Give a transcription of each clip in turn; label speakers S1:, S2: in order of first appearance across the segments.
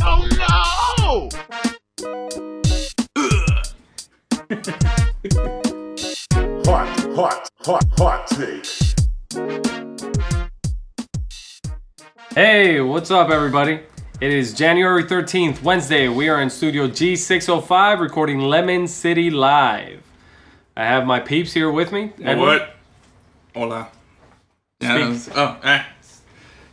S1: Oh no! hot, hot, hot, hot take.
S2: Hey, what's up, everybody? It is January 13th, Wednesday. We are in Studio G605 recording Lemon City Live. I have my peeps here with me. Edwin.
S3: What? Hola. Yeah, that was- oh, eh.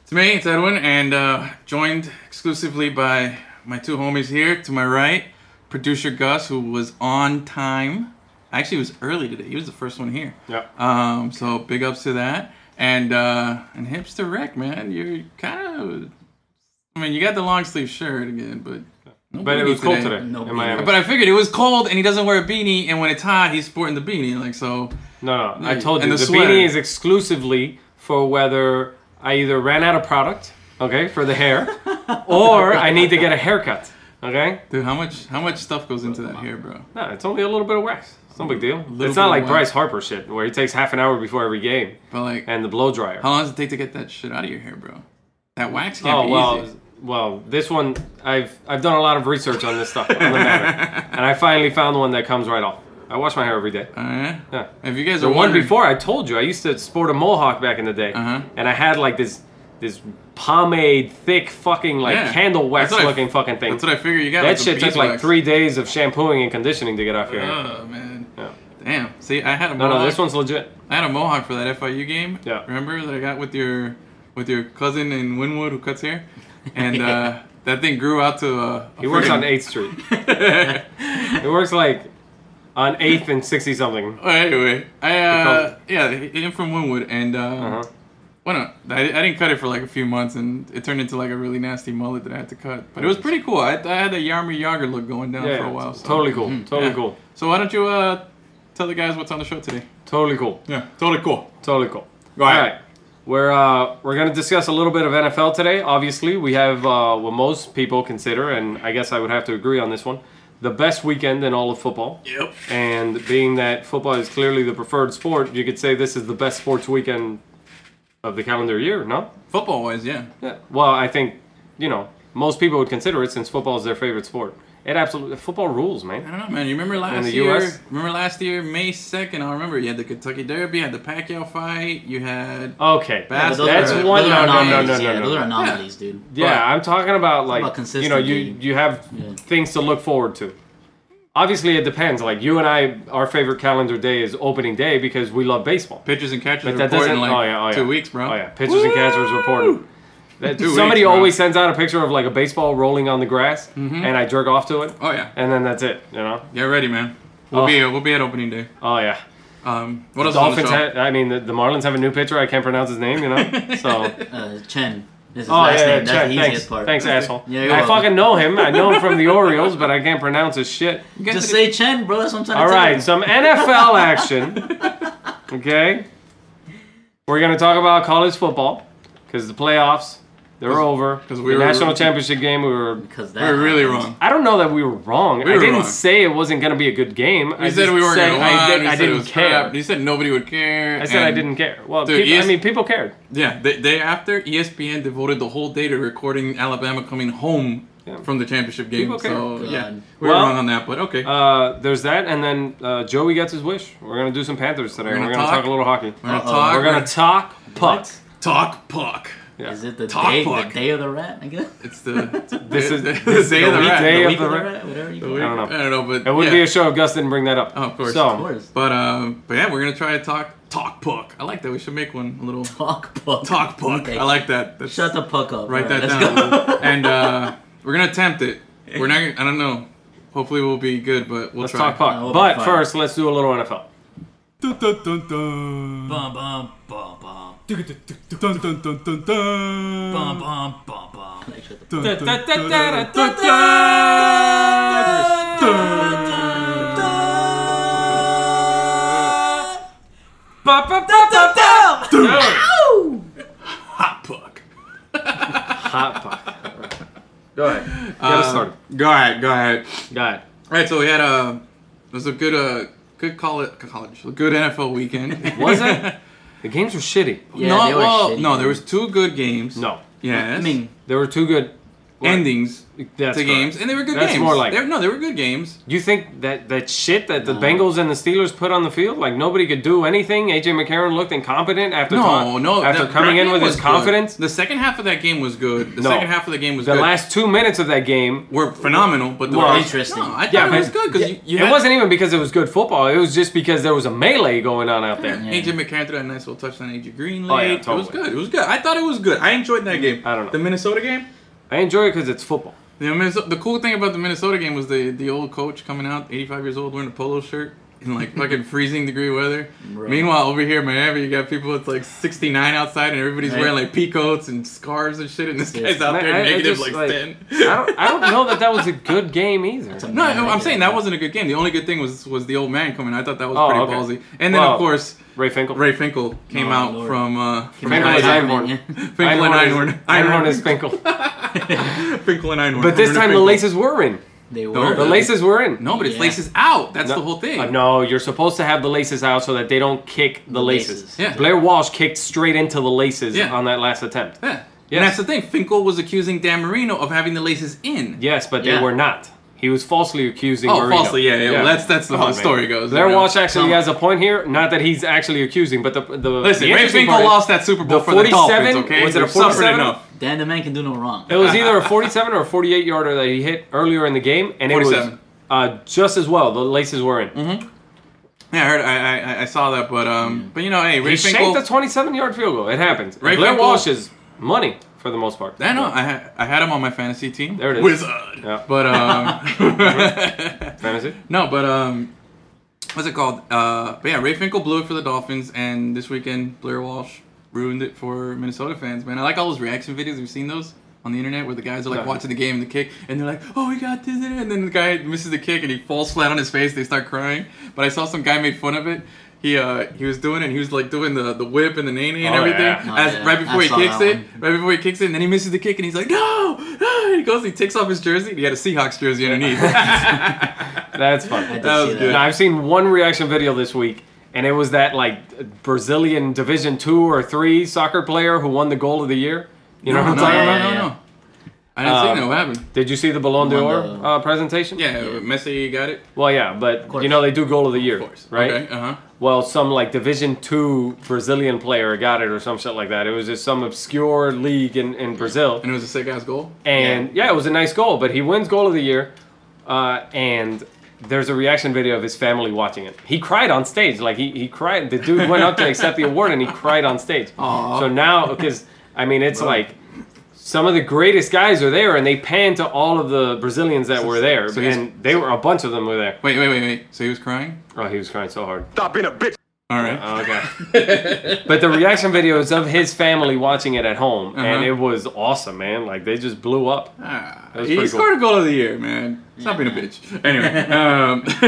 S3: It's me, it's Edwin, and uh, joined exclusively by my two homies here. To my right, producer Gus, who was on time. Actually, he was early today. He was the first one here.
S2: Yep.
S3: Um, so big ups to that. And uh, and hipster Rick, man, you're kind of. I mean, you got the long sleeve shirt again, but.
S2: But it was cold today,
S3: No
S2: in Miami.
S3: But I figured it was cold, and he doesn't wear a beanie, and when it's hot, he's sporting the beanie. Like so.
S2: No, no, I told
S3: And
S2: you.
S3: the
S2: The,
S3: sweater.
S2: beanie is exclusively for whether I either ran out of product, okay, for the hair, or I need to get a haircut, okay?
S3: Dude, how much how much stuff goes into that hair, bro?
S2: No, it's only a little bit of wax. It's no big deal. It's
S3: bit
S2: not
S3: of
S2: like
S3: wax.
S2: Bryce Harper shit, where he takes half an hour before every game
S3: But like,
S2: and the blow dryer.
S3: how long does it take to get that shit out of your hair, bro? That wax can't
S2: Oh
S3: be
S2: well,
S3: easy.
S2: well, this one I've I've done a lot of research on this stuff on the matter, and I finally found one that comes right off. I wash my hair every day.
S3: All right.
S2: Yeah.
S3: If you guys
S2: The
S3: are
S2: one
S3: wondering,
S2: before I told you, I used to sport a mohawk back in the day,
S3: Uh-huh.
S2: and I had like this this pomade thick fucking like
S3: Yeah.
S2: candle wax
S3: That's what I-
S2: looking fucking thing.
S3: that's what I figured. You got
S2: that
S3: like, the
S2: shit took like
S3: beeswax.
S2: three days of shampooing and conditioning to get off your hair.
S3: Oh man.
S2: Yeah.
S3: Damn. See, I had a
S2: No,
S3: mohawk.
S2: no, this one's legit.
S3: uh-huh. I had a mohawk for that FIU game.
S2: Yeah.
S3: Remember that I got with your with your cousin in Winwood who cuts hair, and uh, that thing grew out to. A, a
S2: He works on
S3: friggin-
S2: Eighth Street. He works like on Eighth and sixty something.
S3: Well, anyway, I
S2: cousin.
S3: uh, yeah, him from Winwood, and uh,
S2: Uh-huh.
S3: Why not? I, I didn't cut it for like a few months, and it turned into like a really nasty mullet that I had to cut. But it was pretty cool. I, I had a Yarmir Yager look going down
S2: Yeah,
S3: for a
S2: yeah,
S3: while.
S2: t-
S3: So. Mm-hmm.
S2: totally cool. Totally
S3: Yeah.
S2: cool.
S3: So why don't you uh, tell the guys what's on the show today?
S2: Totally cool.
S3: Yeah, totally cool.
S2: Totally cool.
S3: Go ahead.
S2: All right. We're, uh, we're going to discuss a little bit of NFL today. Obviously, we have uh, what most people consider, and I guess I would have to agree on this one, the best weekend in all of football.
S3: Yep.
S2: And being that football is clearly the preferred sport, you could say this is the best sports weekend of the calendar year, no?
S3: Football wise, yeah.
S2: Yeah. Well, I think, you know, most people would consider it since football is their favorite sport. It absolutely, football rules,
S3: I
S2: man.
S3: don't know, man. You remember last
S2: the
S3: year?
S2: US?
S3: Remember last year, May second? I remember you had the Kentucky Derby, you had the Pacquiao fight, you had.
S2: Okay.
S3: Bad-
S4: but those
S2: That's
S4: are,
S2: one-
S4: Those
S2: no,
S4: are
S2: no, no,
S4: anomalies.
S2: no,
S4: yeah,
S2: no,
S4: those
S2: no.
S4: are anomalies, dude.
S2: Oh, Yeah, I'm talking about like
S4: about
S2: you know you
S4: consistency.
S2: you have
S4: Yeah.
S2: things to look forward to. Obviously, it depends. Like you and I, our favorite calendar day is opening day because we love baseball.
S3: Pitchers and catchers
S2: But that
S3: report
S2: doesn't.
S3: in like
S2: oh yeah, oh yeah.
S3: two weeks, bro.
S2: Oh yeah, pitchers and catchers reported. That, somebody
S3: Two weeks, bro. Mm-hmm.
S2: always sends out a picture of like a baseball rolling on the grass, and I jerk off to it,
S3: Oh yeah.
S2: and then that's it. You know?
S3: Get ready, man. We'll
S2: Oh.
S3: be we'll be at opening day.
S2: Oh yeah.
S3: Um, what else? is on the
S2: Dolphins.
S3: show?
S2: Ha- I mean, the, the Marlins have a new pitcher. I can't pronounce his name. You know. So.
S4: Uh, Chen. This is his
S2: Oh
S4: last
S2: yeah, yeah,
S4: name. That's
S2: Chet,
S4: the
S2: thanks,
S4: easiest part.
S2: thanks, asshole.
S4: Yeah,
S2: I
S4: you're welcome.
S2: fucking know him. I know him from the Orioles, but I can't pronounce his shit.
S3: You guys
S4: Just
S3: did-
S4: say Chen, bro. That's what I'm trying
S2: All
S4: to tell
S2: right,
S4: you.
S2: some NFL action. Okay. We're going to talk about college football because the playoffs, they're over.
S3: 'cause we
S2: the
S3: were-
S2: national championship game, we were.
S4: Because that
S3: We're really
S4: happens.
S3: wrong.
S2: I don't know that we were wrong. I
S3: were
S2: didn't
S3: wrong.
S2: say it wasn't going to be a good game. I
S3: You said
S2: just
S3: we weren't
S2: said
S3: gonna
S2: I,
S3: lie.
S2: did,
S3: you
S2: I
S3: said it
S2: didn't
S3: was crap.
S2: care.
S3: You said nobody would care.
S2: I said I
S3: and-
S2: didn't care. Well,
S3: Dude,
S2: peop- I
S3: ES
S2: mean, people cared.
S3: Yeah, the day after, E ESPN devoted the whole day to recording Alabama coming home
S2: Yeah.
S3: from the championship game.
S2: People care.
S3: So
S4: God.
S3: yeah, we
S2: Well,
S3: were wrong on that, but okay.
S2: Uh, there's that, and then uh, Joey gets his wish. We're going to do some Panthers today. We're
S3: gonna
S2: going to talk.
S3: talk.
S2: a little hockey.
S3: we're gonna
S4: uh-oh.
S3: talk.
S2: We're going to talk puck.
S3: talk puck.
S2: Yeah.
S4: Is it the
S3: Talk
S4: day, the
S3: puck.
S4: day of the rat? I guess.
S3: It's the
S2: This is-
S3: the,
S2: this is
S3: day
S2: the
S3: of the
S2: week
S3: rat.
S2: day
S4: the
S2: of
S4: week
S2: the
S4: of the
S2: rat.
S4: rat, whatever you
S3: The
S4: call
S3: week-
S4: it.
S2: don't know.
S3: I don't know, but
S2: It wouldn't
S3: yeah.
S2: be a show if Gus didn't bring that up.
S3: Oh, of course.
S2: So,
S4: Of course.
S3: But um, but yeah, we're gonna try to talk talk puck. I like that. We should make one a little
S4: Talk puck.
S3: talk puck.
S4: Okay.
S3: I like that. That's-
S4: Shut the puck up.
S3: Write
S4: All right,
S3: that
S4: let's
S3: down.
S4: go.
S3: and uh, we're gonna attempt it. We're not. gonna- I don't know. Hopefully, we'll be good, but we'll
S2: Let's
S3: try.
S2: talk puck.
S4: No, we'll be
S2: but
S4: fine.
S2: first, let's do a little NFL.
S3: Dun, dun, dun, dun.
S4: Bum bum bum bum
S3: Dun, dun, dun, dun, dun.
S4: bum bum bum bum. Like, shut the
S3: Dun, dun, dun, dun, dun, dun.
S2: Ba-ba-ba-ba-ba.
S3: Hot puck.
S2: Hot puck. Go ahead. Get us started.
S3: Go Uh, ahead. Go ahead.
S2: Got it.
S3: All right. So we had a. It was a good uh, good college, college, good NFL weekend.
S2: Was it? the games were shitty.
S4: Yeah,
S3: Not
S4: they were
S3: well-
S4: shitty.
S3: oh, No, there was two good games.
S2: No,
S3: Yes.
S4: I mean,
S2: there were two good
S3: endings
S2: That's
S3: to
S2: correct.
S3: games, and they were good
S2: That's
S3: games.
S2: more like
S3: They-
S2: it.
S3: no, they were good games.
S2: You think that that shit that the Bengals and the Steelers put on the field, like nobody could do anything. AJ McCarron looked incompetent after
S3: No,
S2: ta-
S3: no.
S2: after
S3: that-
S2: coming
S3: that
S2: in
S3: game
S2: with
S3: was
S2: his confidence.
S3: good. The second half of that game was good. The
S2: No.
S3: second half of the game was
S2: The
S3: good.
S2: last two minutes of that game,
S3: were phenomenal, but the
S2: Well,
S3: first-
S4: interesting.
S3: No, I thought
S2: Yeah,
S3: it
S2: but-
S3: was good because you, you
S2: it
S3: had-
S2: wasn't even because it was good football. It was just because there was a melee going on out there.
S3: AJ McCarron threw that nice little touchdown. AJ Green
S2: Oh, yeah,
S3: It was
S2: totally.
S3: good. It was good. I thought it was good. I enjoyed that game.
S2: I don't know.
S3: The Minnesota game.
S2: I enjoy it because it's football.
S3: The, Minnesota, the cool thing about the Minnesota game was the the old coach coming out, 85 years old, wearing a polo shirt in like fucking freezing degree weather.
S4: Right.
S3: Meanwhile, over here in Miami, you got people it's like 69 outside, and everybody's
S4: Right.
S3: wearing like peacoats and scarves and shit, and this guy's out
S2: Man,
S3: there
S2: I- I
S3: negative
S2: just,
S3: like,
S2: like-
S3: 10.
S2: I don't, I don't know that that was a good game either.
S4: a-
S3: No, no, I'm
S4: Right.
S3: saying that wasn't a good game. The only good thing was was the old man coming. I thought that was
S2: Oh,
S3: pretty
S2: okay.
S3: ballsy. And then
S2: Wow.
S3: of course
S2: Ray Finkel.
S3: Ray Finkel came
S4: Oh,
S3: out
S4: Lord.
S3: from uh, from
S2: Finkel
S3: Iron-
S2: is
S3: Finkel,
S2: Einhorn.
S3: and
S2: Einhorn
S3: Einhorn.
S2: is- Einhorn is Finkel.
S3: Finkel and Einhorn.
S2: But this
S3: Einhorn and
S2: time the
S3: Finkel.
S2: laces were in.
S4: They
S3: No,
S4: were.
S2: The laces were in.
S3: No, but it's
S4: Yeah.
S3: laces out. That's the whole
S2: Uh,
S3: thing.
S2: no, you're supposed to have the laces out so that they don't kick the,
S4: The
S2: laces.
S4: laces.
S3: Yeah.
S2: Blair Walsh kicked straight into the laces
S3: Yeah.
S2: on that last attempt.
S3: Yeah.
S2: Yes.
S3: And that's the thing. Finkel was accusing Dan Marino of having the laces in.
S2: Yes, but they
S4: Yeah.
S2: were not. He was falsely accusing.
S3: Oh,
S2: Marino.
S3: falsely. Yeah, yeah. Well, that's that's the
S2: Come
S3: whole
S2: on, man.
S3: story goes.
S2: Blair
S3: you know.
S2: Walsh actually
S3: Come-
S2: has a point here. Not that he's actually accusing, but the the
S3: Listen,
S2: the
S3: Ray
S2: interesting
S3: Finkel
S2: part is-
S3: lost that Super Bowl
S2: the
S3: for the Dolphins.
S2: 47
S3: Okay,
S2: was it a
S3: We've suffered
S2: 47?
S3: enough.
S4: Dan the man can do no wrong.
S2: It was either a 47 or a 48 yarder that he hit earlier in the game, and it
S3: 47.
S2: was uh, just as well. The laces were in.
S3: Mm-hmm. Yeah, I heard. I, I I saw that, but um, but you know, hey, Ray
S2: He
S3: Finkel.
S2: shanked a 27 yard field goal. It happens.
S3: Ray
S2: Blair
S3: Finkel-
S2: Walsh is money for the most part.
S3: I know. I had, I had him on my fantasy team.
S2: There it is.
S3: Wizard.
S2: Yeah.
S3: But um,
S2: Fantasy.
S3: no, but um, what's it called? Uh, but yeah, Ray Finkel blew it for the Dolphins, and this weekend Blair Walsh ruined it for Minnesota fans. Man, I like all those reaction videos. We've seen those on the internet where the guys are like
S2: Yeah.
S3: watching the game and the kick, and they're like, "Oh, we got this," and then the guy misses the kick and he falls flat on his face. They start crying. But I saw some guy make fun of it. He, uh, he was doing it. He was like doing the, the whip and the nay nay and
S2: Oh,
S3: everything
S2: yeah.
S4: Oh,
S3: as
S4: yeah.
S3: right before
S4: I
S3: he
S4: saw
S3: kicks
S4: that
S3: it.
S4: one.
S3: Right before he kicks it, and then he misses the kick, and he's like, "No!" no!" He goes, he takes off his jersey, and he had a Seahawks jersey underneath.
S2: That's fun.
S4: I did
S3: That was
S4: see
S3: good.
S2: No, I've seen one reaction video this week, and it was that like Brazilian Division two or three soccer player who won the goal of the year. You know
S3: no,
S2: what I'm
S3: no,
S2: talking
S3: no,
S2: about?
S3: no,
S4: Yeah,
S3: no,
S4: yeah,
S3: no. I didn't see
S2: Um,
S3: no. What happened?
S2: Did you see the Ballon d'Or
S4: Won the-
S2: uh, presentation?
S3: Yeah, Messi got it.
S2: Well, yeah, but
S4: course.
S2: you know they do goal of the year,
S3: Of course.
S2: right?
S3: Okay. Uh huh.
S2: Well, some like Division two Brazilian player got it or some shit like that. It was just some obscure league in, in Brazil.
S3: And it was a sick ass goal.
S2: And yeah. it was a nice goal, but he wins goal of the year. Uh, and there's a reaction video of his family watching it. He cried on stage. Like, he, he cried. The dude went up to accept the award and he cried on stage.
S3: Aw.
S2: So now, because, I mean, it's like some of the greatest guys are there and they pan to all of the Brazilians that were there.
S3: so he's-
S2: and they were, a bunch of them were there.
S3: Wait, wait, wait, wait. So he was crying.
S2: Oh, he was crying so hard.
S1: Stop being a bitch.
S3: All right.
S2: Oh, okay. but the reaction video is of his family watching it at home. And
S3: Uh-huh.
S2: it was awesome, man. Like, they just blew up.
S3: Ah,
S2: was
S3: he
S2: pretty cool.
S3: scored a goal of the year, man. Stop being a bitch. Anyway, um,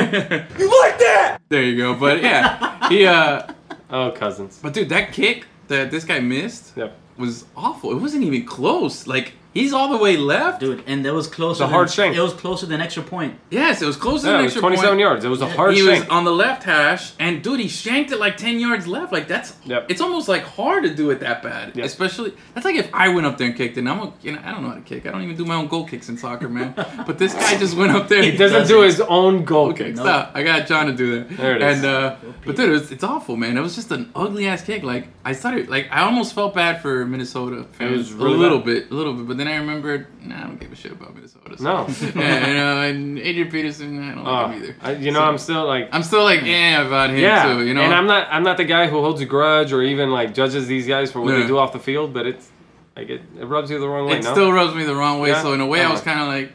S1: You like that?
S3: there you go. But yeah, he. uh
S2: Oh, cousins.
S3: But dude, that kick that this guy missed
S2: Yep.
S3: was awful. It wasn't even close. Like he's all the way left.
S4: Dude, and that was closer.
S2: a hard
S4: than,
S2: shank.
S4: It was closer than extra point.
S3: Yes, it was close to
S2: Yeah,
S3: an
S2: it was
S3: extra
S2: 27
S3: point.
S2: yards. It was a hard
S3: he
S2: shank.
S3: was on the left hash, and dude, he shanked it like ten yards left. Like that's,
S2: Yep.
S3: it's almost like hard to do it that bad.
S2: Yep.
S3: Especially that's like if I went up there and kicked it. And I'm, a, you know, I don't know how to kick. I don't even do my own goal kicks in soccer, man. but this guy just went up there.
S2: He doesn't do his own goal
S3: Okay,
S2: kick.
S4: No.
S3: stop. I got John to do that.
S2: There it is.
S3: And uh, but dude, it was, it's awful, man. It was just an ugly ass kick. Like I started, like I almost felt bad for Minnesota fans.
S2: was really
S3: a little
S2: bad.
S3: bit, a little bit. But then I remembered, nah, I don't give a shit about Minnesota. so-
S2: No.
S3: yeah, I know, and Adrian Peterson, I don't like him
S2: Uh,
S3: either.
S2: I- you know,
S3: So-
S2: I'm still like,
S3: I'm still like eh about him
S2: Mm. yeah,
S3: too. You know,
S2: and I'm not, I'm not the guy who holds a grudge or even like judges these guys for what they
S3: Yeah.
S2: do off the field, but it's like it, it rubs you the wrong way.
S3: it
S2: no?
S3: still rubs me the wrong way.
S2: Yeah?
S3: So in a way, I was
S2: Uh.
S3: kind of like,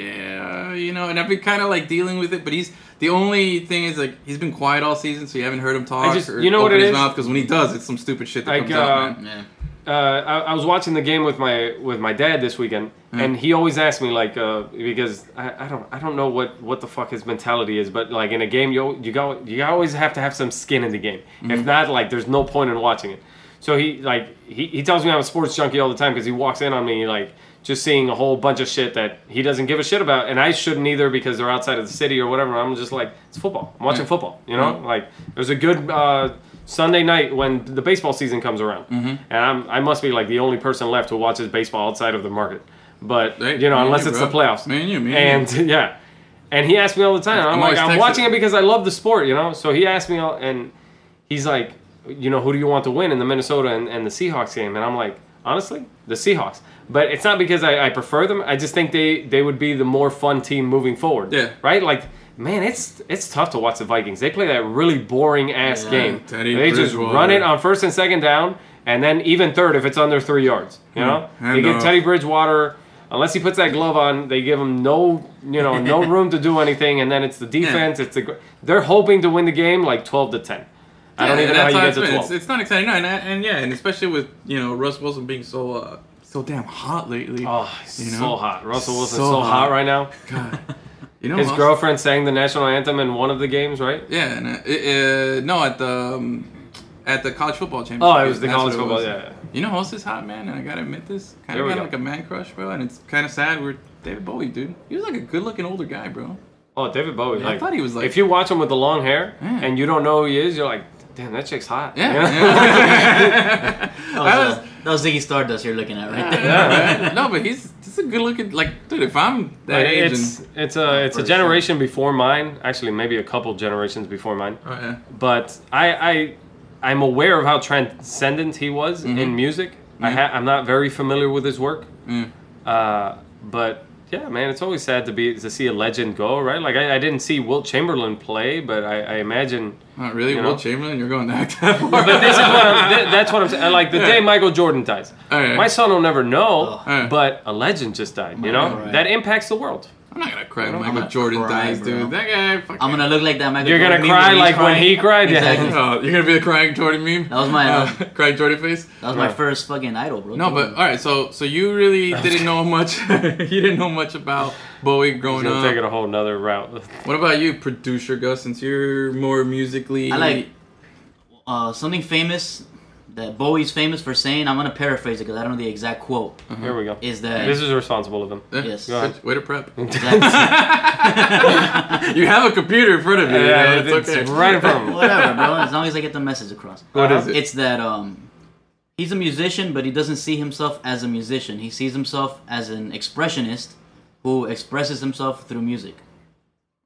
S3: yeah, you know. And I've been kind of like dealing with it. But he's the only thing is like he's been quiet all season, so you haven't heard him talk.
S2: just-
S3: or
S2: you know what
S3: open
S2: it
S3: his
S2: is?
S3: Because when he does, it's some stupid shit that
S2: Like,
S3: comes out.
S2: uh,
S3: Man.
S4: Yeah.
S2: uh, I, I was watching the game with my with my dad this weekend, and he always asks me like uh, because I, I don't I don't know what, what the fuck his mentality is, but like in a game you you go you always have to have some skin in the game. If not, like there's no point in watching it. So he like he, he tells me I'm a sports junkie all the time because he walks in on me like just seeing a whole bunch of shit that he doesn't give a shit about, and I shouldn't either because they're outside of the city or whatever. I'm just like, it's football. I'm watching
S3: Yeah.
S2: football. You know, like there's a good uh, Sunday night when the baseball season comes around,
S3: Mm-hmm.
S2: and I'm, I must be like the only person left who watches baseball outside of the market. But
S3: Hey,
S2: you know,
S3: me and
S2: unless
S3: you,
S2: it's the
S3: bro.
S2: playoffs,
S3: Me and you, me and
S2: and yeah, and he asked me all the time. I'm,
S3: I'm
S2: like,
S3: always
S2: I'm
S3: texting-
S2: watching it because I love the sport, you know. So he asked me all, and he's like, you know, who do you want to win in the Minnesota and, and the Seahawks game? And I'm like, honestly, the Seahawks. But it's not because I, I prefer them. I just think they they would be the more fun team moving forward.
S3: Yeah.
S2: Right. Like, man, it's it's tough to watch the Vikings. They play that really boring ass
S4: Yeah.
S2: game.
S3: Teddy
S2: they just
S3: Bridgewater.
S2: run it on first and second down, and then even third if it's under three yards. You
S3: Hmm.
S2: know, they give
S3: handoff.
S2: Teddy Bridgewater. Unless he puts that glove on, they give him no, you know, no room to do anything, and then it's the defense. It's the gr- they're hoping to win the game like twelve to ten. I don't
S3: Yeah,
S2: even
S3: and
S2: know how
S3: that's
S2: you
S3: how
S2: get
S3: it's
S2: to
S3: been.
S2: twelve.
S3: It's, it's not exciting, no, and, and yeah, and especially with you know Russ Wilson being so uh, so damn hot lately.
S2: oh, he's
S3: you know?
S2: so hot. Russell Wilson's
S3: So
S2: so, hot.
S3: hot.
S2: right now.
S3: God. You know
S2: His
S3: Russ-
S2: girlfriend sang the national anthem in one of the games, right?
S3: Yeah, and, uh, it, uh, no, at the um, at the college football championship.
S2: Oh, it was the
S3: That's
S2: college
S3: what it
S2: football.
S3: was.
S2: Yeah, yeah.
S3: You know who else is hot, man? And I gotta admit this, kind
S2: There
S3: of
S2: we
S3: got
S2: go.
S3: like a man crush, bro. And it's kind of sad. We're David Bowie, dude. He was like a good-looking older guy, bro.
S2: Oh, David Bowie.
S3: Yeah, I
S2: like,
S3: thought he was, like-
S2: If you watch him with the long hair
S3: Yeah.
S2: and you don't know who he is, you're like, damn, that chick's hot.
S3: Yeah.
S2: You know? Oh,
S4: That was,
S3: I was-
S4: uh, that was Ziggy Stardust you're looking at right there.
S3: Yeah, man. no, but he's just a good-looking like dude. If I'm that
S2: Like,
S3: age,
S2: it's
S3: and,
S2: it's a it's a
S4: for sure.
S2: generation before mine. Actually, maybe a couple generations before mine.
S3: oh, yeah.
S2: but I, I I'm aware of how transcendent he was
S3: Mm-hmm.
S2: in music. I ha- I'm not very familiar with his work, uh, but yeah, man, it's always sad to be to see a legend go, right? Like I, I didn't see Wilt Chamberlain play, but I, I imagine.
S3: Not really,
S2: You
S3: Will
S2: know?
S3: Chamberlain. You're going back that far.
S2: But this is what I'm, th- that's what I'm saying. Like the day Michael Jordan dies,
S3: Oh, yeah.
S2: my son will never know,
S3: Oh. Yeah.
S2: but a legend just died. You know
S4: Right.
S2: that impacts the world.
S3: I'm not gonna cry when
S4: I'm
S3: Michael
S4: gonna
S3: Jordan
S4: cry,
S3: dies,
S4: bro.
S3: dude. That guy. Fucking,
S4: I'm gonna look like that Michael
S2: You're gonna
S4: Jordan meme
S2: cry
S4: when
S2: like when he cried.
S4: Exactly.
S2: Yeah.
S3: Oh, you're gonna be the crying Jordan meme.
S4: That was my, uh,
S3: crying Jordan face.
S4: That was my
S2: Yeah.
S4: first fucking idol, bro.
S3: No, but all right. So, so you really didn't know much. you didn't know much about Bowie
S2: He's
S3: growing
S2: gonna
S3: up.
S2: take it a whole nother route.
S3: What about you, producer Gus? Since you're more musically,
S4: I like uh, something famous that Bowie's famous for saying. I'm gonna paraphrase it because I don't know the exact quote.
S3: Uh-huh.
S2: Here we go.
S4: Is that
S2: This is responsible of him.
S3: Eh,
S4: yes.
S2: Go ahead.
S3: Way to prep.
S4: that's-
S3: you have a computer in front of you.
S2: Yeah,
S3: you know,
S2: it's,
S3: it's, okay.
S2: right in front of him.
S4: whatever, bro? As long as I get the message across.
S3: What
S2: Uh-huh.
S3: is it?
S4: It's that um, he's a musician, but he doesn't see himself as a musician. He sees himself as an expressionist who expresses himself through music.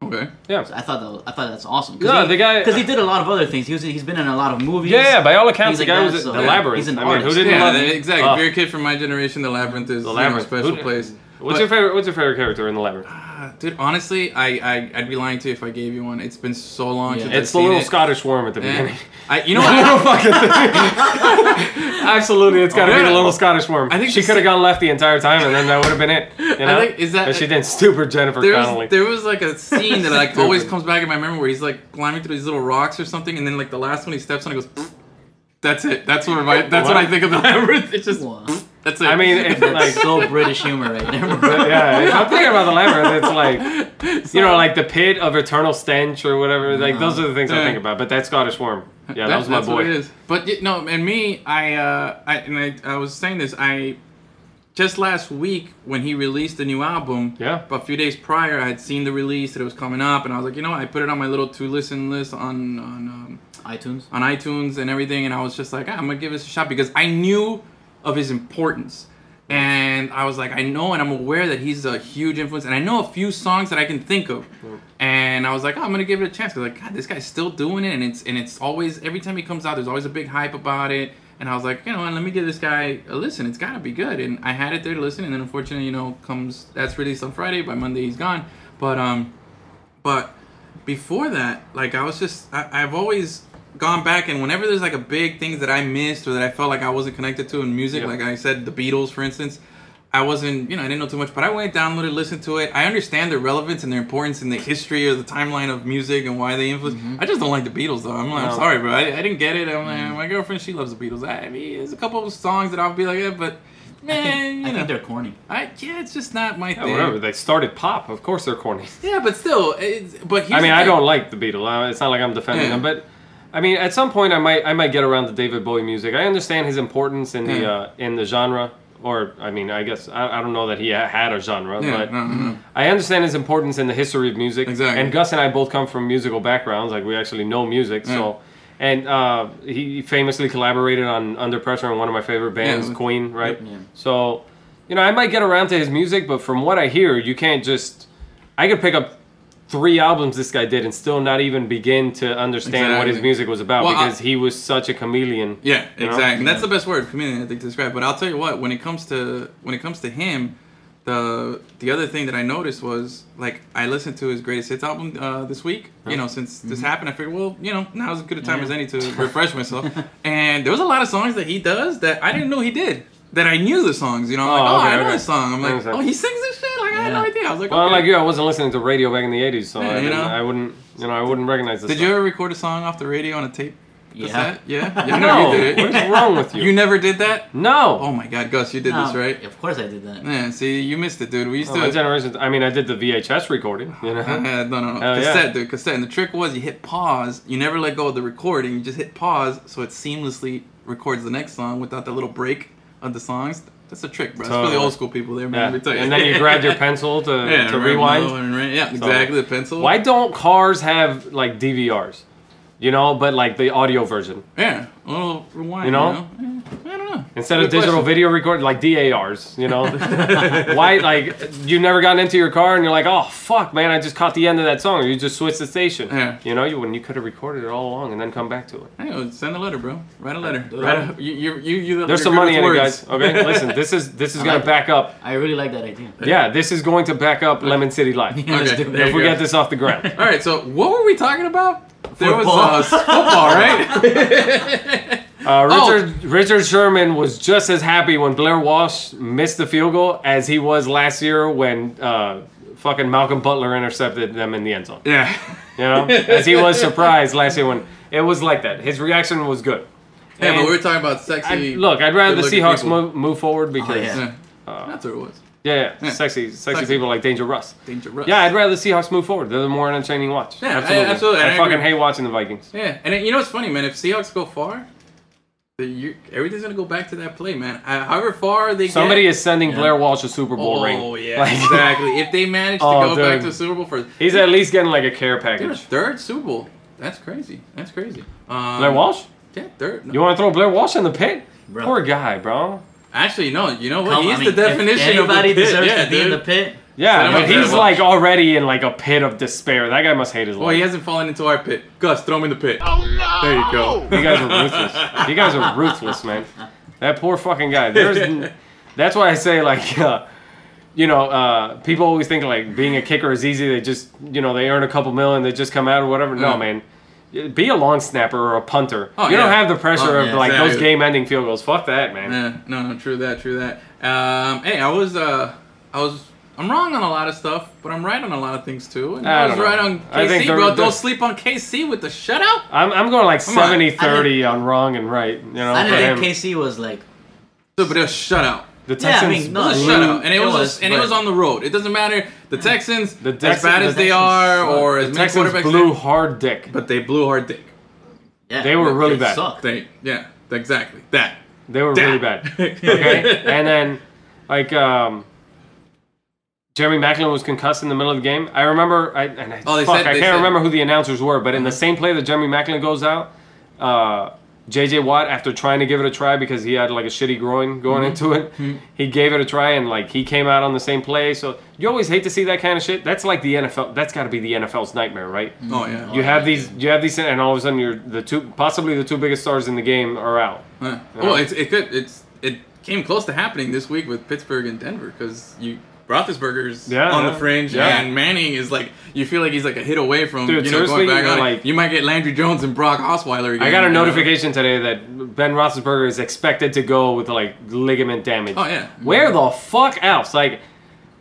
S3: okay.
S2: Yeah.
S4: I thought that was, I thought that's awesome.
S2: No, the guy-
S4: because he did a lot of other things. He was he's been in a lot of movies.
S2: Yeah, yeah, by all accounts,
S4: He's
S2: the
S4: like
S2: guy
S4: that,
S2: was
S4: so-
S2: the
S4: Yeah.
S2: labyrinth.
S4: He's an
S2: I mean, who
S4: artist.
S2: didn't
S3: Yeah,
S2: love
S3: that-
S2: it?
S3: exactly.
S2: Oh,
S3: If you're a kid from my generation, the labyrinth is
S2: the
S3: you know, a
S2: labyrinth.
S3: special
S2: Who-
S3: place.
S2: What's
S3: But-
S2: your favorite? What's your favorite character in the labyrinth?
S3: Dude, honestly, I, I I'd be lying to you if I gave you one. It's been so long
S4: Yeah.
S3: since I've
S2: It's the
S3: seen
S2: little
S3: it.
S2: Scottish worm at the
S3: Eh.
S2: beginning.
S3: I, you know what?
S2: Absolutely, it's got to
S3: Oh,
S2: be
S3: yeah.
S2: the little Scottish worm.
S3: I think
S2: she
S3: the
S2: could have
S3: se-
S2: gone left the entire time, and then that would have been it. You know?
S3: think- is that-
S2: But she did stupid Jennifer
S3: There
S2: Connelly.
S3: was, there was like a scene that like always
S2: Stupid.
S3: comes back in my memory where he's like climbing through these little rocks or something, and then like the last one he steps on, he goes. "Pfft." That's it. That's what my, that's what?
S2: What?
S3: I think of the labyrinth. It's just
S4: Wow.
S3: "Pfft." that's it.
S2: I mean, if, like,
S4: That's so British humor right there, bro.
S2: yeah. If I'm thinking about the labyrinth, it's like you know, like the pit of eternal stench or whatever. Like those are the things I
S3: Yeah.
S2: think about. But that Scottish worm, yeah, that, was my
S3: that's What it
S2: boy.
S3: is. But y- no, and me, I, uh, I and I, I was saying this. I just last week when he released the new album.
S2: Yeah.
S3: A few days prior, I had seen the release that it was coming up, and I was like, you know, what? I put it on my little to listen list on on um,
S4: iTunes.
S3: on iTunes and everything, and I was just like, ah, I'm gonna give this a shot because I knew of his importance. And I was like, I know, and I'm aware that he's a huge influence, and I know a few songs that I can think of. And I was like, oh, I'm gonna give it a chance. Cause like, God, this guy's still doing it, and it's and it's always every time he comes out, there's always a big hype about it. And I was like, you know, what, let me give this guy a listen. It's gotta be good. And I had it there to listen, and then unfortunately, you know, comes that's released on Friday. By Monday, he's gone. But um, but before that, like I was just I, I've always gone back and whenever there's like a big things that I missed or that I felt like I wasn't connected to in music,
S2: Yeah.
S3: like I said, the Beatles, for instance. I wasn't, you know, I didn't know too much, but I went, downloaded, listened to it. I understand their relevance and their importance in the history or the timeline of music and why they influence. I just don't like the Beatles, though. I'm, like,
S2: Mm-hmm. No.
S3: I'm
S2: Mm-hmm.
S3: sorry, bro. I, I didn't get it. I'm like, my girlfriend, she loves the Beatles. I, I mean, there's a couple of songs that I'll be like, yeah, but
S4: I think,
S3: man,
S4: I
S3: you
S4: think
S3: know,
S4: they're corny.
S3: I, yeah, it's just not my
S2: Yeah,
S3: thing.
S2: whatever. They started pop. Of course, they're corny.
S3: Yeah, but still, it's, but here's
S2: I mean,
S3: the
S2: I
S3: thing.
S2: don't like the Beatles. Uh, It's not like I'm defending
S3: Yeah.
S2: them, but I mean, at some point, I might I might get around to David Bowie music. I understand his importance in the
S3: Yeah.
S2: uh, in the genre or I mean, I guess I, I don't know that he ha- had a genre,
S3: Yeah,
S2: but
S3: no, no, no.
S2: I understand his importance in the history of music.
S3: Exactly.
S2: And Gus and I both come from musical backgrounds, like we actually know music. So, and uh, he famously collaborated on Under Pressure on one of my favorite bands,
S3: Yeah.
S2: Queen, right?
S3: Yep.
S4: Yeah.
S2: So, you know, I might get around to his music, but from what I hear, you can't just. I could pick up three albums this guy did and still not even begin to understand what his
S3: Exactly.
S2: music was about
S3: Well, I-
S2: because he was such a chameleon.
S3: Yeah,
S2: You know?
S3: exactly. And that's the best word, comedian, I think, to describe. But I'll tell you what, when it comes to when it comes to him, the the other thing that I noticed was like I listened to his greatest hits album uh, this week. You know, since
S2: Mm-hmm.
S3: this happened, I figured, well, you know, now's as good a time as any to refresh myself. and there was a lot of songs that he does that I didn't know he did. That I knew the songs. You know, I'm
S2: Oh,
S3: like, oh,
S2: okay,
S3: I know
S2: okay.
S3: this song. I'm like,
S2: Understand.
S3: oh, he sings this shit. Like I had no
S4: Yeah.
S3: idea. I was like,
S2: Well,
S3: okay.
S2: like you, I wasn't listening to radio back in the '80s, so
S3: Yeah,
S2: I,
S3: you
S2: didn't,
S3: know.
S2: I wouldn't, you know, I wouldn't recognize this.
S3: Did
S2: song.
S3: you ever record a song off the radio on a tape?
S4: Yeah.
S3: cassette? Yeah. Yeah. I know
S2: No,
S3: you did
S2: what
S3: it.
S2: is wrong with you?
S3: You never did that.
S2: no.
S3: Oh my God, Gus, you did this
S4: No,
S3: right.
S4: Um, Of course I did that.
S3: Yeah, see, you missed it, dude. We used
S2: Oh, my
S3: to.
S2: generation. I mean, I did the VHS recording. You know.
S3: Uh, no, no, no.
S2: Hell Oh, yeah.
S3: cassette, dude. Cassette. And the trick was you hit pause. You never let go of the recording. You just hit pause so it seamlessly records the next song without that little break of the songs. That's a trick, bro. That's for
S2: Totally.
S3: the old school people there, man.
S2: yeah.
S3: Let me tell you.
S2: And then you grabbed your pencil to,
S3: yeah,
S2: to
S3: right,
S2: rewind.
S3: no, and right- Yeah, exactly. The pencil.
S2: Why don't cars have like DVRs? You know, but like the audio version
S3: Yeah, a little rewind.
S2: You
S3: You
S2: know?
S3: know? Yeah, I don't know.
S2: instead
S3: Good
S2: of digital
S3: question.
S2: video recording, like DARs. You know, why like you never gotten into your car and you're like, oh fuck, man, I just caught the end of that song, or you just switched the station.
S3: Yeah.
S2: You know, you when you could have recorded it all along and then come back to it.
S3: Hey, well, send a letter, bro. Write a letter.
S4: Uh,
S3: Write a, you, you, you, you,
S2: There's
S3: you're
S2: some
S3: good
S2: money
S3: with
S2: in it,
S3: words.
S2: guys. Okay, listen, this is this is
S4: I
S2: gonna
S4: like it.
S2: back up.
S4: I really like that idea.
S2: Yeah, this is going to back up Lemon City Live.
S4: Let's
S3: Okay,
S4: do
S3: there
S4: it.
S2: If
S3: you
S2: we
S3: go.
S2: get this off the ground.
S3: All right, so what were we talking about? There
S4: Football.
S3: was uh, football, right?
S2: Uh, Richard
S3: Oh.
S2: Richard Sherman was just as happy when Blair Walsh missed the field goal as he was last year when uh, fucking Malcolm Butler intercepted them in the end zone.
S3: yeah.
S2: You know, as he was surprised last year when it was like that. His reaction was good.
S3: Yeah, but
S2: And
S3: we were talking about sexy.
S2: I- look, I'd rather the
S3: good-looking
S2: Seahawks
S3: people.
S2: move, move forward because
S4: yeah.
S2: yeah. Uh,
S3: Yeah. That's what it was.
S2: Yeah,
S3: Yeah.
S2: sexy, sexy,
S3: Sexy.
S2: people like Danger Russ.
S3: Dangerous.
S2: Yeah, I'd rather the Seahawks move forward. They're the more entertaining watch.
S3: Yeah, I- absolutely,
S2: I,
S3: I
S2: fucking
S3: agree.
S2: hate watching the Vikings.
S3: Yeah, and then, you know what's funny, man? If Seahawks go far, the, you, everything's gonna go back to that play, man. Uh, however far they
S2: Somebody
S3: get.
S2: is sending Blair Walsh a Super Bowl
S3: Oh
S2: ring.
S3: yeah,
S2: Like-
S3: exactly. If they manage to
S2: Oh,
S3: go back
S2: dude.
S3: to the Super Bowl for
S2: He's at least getting like a care
S3: Dude, a
S2: package.
S3: third Super Bowl, that's crazy. That's crazy. Um,
S2: Blair Walsh?
S3: Yeah, third. No.
S2: You want to throw Blair Walsh in the pit?
S4: Bro.
S2: Poor guy, bro.
S3: Actually, no. You know what?
S4: Come-
S3: He's
S4: I mean,
S3: the definition
S4: if
S3: of the
S4: anybody
S3: pit.
S4: deserves
S3: yeah,
S4: to be in
S3: dude.
S4: the pit.
S2: Yeah,
S3: Send him
S2: but
S3: up there,
S2: he's
S3: Walsh.
S2: like already in like a pit of despair. That guy must hate his
S3: Oh,
S2: life.
S3: he hasn't fallen into our pit. Gus, throw him in the pit.
S1: Oh,
S3: There you go.
S2: You guys are ruthless. you guys are ruthless, man. That poor fucking guy. There's, n- that's why I say like, uh, you know, uh, people always think like being a kicker is easy. They just, you know, they earn a couple million, they just come out or whatever. No,
S3: Yeah.
S2: man. Be a long snapper or a punter.
S3: Oh,
S2: you don't
S3: yeah.
S2: have the pressure
S4: Oh,
S2: of
S4: yeah,
S2: like those
S3: exactly.
S2: game-ending field goals. Fuck that, man.
S3: Yeah, no, no, true that, true that. Um, hey, I was, uh, I was, I'm wrong on a lot of stuff, but I'm right on a lot of things too. And
S2: I
S3: I,
S2: don't
S3: was
S2: know.
S3: right on
S2: I think
S3: KC,
S2: they're-
S3: bro.
S2: they're-
S3: Don't sleep on KC with the shutout.
S2: I'm, I'm going like
S3: on.
S2: 70 30 on wrong and right. You know,
S4: I
S2: for
S4: didn't
S2: him.
S4: think KC was like.
S3: No, But it was shutout.
S2: the
S4: Yeah, I
S2: Texans.
S4: mean, no,
S3: It was a
S4: Blue-
S3: shutout, and it,
S4: it
S3: was, a-
S4: was,
S3: and it
S4: but-
S3: was on the road. It doesn't matter. The Texans,
S2: The
S3: as bad
S2: Texans-
S3: as
S2: the
S3: they
S4: Texans
S3: are,
S4: suck.
S3: or as
S2: the
S3: many
S2: Texans
S3: quarterbacks,
S2: blew
S3: they-
S2: hard dick.
S3: but they blew hard dick.
S4: Yeah,
S2: They were really
S4: they
S2: bad.
S4: Sucked.
S3: They, yeah, exactly that.
S2: They were really bad. Okay, and then like um, Jeremy Macklin was concussed in the middle of the game. I remember, I, and I,
S3: Oh, they
S2: fuck,
S3: said-
S2: I can't
S3: they said- Mm-hmm.
S2: remember who the announcers were, but in the same play that Jeremy Macklin goes out, uh, JJ Watt, after trying to give it a try because he had like a shitty groin going
S3: Mm-hmm.
S2: into it, he gave it a try and like he came out on the same play. So you always hate to see that kind of shit. That's like the NFL. That's got to be the NFL's nightmare, right?
S3: Oh yeah.
S2: You have these, you have these, and all of a sudden, you're the two, possibly the two biggest stars in the game are out.
S3: Yeah. Well, it's, it could. It's it came close to happening this week with Pittsburgh and Denver because you Roethlisberger's
S2: Yeah,
S3: on
S2: yeah.
S3: the fringe
S2: Yeah.
S3: and Manning is like you feel like he's like a hit away from
S2: Dude,
S3: you know
S2: seriously,
S3: going back
S2: you
S3: on
S2: know,
S3: it.
S2: like-
S3: you might get Landry Jones and Brock Osweiler again.
S2: I got a
S3: you know?
S2: notification today that Ben Roethlisberger is expected to go with like ligament damage.
S3: Oh, yeah.
S2: Where the fuck else? Like,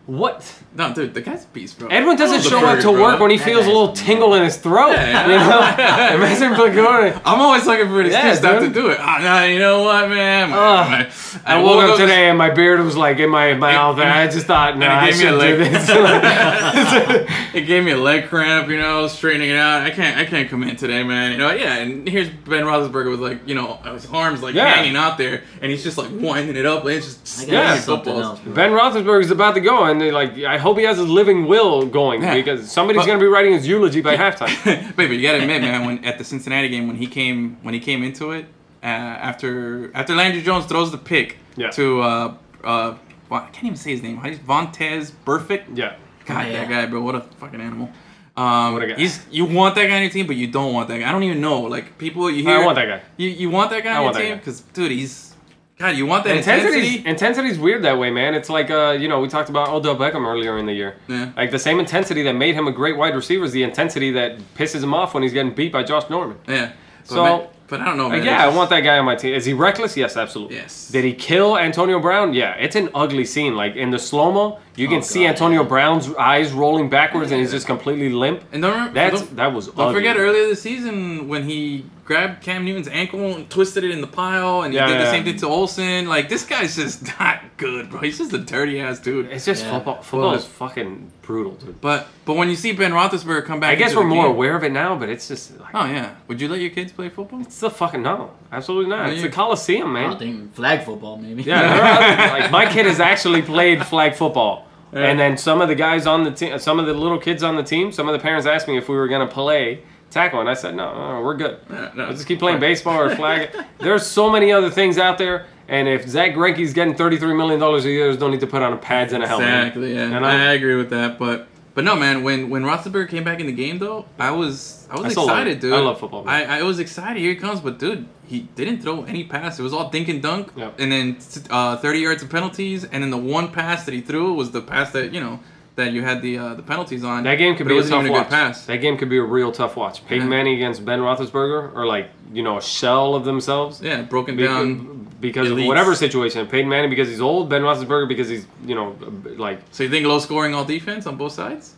S2: What?
S3: No, dude, the guy's a beast, bro.
S2: Edwin doesn't
S3: That was a
S2: show up
S3: burger,
S2: to
S3: bro.
S2: work when he feels a
S4: guy's
S2: little
S4: a-
S2: tingle in his throat.
S3: Yeah,
S2: You know? Imagine Pagora.
S3: I'm always looking for an excuse
S2: Yeah,
S3: not to
S2: dude.
S3: do it. Ah, nah, you know what, man?
S2: Ugh. I, woke up today and my beard was like in my mouth, and I just thought, no,
S3: it
S2: I
S3: gave me a
S2: shouldn't do
S3: leg.
S2: this.
S3: It gave me a leg cramp, you know, straightening it out. I can't, I can't come in today, man. You know, yeah. And here's Ben Roethlisberger with like, you know, his arms like
S2: Yeah.
S3: hanging out there, and he's just like winding it up, and it's just
S4: I gotta
S2: Yeah.
S4: do something
S3: footballs.
S4: else. bro.
S2: ben Roethlisberger's about to go, and they like, I hope he has his living will going
S3: Yeah.
S2: because somebody's
S3: But-
S2: going to be writing his eulogy by halftime.
S3: Wait, but you gotta admit, man, when at the Cincinnati game, when he came, when he came into it, uh, after after Landry Jones throws the pick
S2: Yeah.
S3: to uh, uh, Va- I can't even say his name. How do you- Vontez Perfect.
S2: Yeah.
S3: God,
S4: Yeah.
S3: that guy, bro, what a fucking animal. Um,
S2: What a guy.
S3: He's, you want that guy on your team, but you don't want that guy. I don't even know. Like people, you hear.
S2: I want that guy.
S3: You, you want that guy on
S2: want
S3: your
S2: that
S3: team
S2: guy.
S3: because dude, he's God. You want that
S2: Intensity's,
S3: intensity?
S2: intensity's weird that way, man. It's like, uh, you know, we talked about Odell Beckham earlier in the year.
S3: Yeah.
S2: Like, the same intensity that made him a great wide receiver is the intensity that pisses him off when he's getting beat by Josh Norman.
S3: Yeah. But,
S2: So-
S3: man- but I don't know, man.
S2: Like, yeah,
S3: It's
S2: I want that guy on my team. Is he reckless? Yes, absolutely.
S3: Yes.
S2: Did he kill Antonio Brown? Yeah, it's an ugly scene. Like in the slow mo, you can
S4: Oh,
S2: see
S4: God,
S2: Antonio
S4: yeah.
S2: Brown's eyes rolling backwards, and he's just completely limp.
S3: And don't remember,
S2: That's
S3: don't-
S2: that was.
S3: Don't
S2: ugly.
S3: forget earlier this season when he grabbed Cam Newton's ankle and twisted it in the pile, and he
S2: Yeah,
S3: did the
S2: yeah.
S3: same thing to Olsen. Like this guy's just not good, bro. He's just a dirty ass dude.
S2: It's just
S4: Yeah.
S2: football. Football
S3: Well,
S2: is fucking brutal, dude.
S3: But but when you see Ben Roethlisberger come back,
S2: I guess
S3: into
S2: we're
S3: the
S2: more
S3: game-
S2: aware of it now, but it's just like
S3: Oh yeah, would you let your kids play football?
S2: it's the fucking no, absolutely not.
S3: Yeah,
S2: It's
S3: you-
S2: a coliseum,
S4: I don't
S2: man.
S4: think flag football maybe.
S2: Yeah, like my kid has actually played flag football. And then some of the guys on the team, some of the little kids on the team, some of the parents asked me if we were going to play tackle, and I said, no, no, no we're good.
S3: No, no,
S2: Let's just keep playing baseball or flag. There's so many other things out there, and if Zach Greinke's getting $33 million a year, there's no need to put on pads and a helmet.
S3: Exactly. Yeah,
S2: And
S3: I,
S2: I-
S3: agree with that. But but no, man. When when Roethlisberger came back in the game, though, I was I was
S2: I still love
S3: excited,
S2: it.
S3: dude.
S2: I love football, man.
S3: I, I was excited. Here he comes, but dude, he didn't throw any pass. It was all dink and dunk,
S2: Yep.
S3: and then uh, thirty yards of penalties, and then the one pass that he threw was the pass that you know that you had the uh, the penalties on.
S2: That game could
S3: But
S2: be
S3: it
S2: a
S3: wasn't
S2: tough
S3: even
S2: watch.
S3: good pass.
S2: That game could be a real tough watch. Peyton
S3: Yeah.
S2: Manning against Ben Roethlisberger, or like you know a shell of themselves.
S3: yeah, broken
S2: Because,
S3: down.
S2: because of
S3: elites.
S2: whatever situation. Peyton Manning because he's old. Ben Roethlisberger because he's you know like
S3: So you think low scoring all defense on both sides?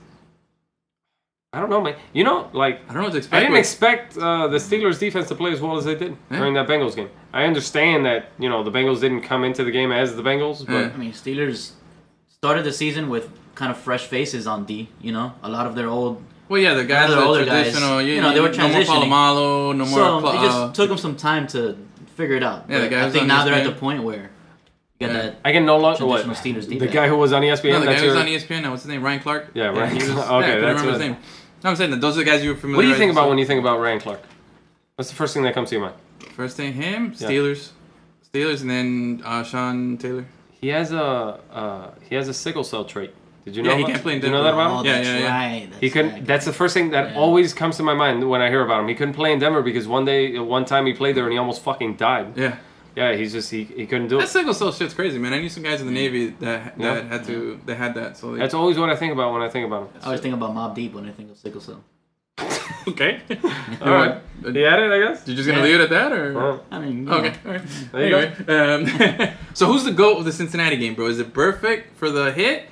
S2: I don't know man. You know like
S3: I don't know what to expect.
S2: I didn't
S3: with-
S2: expect uh, the Steelers defense to play as well as they did
S3: Yeah.
S2: during that Bengals game. I understand that you know the Bengals didn't come into the game as the Bengals, but
S3: Yeah.
S4: I mean, Steelers started the season with kind of fresh faces on D. You know, a lot of their old.
S3: Well, yeah, the guys
S4: Other
S3: are
S4: older guys,
S3: traditional. you,
S4: you know, they were
S3: No more
S4: transitioning.
S3: Palomalo, no more.
S4: so
S3: Cla-
S4: it
S3: uh,
S4: just took them some time to figure it out.
S3: Yeah, the
S4: But
S3: guys
S4: I think
S3: on
S4: now they're at
S3: ESPN.
S4: the point where you got
S3: Yeah.
S4: that.
S2: I can no longer what
S4: Traditional Steelers
S2: the
S4: defense.
S2: guy who was on E ESPN.
S3: No, the guy
S2: that's
S3: who was
S2: your,
S3: on E ESPN. Now, what's his name? Ryan Clark.
S2: Yeah, Ryan-
S3: he was-
S2: okay,
S3: yeah, I
S2: that's
S3: couldn't remember his
S2: what-
S3: name. No, I'm saying that those are the guys you were familiar.
S2: what do you think about when you think about Ryan Clark? What's the first thing that comes to your mind?
S3: first thing him Steelers, Steelers, and then uh, Sean Taylor.
S2: He has a uh, he has a sickle cell trait. Did you know?
S3: Yeah, he
S2: about-
S3: can't play in
S2: Did you know that
S3: Denver.
S2: about him?
S4: Oh,
S3: Yeah,
S4: that's
S3: yeah, yeah.
S4: right. That's
S2: He
S4: right.
S2: couldn't. That's the first thing that
S4: Yeah.
S2: always comes to my mind when I hear about him. He couldn't play in Denver because one day, one time he played there and he almost fucking died.
S3: Yeah,
S2: Yeah, he's just he, he couldn't do
S3: that
S2: it.
S3: sickle cell shit's crazy, man. I knew some guys in the Navy that that
S2: Yeah.
S3: had to they had that. So they,
S2: That's always what I think about when I think about him.
S4: I always think about Mob Deep when I think of sickle cell.
S3: okay.
S2: All right, he had it, I guess.
S3: Uh, You just gonna leave it at that, or
S2: Well,
S4: I mean, you
S3: okay?
S4: know,
S3: All right.
S2: There you
S3: Anyway, um, so who's the goat of the Cincinnati game, bro? Is it perfect for the hit?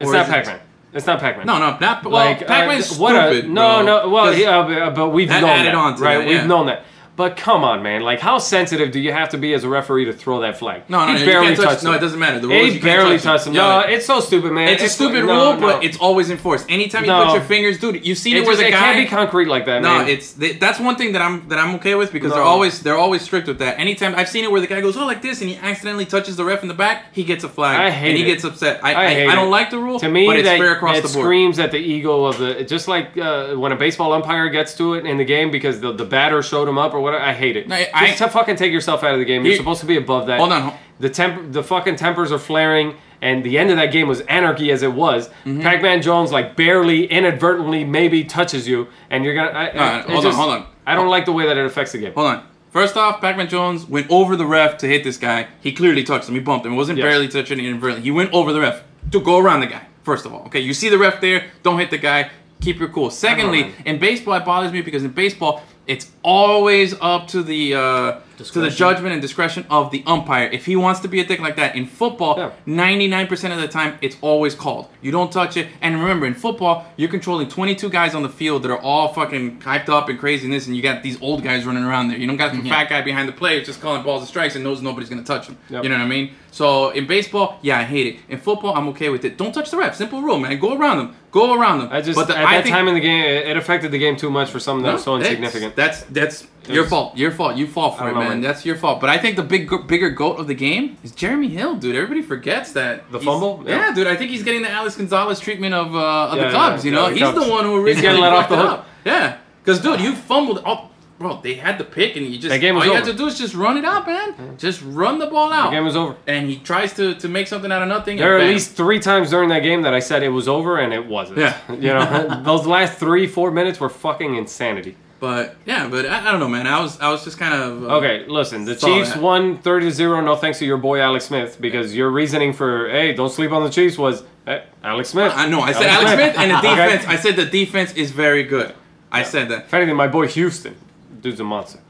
S2: it's
S3: Or
S2: not
S3: is it-
S2: Pac-Man. It's not Pac-Man.
S3: No, no, not well.
S2: like
S3: Pac-Man's
S2: uh, what a-
S3: stupid,
S2: no,
S3: bro.
S2: no. Well, uh,
S3: 'Cause-
S2: yeah, but- but we've
S3: that
S2: known
S3: added
S2: that,
S3: on to
S2: right?
S3: that, yeah.
S2: We've known that. But come on, man! Like, how sensitive do you have to be as a referee to throw that flag?
S3: No, no,
S2: he
S3: no, you
S2: barely
S3: can't touch-
S2: touched
S3: no,
S2: him.
S3: it doesn't matter. The
S2: He
S3: rule is you can't
S2: barely
S3: touch him.
S2: touched him.
S3: Yeah.
S2: No, it's so stupid, man.
S3: It's a stupid
S2: no, no.
S3: rule, but it's always enforced. Anytime you
S2: No.
S3: put your fingers, dude, you've seen
S2: It,
S3: it, where
S2: just,
S3: the
S2: it
S3: guy.
S2: can't be concrete like that,
S3: no,
S2: man.
S3: it's they, that's one thing that I'm that I'm okay with because they're
S2: No.
S3: always they're always strict with that. Anytime I've seen it where the guy goes oh like this and he accidentally touches the ref in the back, he gets a flag
S2: I hate
S3: and he
S2: it.
S3: gets upset.
S2: I
S3: I I, I,
S2: hate
S3: don't
S2: it.
S3: like the rule.
S2: to me
S3: but it's
S2: that,
S3: fair across
S2: that
S3: the board.
S2: screams at the ego of the just like uh, when a baseball umpire gets to it in the game because the, the batter showed him up or whatever i hate it
S3: No, I-
S2: just to fucking take yourself out of the game you're
S3: Here-
S2: supposed to be above that
S3: Hold on.
S2: the temp the fucking tempers are flaring and the end of that game was anarchy as it was
S3: Mm-hmm.
S2: pac-man jones like barely inadvertently maybe touches you and you're gonna I, I-
S3: right,
S2: it
S3: hold on,
S2: just-
S3: hold on.
S2: i don't like the way that it affects the game
S3: Hold on. First off, Pac-Man Jones went over the ref to hit this guy. He clearly touched him. He bumped him. It wasn't
S2: Yes.
S3: barely touching inadvertently. He went over the ref to go around the guy. First of all, okay, you see the ref there. Don't hit the guy. Keep your cool. Secondly,
S2: man.
S3: in baseball, it bothers me because in baseball, it's always up to the uh, to the
S4: Discretion.
S3: judgment and discretion of the umpire. If he wants to be a dick like that in
S2: Yeah.
S3: football, ninety nine percent of the time it's always called. You don't touch it. And remember, in football, you're controlling twenty two guys on the field that are all fucking hyped up and crazy and this, and you got these old guys running around there. You don't got
S2: Mm-hmm.
S3: the fat guy behind the play who's just calling balls and strikes and knows nobody's gonna touch him.
S2: Yep.
S3: You know what I mean? So in baseball, yeah, I hate it. In football, I'm okay with it. Don't touch the ref. Simple rule, man. Go around them. Go around them.
S2: I just
S3: But the-
S2: at
S3: I
S2: that
S3: think-
S2: time in the game, it, it affected the game too much for something that was so
S3: that's-
S2: insignificant.
S3: That's that's your
S2: was-
S3: fault. Your fault. You fall for
S2: I
S3: it,
S2: don't know,
S3: man.
S2: man.
S3: That's your fault. But I think the big bigger goat of the game is Jeremy Hill, dude. Everybody forgets that
S2: The
S3: he's-
S2: fumble?
S3: Yeah.
S2: Yeah.
S3: dude. I think he's getting the Alex Gonzalez treatment of, uh, of
S2: Yeah,
S3: the
S2: yeah,
S3: Cubs. you
S2: yeah,
S3: know,
S2: the
S3: he's
S2: Cubs.
S3: the one who
S2: He's
S3: originally
S2: getting let off
S3: fucked
S2: the
S3: it
S2: hook.
S3: up. Yeah, because dude, you fumbled. Oh, bro, they had the pick, and you just
S2: That game was
S3: all you
S2: over.
S3: had to do is just run it out, man. Just run the ball out.
S2: the game was over.
S3: and he tries to, to make something out of nothing.
S2: There were
S3: and
S2: at
S3: bam.
S2: least three times during that game that I said it was over and it wasn't.
S3: Yeah.
S2: you know, those last three four minutes were fucking insanity.
S3: But yeah, but I, I don't know, man. I was I was just kind of uh,
S2: Okay, listen. The
S3: Saw
S2: Chiefs
S3: that.
S2: won 30 to 0, no thanks to your boy Alex Smith, because your reasoning for, hey, don't sleep on the Chiefs was, hey, Alex Smith.
S3: I know. I said Alex Smith and the
S2: Okay.
S3: defense. I said the defense is very good. I said that.
S2: If anything, my boy Houston, dude's a monster.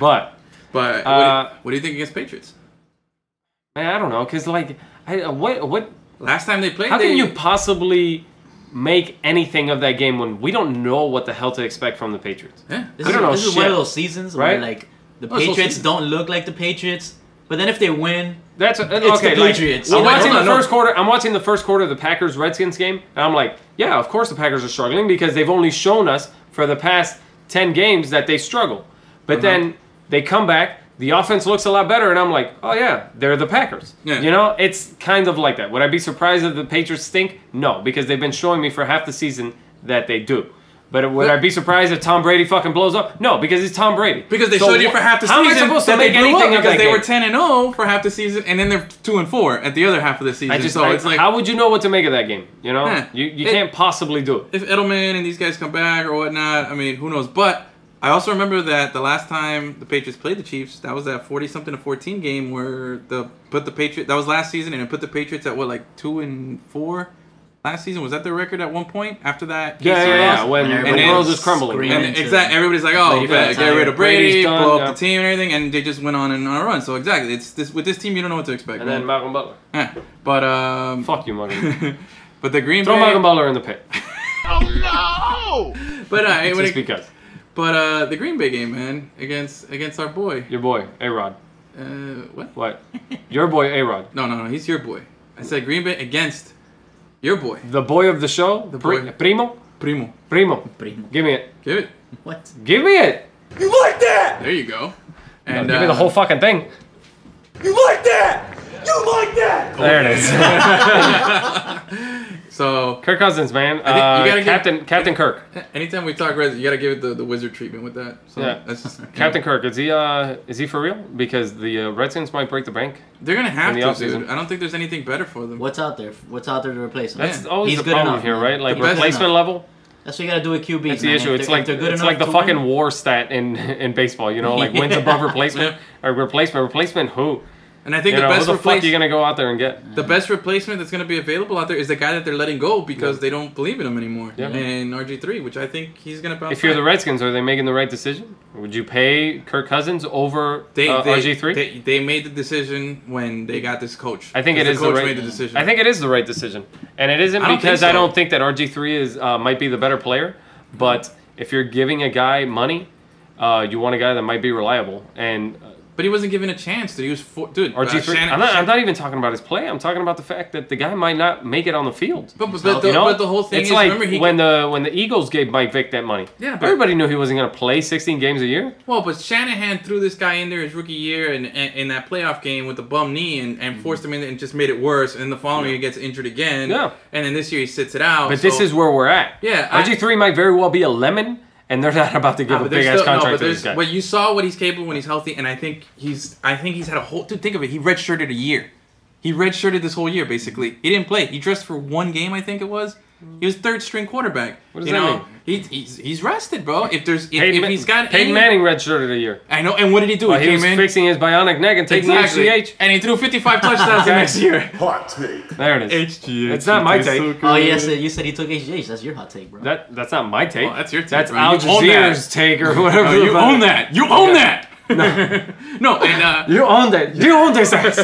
S2: But,
S3: But
S2: Uh,
S3: what, do you, what do you think against Patriots?
S2: man, I don't know, because, like, I, uh, what, what,
S3: Last time they played,
S2: how
S3: they,
S2: can you possibly make anything of that game when we don't know what the hell to expect from the Patriots?
S3: Yeah.
S4: This,
S2: I
S4: is,
S2: don't know
S4: this is one of
S2: shit,
S4: those seasons
S2: right?
S4: where like the
S3: Oh, it's all
S4: Patriots
S3: season.
S4: don't look like the Patriots, but then if they win,
S2: That's okay.
S4: the
S2: like,
S4: Patriots.
S2: I'm
S4: You know,
S2: watching
S3: hold
S2: the
S3: on,
S2: first quarter. I'm watching the first quarter of the Packers Redskins game, and I'm like, yeah, of course the Packers are struggling because they've only shown us for the past ten games that they struggle. But
S3: Uh-huh.
S2: then they come back. The offense looks a lot better, and I'm like, oh yeah, they're the Packers.
S3: Yeah.
S2: You know, it's kind of like that. Would I be surprised if the Patriots stink? No, because they've been showing me for half the season that they do. But would I be surprised if Tom Brady fucking blows up? No, because he's Tom Brady.
S3: Because they
S2: So
S3: showed you
S2: wh-
S3: for half the
S2: how am I
S3: season
S2: supposed to
S3: that
S2: make
S3: they blew
S2: anything
S3: up
S2: of that
S3: because they
S2: game?
S3: were ten and zero for half the season, and then they're two and four at the other half of the season.
S2: I just
S3: so
S2: I-
S3: it's like
S2: how would you know what to make of that game? You know,
S3: Huh.
S2: you you
S3: It-
S2: can't possibly do it.
S3: if Edelman and these guys come back or whatnot. I mean, who knows? But I also remember that the last time the Patriots played the Chiefs, that was that forty something to fourteen game where the put the Patriot that was last season, and it put the Patriots at what like two and four last season. Was that their record at one point after that?
S2: Yeah,
S3: Casey
S2: yeah, yeah.
S3: loss?
S2: When
S4: And
S2: the
S3: everyone
S2: world
S3: was
S2: is crumbling,
S4: screaming.
S2: and
S3: And
S4: into-
S3: exactly, everybody's like, "Oh,
S4: Brady
S3: yeah,
S4: got
S3: get rid
S4: tired.
S3: of Brady,
S2: Brady's done,
S3: blow up
S2: yeah.
S3: the team, and everything," and they just went on and on a run. So exactly, it's this with this team, you don't know what to expect.
S2: and then
S3: man.
S2: Malcolm Butler.
S3: Yeah. but um,
S2: Fuck you, Malcolm.
S3: but the Green
S2: Throw
S3: Bay,
S2: Malcolm Butler in the pit
S1: Oh,
S3: but uh, when
S2: just
S3: it,
S2: because
S3: But uh, the Green Bay game, man, against against our boy.
S2: your boy A Rod.
S3: Uh, what?
S2: What? Your boy A Rod,
S3: No, no, no. He's your boy. I said Green Bay against your boy,
S2: the boy of the show, the
S3: boy.
S2: primo,
S3: Primo.
S2: primo.
S4: Primo.
S2: Give me it.
S3: Give it.
S4: what?
S2: Give me it.
S3: There you go.
S2: Give
S3: And
S2: me the
S3: uh,
S2: whole fucking thing. There it is.
S3: So
S2: Kirk Cousins, man.
S3: think you
S2: Uh,
S3: gotta give-
S2: Captain Captain Kirk.
S3: anytime we talk res, you gotta give it the, the wizard treatment with that. So
S2: Yeah.
S3: that's just,
S2: Captain Kirk. Is he uh is he for real? Because the uh, Redskins might break the bank.
S3: They're gonna have
S2: in
S3: to,
S2: the
S3: dude.
S2: offseason.
S3: I don't think there's anything better for them.
S4: What's out there? What's out there to replace him?
S2: That's
S3: Yeah.
S2: always
S4: He's
S2: the
S4: good
S2: problem
S4: enough,
S2: here,
S4: man.
S2: right? Like
S3: The best-
S2: replacement level.
S4: That's what you gotta do with QB.
S2: That's the issue. It's like it's like the fucking war stat in in baseball. You know, like wins
S4: Yeah.
S2: above replacement or replacement. Replacement who?
S3: And I think
S2: You
S3: the
S2: know, who
S3: best
S2: the fuck
S3: replace,
S2: are you gonna go out there and get?
S3: the best replacement that's gonna be available out there is the guy that they're letting go because they don't believe in him anymore.
S2: Yeah.
S3: And RG three, which I think he's gonna bounce.
S2: If you're
S3: back.
S2: the Redskins, are they making the right decision? Would you pay Kirk Cousins over
S3: They,
S2: uh,
S3: they,
S2: RG three?
S3: They, they made the decision when they got this coach.
S2: I think it
S3: Because
S2: is
S3: the coach
S2: the right.
S3: made the decision.
S2: I think it is the right decision, and it isn't
S3: I don't think
S2: because I
S3: so.
S2: don't think that RG three is uh, might be the better player, but if you're giving a guy money, uh, you want a guy that might be reliable. And uh,
S3: but he wasn't given a chance. Dude, he was four, dude. uh,
S2: RG three,
S3: Shannon-
S2: I'm not, I'm not even talking about his play. I'm talking about the fact that the guy might not make it on the field.
S3: But, but, but, the,
S2: You know?
S3: but the whole thing
S2: it's
S3: is
S2: like
S3: remember he
S2: when the when the Eagles gave Mike Vick that money.
S3: Yeah, but-
S2: everybody knew he wasn't going to play 16 games a year.
S3: well, but Shanahan threw this guy in there his rookie year and, and in that playoff game with the bum knee and,
S2: Mm-hmm.
S3: and forced him in and just made it worse. And the following year he gets injured again.
S2: Yeah.
S3: And then this year he sits it out.
S2: But this
S3: so-
S2: is where we're at.
S3: Yeah, I-
S2: RG3 might very well be a lemon, and they're not about to give
S3: Ah,
S2: a
S3: but
S2: big
S3: there's
S2: ass
S3: still- no,
S2: contract
S3: but
S2: to this
S3: there's-
S2: guy.
S3: But you saw what he's capable when he's healthy, and I think he's I think he's had a whole dude. Think of it. He redshirted a year. He redshirted this whole year basically. He didn't play. He dressed for one game, I think it was. He was third string quarterback.
S2: What does
S3: you
S2: that
S3: know,
S2: mean?
S3: He, he's he's rested, bro. If there's if,
S2: Peyton
S3: if
S2: Ma-
S3: he's got
S2: Peyton
S3: any-
S2: Manning redshirted a year.
S3: I know. And what did he do?
S2: He was
S3: came in
S2: fixing his bionic neck and taking
S3: exactly,
S2: HGH.
S3: and he threw 55 touchdowns the next year.
S1: hot take,
S2: There it is.
S3: HGH.
S2: It's not my
S3: That's
S2: take.
S3: so
S4: Oh
S3: good.
S4: yes, you said he took HGH. That's your hot take, bro.
S2: That that's not my take.
S3: Well, that's your take,
S2: That's
S3: bro. You
S2: Al
S3: own that.
S2: Jazeera's take or whatever.
S3: No,
S2: the
S3: you
S2: fuck.
S3: own that. You own that. No, and uh,
S2: You own that. You own this ass.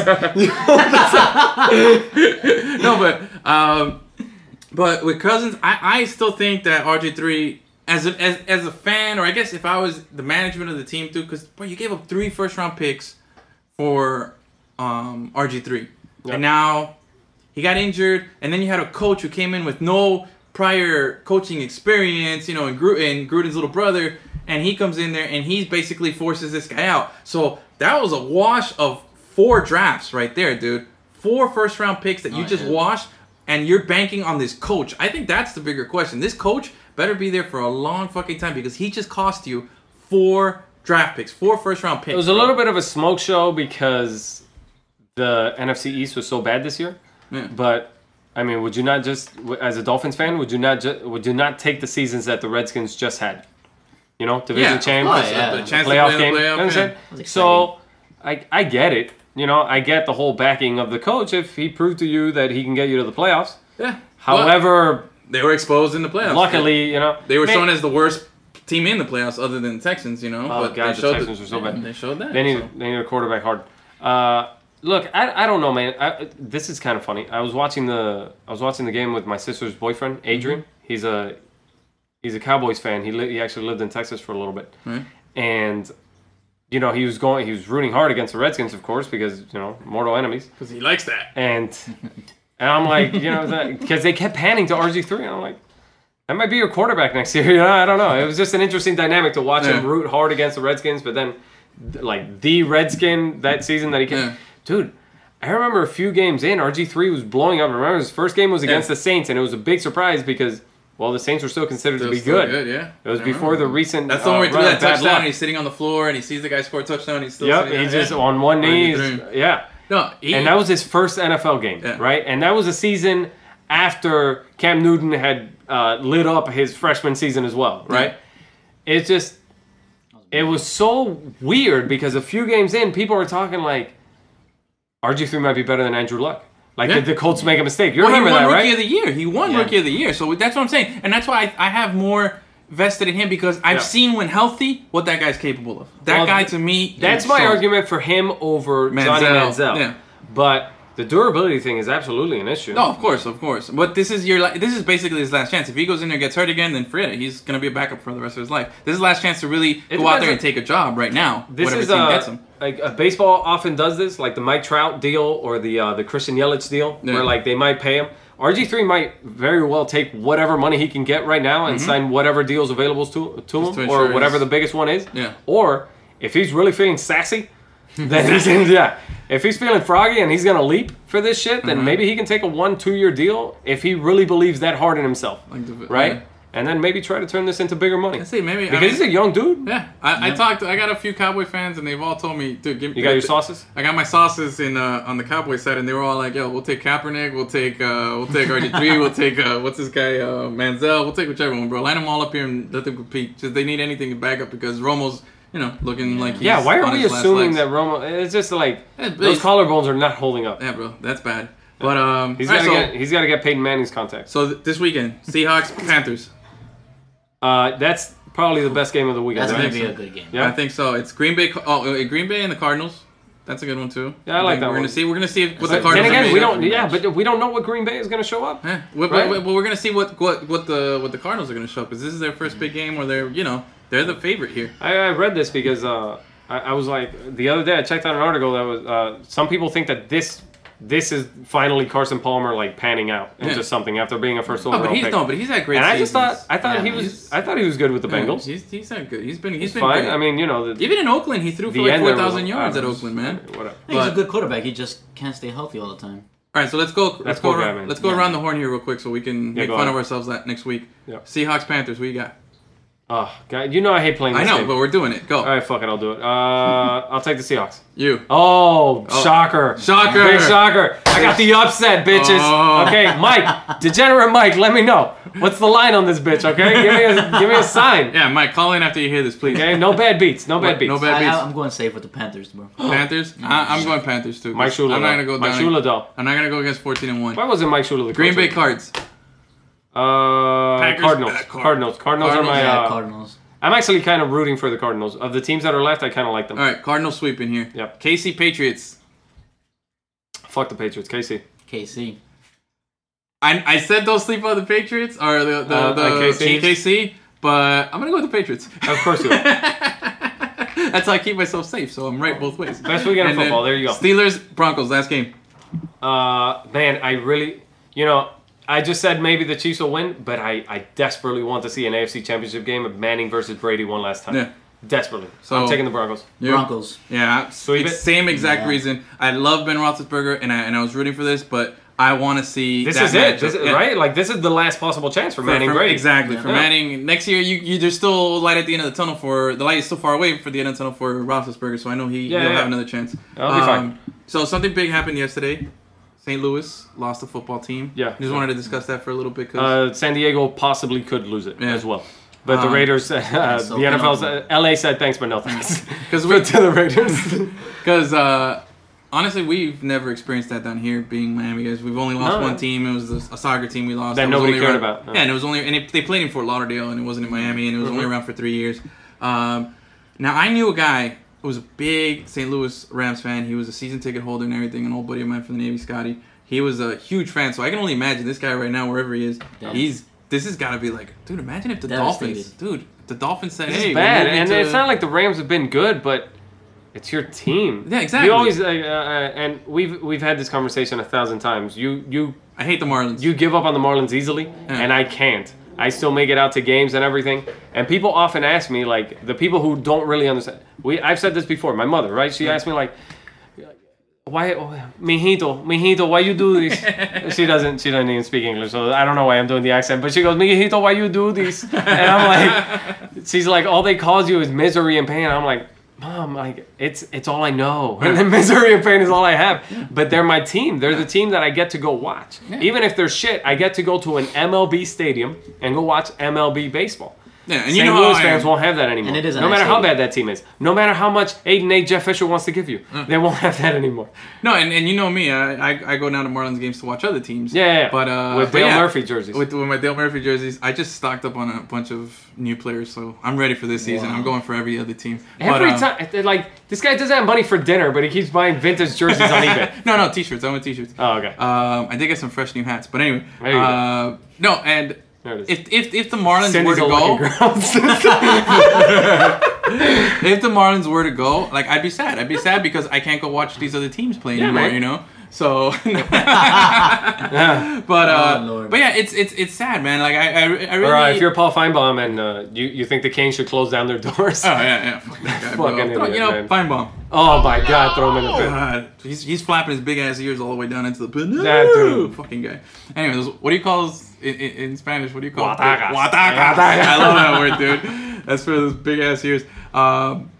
S3: no, but um, but with Cousins, I, I still think that RG three as a as, as a fan, or I guess if I was the management of the team too, because bro, you gave up three first round picks for um, RG three, and now he got injured, and then you had a coach who came in with no prior coaching experience, you know, and Gruden, Gruden's little brother, and he comes in there and he basically forces this guy out. So that was a wash of four drafts right there, dude. Four first round picks that you
S4: Oh,
S3: just
S4: yeah.
S3: washed, and you're banking on this coach. I think that's the bigger question. This coach better be there for a long fucking time because he just cost you four draft picks, four first round picks.
S2: It was a little bit of a smoke show because the NFC East was so bad this year. But I mean, would you not just, w- as a Dolphins fan, would you not ju- would you not take the seasons that the Redskins just had? You know, division
S3: Yeah, of
S2: champ,
S4: course, yeah.
S3: The chance to play
S2: playoff
S3: in the
S2: game. you
S3: playoff,
S2: understand?
S3: yeah.
S4: That was
S2: So, I I get it. You know, I get the whole backing of the coach if he proved to you that he can get you to the playoffs.
S3: Yeah.
S2: However,
S3: they were exposed in the playoffs.
S2: luckily, you know,
S3: They were
S2: may-
S3: shown as the worst team in the playoffs, other than the Texans. You know,
S2: Oh,
S3: but
S2: God,
S3: they
S2: the
S3: showed
S2: Texans were so bad.
S3: They showed that.
S2: They need
S3: so.
S2: they need a quarterback hard. Uh, look, I, I don't know, man. I, this is kind of funny. I was watching the I was watching the game with my sister's boyfriend,
S3: Mm-hmm.
S2: Adrian. He's a he's a Cowboys fan. He li- he actually lived in Texas for a little bit,
S3: Mm-hmm.
S2: and you know he was going he was rooting hard against the Redskins, of course, because you know mortal enemies.
S3: 'Cause he likes that.
S2: And and I'm like, you know, because they kept panning to RG three, and I'm like. That might be your quarterback next year. You know, I don't know. It was just an interesting dynamic to watch him
S3: Yeah.
S2: root hard against the Redskins, but then th- like the Redskin that season that he came.
S3: Yeah.
S2: Dude, I remember a few games in, RG3 was blowing up. Remember his first game was against
S3: Yeah.
S2: the Saints, and it was a big surprise because, well, the Saints were still considered to
S3: They're
S2: be
S3: still
S2: good.
S3: good, yeah.
S2: It was
S3: I
S2: before the
S3: remember.
S2: recent.
S3: That's the
S2: uh,
S3: one where he threw
S2: run
S3: that
S2: of bad
S3: touchdown.
S2: luck.
S3: and He's sitting on the floor and he sees the guy score a touchdown. And he's still.
S2: Yep,
S3: sitting
S2: he
S3: there.
S2: just on one knee.
S3: RG3.
S2: he's- Yeah.
S3: No, he,
S2: And that was his first NFL game,
S3: Yeah.
S2: right? And that was a season after Cam Newton had uh, lit up his freshman season as well, right? It's just, it was so weird because a few games in, people were talking like, RG3 might be better than Andrew Luck. Like,
S3: Yeah.
S2: did the Colts make a mistake? You
S3: Well, he
S2: remember
S3: won
S2: that,
S3: Rookie
S2: right?
S3: of the Year. He won
S4: Yeah.
S3: Rookie of the Year. So that's what I'm saying, and that's why I, I have more vested in him because I've
S2: Yeah.
S3: seen when healthy what that guy's capable of. That
S2: Well,
S3: guy to me.
S2: That's
S3: is
S2: my
S3: so-
S2: argument for him over Johnny
S3: Manziel,
S2: Manziel.
S3: yeah.
S2: But the durability thing is absolutely an issue.
S3: No, Oh, of course, of course. But this is your la- this is basically his last chance. If he goes in there and gets hurt again, then forget it. He's gonna be a backup for the rest of his life. This is his last chance to really go out
S2: depends
S3: there
S2: on-
S3: and take a job right now.
S2: This
S3: whatever
S2: is
S3: team
S2: uh,
S3: gets him.
S2: Like a baseball often does this, like the Mike Trout deal or the uh, the Christian Yelich deal,
S3: Yeah.
S2: where like they might pay him. RG three might very well take whatever money he can get right now and sign whatever deals available to to
S3: Mm-hmm. to
S2: him
S3: ensure
S2: or whatever
S3: he's-
S2: the biggest one is.
S3: Yeah.
S2: Or if he's really feeling sassy, then he's yeah. If he's feeling froggy and he's gonna leap for this shit, then
S3: Mm-hmm.
S2: maybe he can take a one two year deal if he really believes that hard in himself,
S3: Like the-
S2: right?
S3: yeah.
S2: And then maybe try to turn this into bigger money.
S3: I say maybe I
S2: because
S3: mean-
S2: he's a young dude.
S3: Yeah, I, I talked. I got a few Cowboy fans, and they've all told me, "Dude, give me."
S2: You got your sauces?
S3: I got my sauces in uh, on the Cowboy side, and they were all like, "Yo, we'll take Kaepernick, we'll take uh, we'll take RG3, we'll take uh, what's this guy uh, Manziel, we'll take whichever one, bro. Line them all up here and let them compete. Just they need anything to back up because Romo's, you know, looking like he's
S2: Yeah, why are
S3: on
S2: we
S3: his last
S2: assuming
S3: legs.
S2: that Romo? It's just like
S3: Yeah, but
S2: those
S3: he's-
S2: collarbones are not holding up.
S3: Yeah, bro, that's bad. But um,
S2: He's
S3: all
S2: got
S3: right,
S2: to
S3: so,
S2: get he's got to get Peyton Manning's contacts.
S3: so th- this weekend, Seahawks Panthers.
S2: Uh, that's probably the best game of the weekend.
S4: That's
S2: right?
S4: gonna be
S3: so.
S4: a good game.
S2: Yeah.
S3: I think so. It's Green Bay. Oh, uh, Green Bay and the Cardinals. That's a good one too.
S2: Yeah, I like
S3: think
S2: that
S3: We're
S2: one.
S3: gonna see. We're gonna see if, what the
S2: But
S3: Cardinals.
S2: then
S3: are
S2: again,
S3: made
S2: we
S3: of.
S2: don't. Yeah, but we don't know what Green Bay is going to show up.
S3: Yeah, well,
S2: Right?
S3: well, well, we're gonna see what, what what the what the Cardinals are gonna show up because this is their first big game where they're you know they're the favorite here.
S2: I, I read this because uh, I, I was like the other day I checked out an article that was uh, some people think that this this is finally Carson Palmer like panning out into
S3: Yeah.
S2: something after being a first
S3: Oh,
S2: overall
S3: but he's
S2: pick.
S3: no, but he's had great.
S2: and I just
S3: seasons.
S2: thought I thought
S4: Yeah,
S2: he
S3: he's-
S2: was I thought he was good with the Bengals.
S3: He's he's had good. He's been he's been
S2: Fine.
S3: Great.
S2: I mean, you know, the,
S3: even in Oakland, he threw for
S2: the
S3: like
S2: end
S3: four
S2: there
S3: thousand
S2: was-
S3: yards
S2: I
S3: at
S2: was-
S3: Oakland, man.
S2: Whatever.
S4: I think he's
S3: But-
S4: a good quarterback. He just can't stay healthy all the time.
S3: All right, so let's go. Let's go.
S2: poor guy,
S3: around,
S2: man.
S3: let's go
S4: Yeah.
S3: around the horn here real quick so we can make
S2: go
S3: fun
S2: on.
S3: of ourselves that next week.
S2: Yeah.
S3: Seahawks Panthers. What you got?
S2: Oh god, you know I hate playing.
S3: I
S2: This
S3: know,
S2: game.
S3: but we're doing it. Go.
S2: All right, fuck it, I'll do it. Uh, I'll take the Seahawks.
S3: You.
S2: Oh, shocker!
S3: Shocker.
S2: Big shocker! I got the upset, bitches.
S3: Oh.
S2: Okay, Mike, degenerate Mike, let me know what's the line on this bitch. Okay, give me a give me a sign.
S3: Yeah, Mike, call in after you hear this, please.
S2: Okay, no bad beats, no bad
S3: What?
S2: beats.
S3: No bad-
S4: I,
S3: beats.
S4: I, am going safe with the Panthers, bro.
S3: Panthers. I, I'm going Panthers too.
S2: Mike Shula.
S3: I'm not gonna
S2: though.
S3: go
S2: Mike
S3: down.
S2: Shula, though.
S3: I'm not gonna go against 14 and one.
S2: Why wasn't Mike Shula the
S3: Green Bay
S2: coach?
S3: Cards.
S2: Uh,
S3: Packers,
S2: Cardinals.
S3: uh, Card-
S2: Cardinals. Cardinals are
S3: Cardinals,
S2: my.
S4: yeah,
S2: uh,
S4: Cardinals.
S2: I'm actually kind of rooting for the Cardinals. Of the teams that are left, I kind of like them.
S3: All right, Cardinal sweep in here.
S2: Yep.
S3: KC Patriots.
S2: Fuck the Patriots. KC.
S4: KC.
S3: I, I said they'll sleep on the Patriots or the the,
S2: Uh,
S3: the
S2: like KC?
S3: KC. but I'm gonna go with the Patriots.
S2: Of course you will.
S3: That's how I keep myself safe, so I'm right both ways.
S2: Best weekend of
S3: And then
S2: football. There you go.
S3: Steelers Broncos last game.
S2: Uh, man, I really, you know, I just said maybe the Chiefs will win, but I, I desperately want to see an AFC Championship game of Manning versus Brady one last time.
S3: Yeah.
S2: Desperately. So
S3: So-
S2: I'm taking the Broncos.
S3: You?
S4: Broncos.
S3: Yeah,
S2: Sweep
S3: it's
S2: it.
S3: same exact
S4: Yeah.
S3: reason. I love Ben Roethlisberger, and I and I was rooting for this, but I want to see
S2: This
S3: that
S2: is it.
S3: matchup.
S2: This is,
S3: Yeah.
S2: Right? Like, this is the last possible chance for Manning
S3: for,
S2: Brady.
S3: Exactly. For
S2: Yeah.
S3: Manning, next year you you there's still light at the end of the tunnel for the light is still far away for the end of the tunnel for Roethlisberger, so I know he
S2: Yeah,
S3: he'll
S2: yeah.
S3: have another chance. Um,
S2: That'll be fine.
S3: So something big happened yesterday. St. Louis lost the football team.
S2: Yeah.
S3: just wanted to discuss that for a little bit. 'cause-
S2: Uh, San Diego possibly could lose it
S3: Yeah.
S2: as well. But the
S3: Um,
S2: Raiders, uh,
S4: so
S2: the NFL's,
S4: phenomenal.
S2: uh, LA said thanks, but no thanks.
S3: 'Cause
S2: we
S3: we-
S2: to the Raiders.
S3: Because uh, honestly, we've never experienced that down here being Miami guys. We've only lost
S2: No.
S3: one team. It was a a soccer team we lost
S2: That
S3: It was
S2: nobody
S3: only
S2: cared
S3: around-
S2: about, no. Mm-hmm.
S3: Yeah, and it was only and it, they played in Fort Lauderdale, and it wasn't in Miami, and it was only around for three years. Um, now I knew a guy who was a big St. Louis Rams fan. He was a season ticket holder and everything. An old buddy of mine from the Navy, Scotty. He was a huge fan, so I can only imagine this guy right now, wherever he is.
S4: Yeah.
S3: He's this has got to be like, dude. Imagine if the
S4: Devastated.
S3: Dolphins, dude, if the Dolphins said,
S2: This
S3: "Hey,
S2: is
S3: we're
S2: bad,
S3: moving
S2: and
S3: to-
S2: it's not like the Rams have been good, but it's your team.
S3: Yeah, exactly.
S2: You always uh, uh, and we've we've had this conversation a thousand times. You you
S3: I hate the Marlins."
S2: you give up on the Marlins easily, and I can't. I still make it out to games and everything. And people often ask me, like the people who don't really understand. We I've said this before. My mother, right? She asked me like, "Why, oh, mijito, mijito, why you do this?" she doesn't. She doesn't even speak English, so I don't know why I'm doing the accent. But she goes, "Mijito, why you do this?" And I'm like, she's like, "All they cause you is misery and pain." I'm like. Mom, like it's it's all I know. And the misery and pain is all I have. But they're my team. They're the team that I get to go watch. Even if they're shit, I get to go to an MLB stadium and go watch MLB baseball.
S3: yeah, and
S2: St.
S3: you know how
S2: Louis
S3: I
S2: fans
S3: am.
S2: won't have that anymore.
S4: And it is a
S2: no
S4: nice
S2: matter how
S4: stadium.
S2: bad that team is, no matter how much eight and eight Jeff Fisher wants to give you,
S3: Mm.
S2: they won't have that anymore.
S3: No, and, and you know me, I, I I go down to Marlins games to watch other teams.
S2: Yeah, yeah, yeah.
S3: But uh,
S2: With
S3: but
S2: Dale
S3: yeah,
S2: Murphy jerseys.
S3: With, with my Dale Murphy jerseys, I just stocked up on a bunch of new players, so I'm ready for this season. I'm going for every other team. But,
S2: Every
S3: uh,
S2: time, they're like this guy doesn't have money for dinner, but he keeps buying vintage jerseys on eBay.
S3: no, no, t-shirts. I want t-shirts.
S2: Oh, okay.
S3: Um, I did get some fresh new hats, but anyway.
S2: There you go.
S3: uh, no, and
S2: There it is.
S3: if if if the Marlins
S2: Cindy's
S3: were to
S2: a
S3: go,
S2: lucky girl.
S3: if the Marlins were to go, like I'd be sad. I'd be sad because I can't go watch these other teams play anymore.
S2: man.
S3: You know. So,
S2: Yeah.
S3: but uh,
S4: Oh, Lord.
S3: but yeah, it's it's it's sad, man. Like I I, I really.
S2: Or uh, if you're Paul Feinbaum and uh, you you think the Kings should close down their doors?
S3: Oh yeah, yeah. Fuck that guy, bro.
S2: Fucking
S3: Throw-
S2: idiot,
S3: you know,
S2: man.
S3: fine bomb.
S2: Oh my God! Throw him in the pit.
S3: God, he's, he's flapping his big ass ears all the way down into the pit. No,
S2: That dude.
S3: fucking guy. Anyways, what do you call those in, in, in Spanish? What do you call it?
S2: Guatagas.
S3: Guatagas. I love that word, dude. That's for those big ass ears. Um,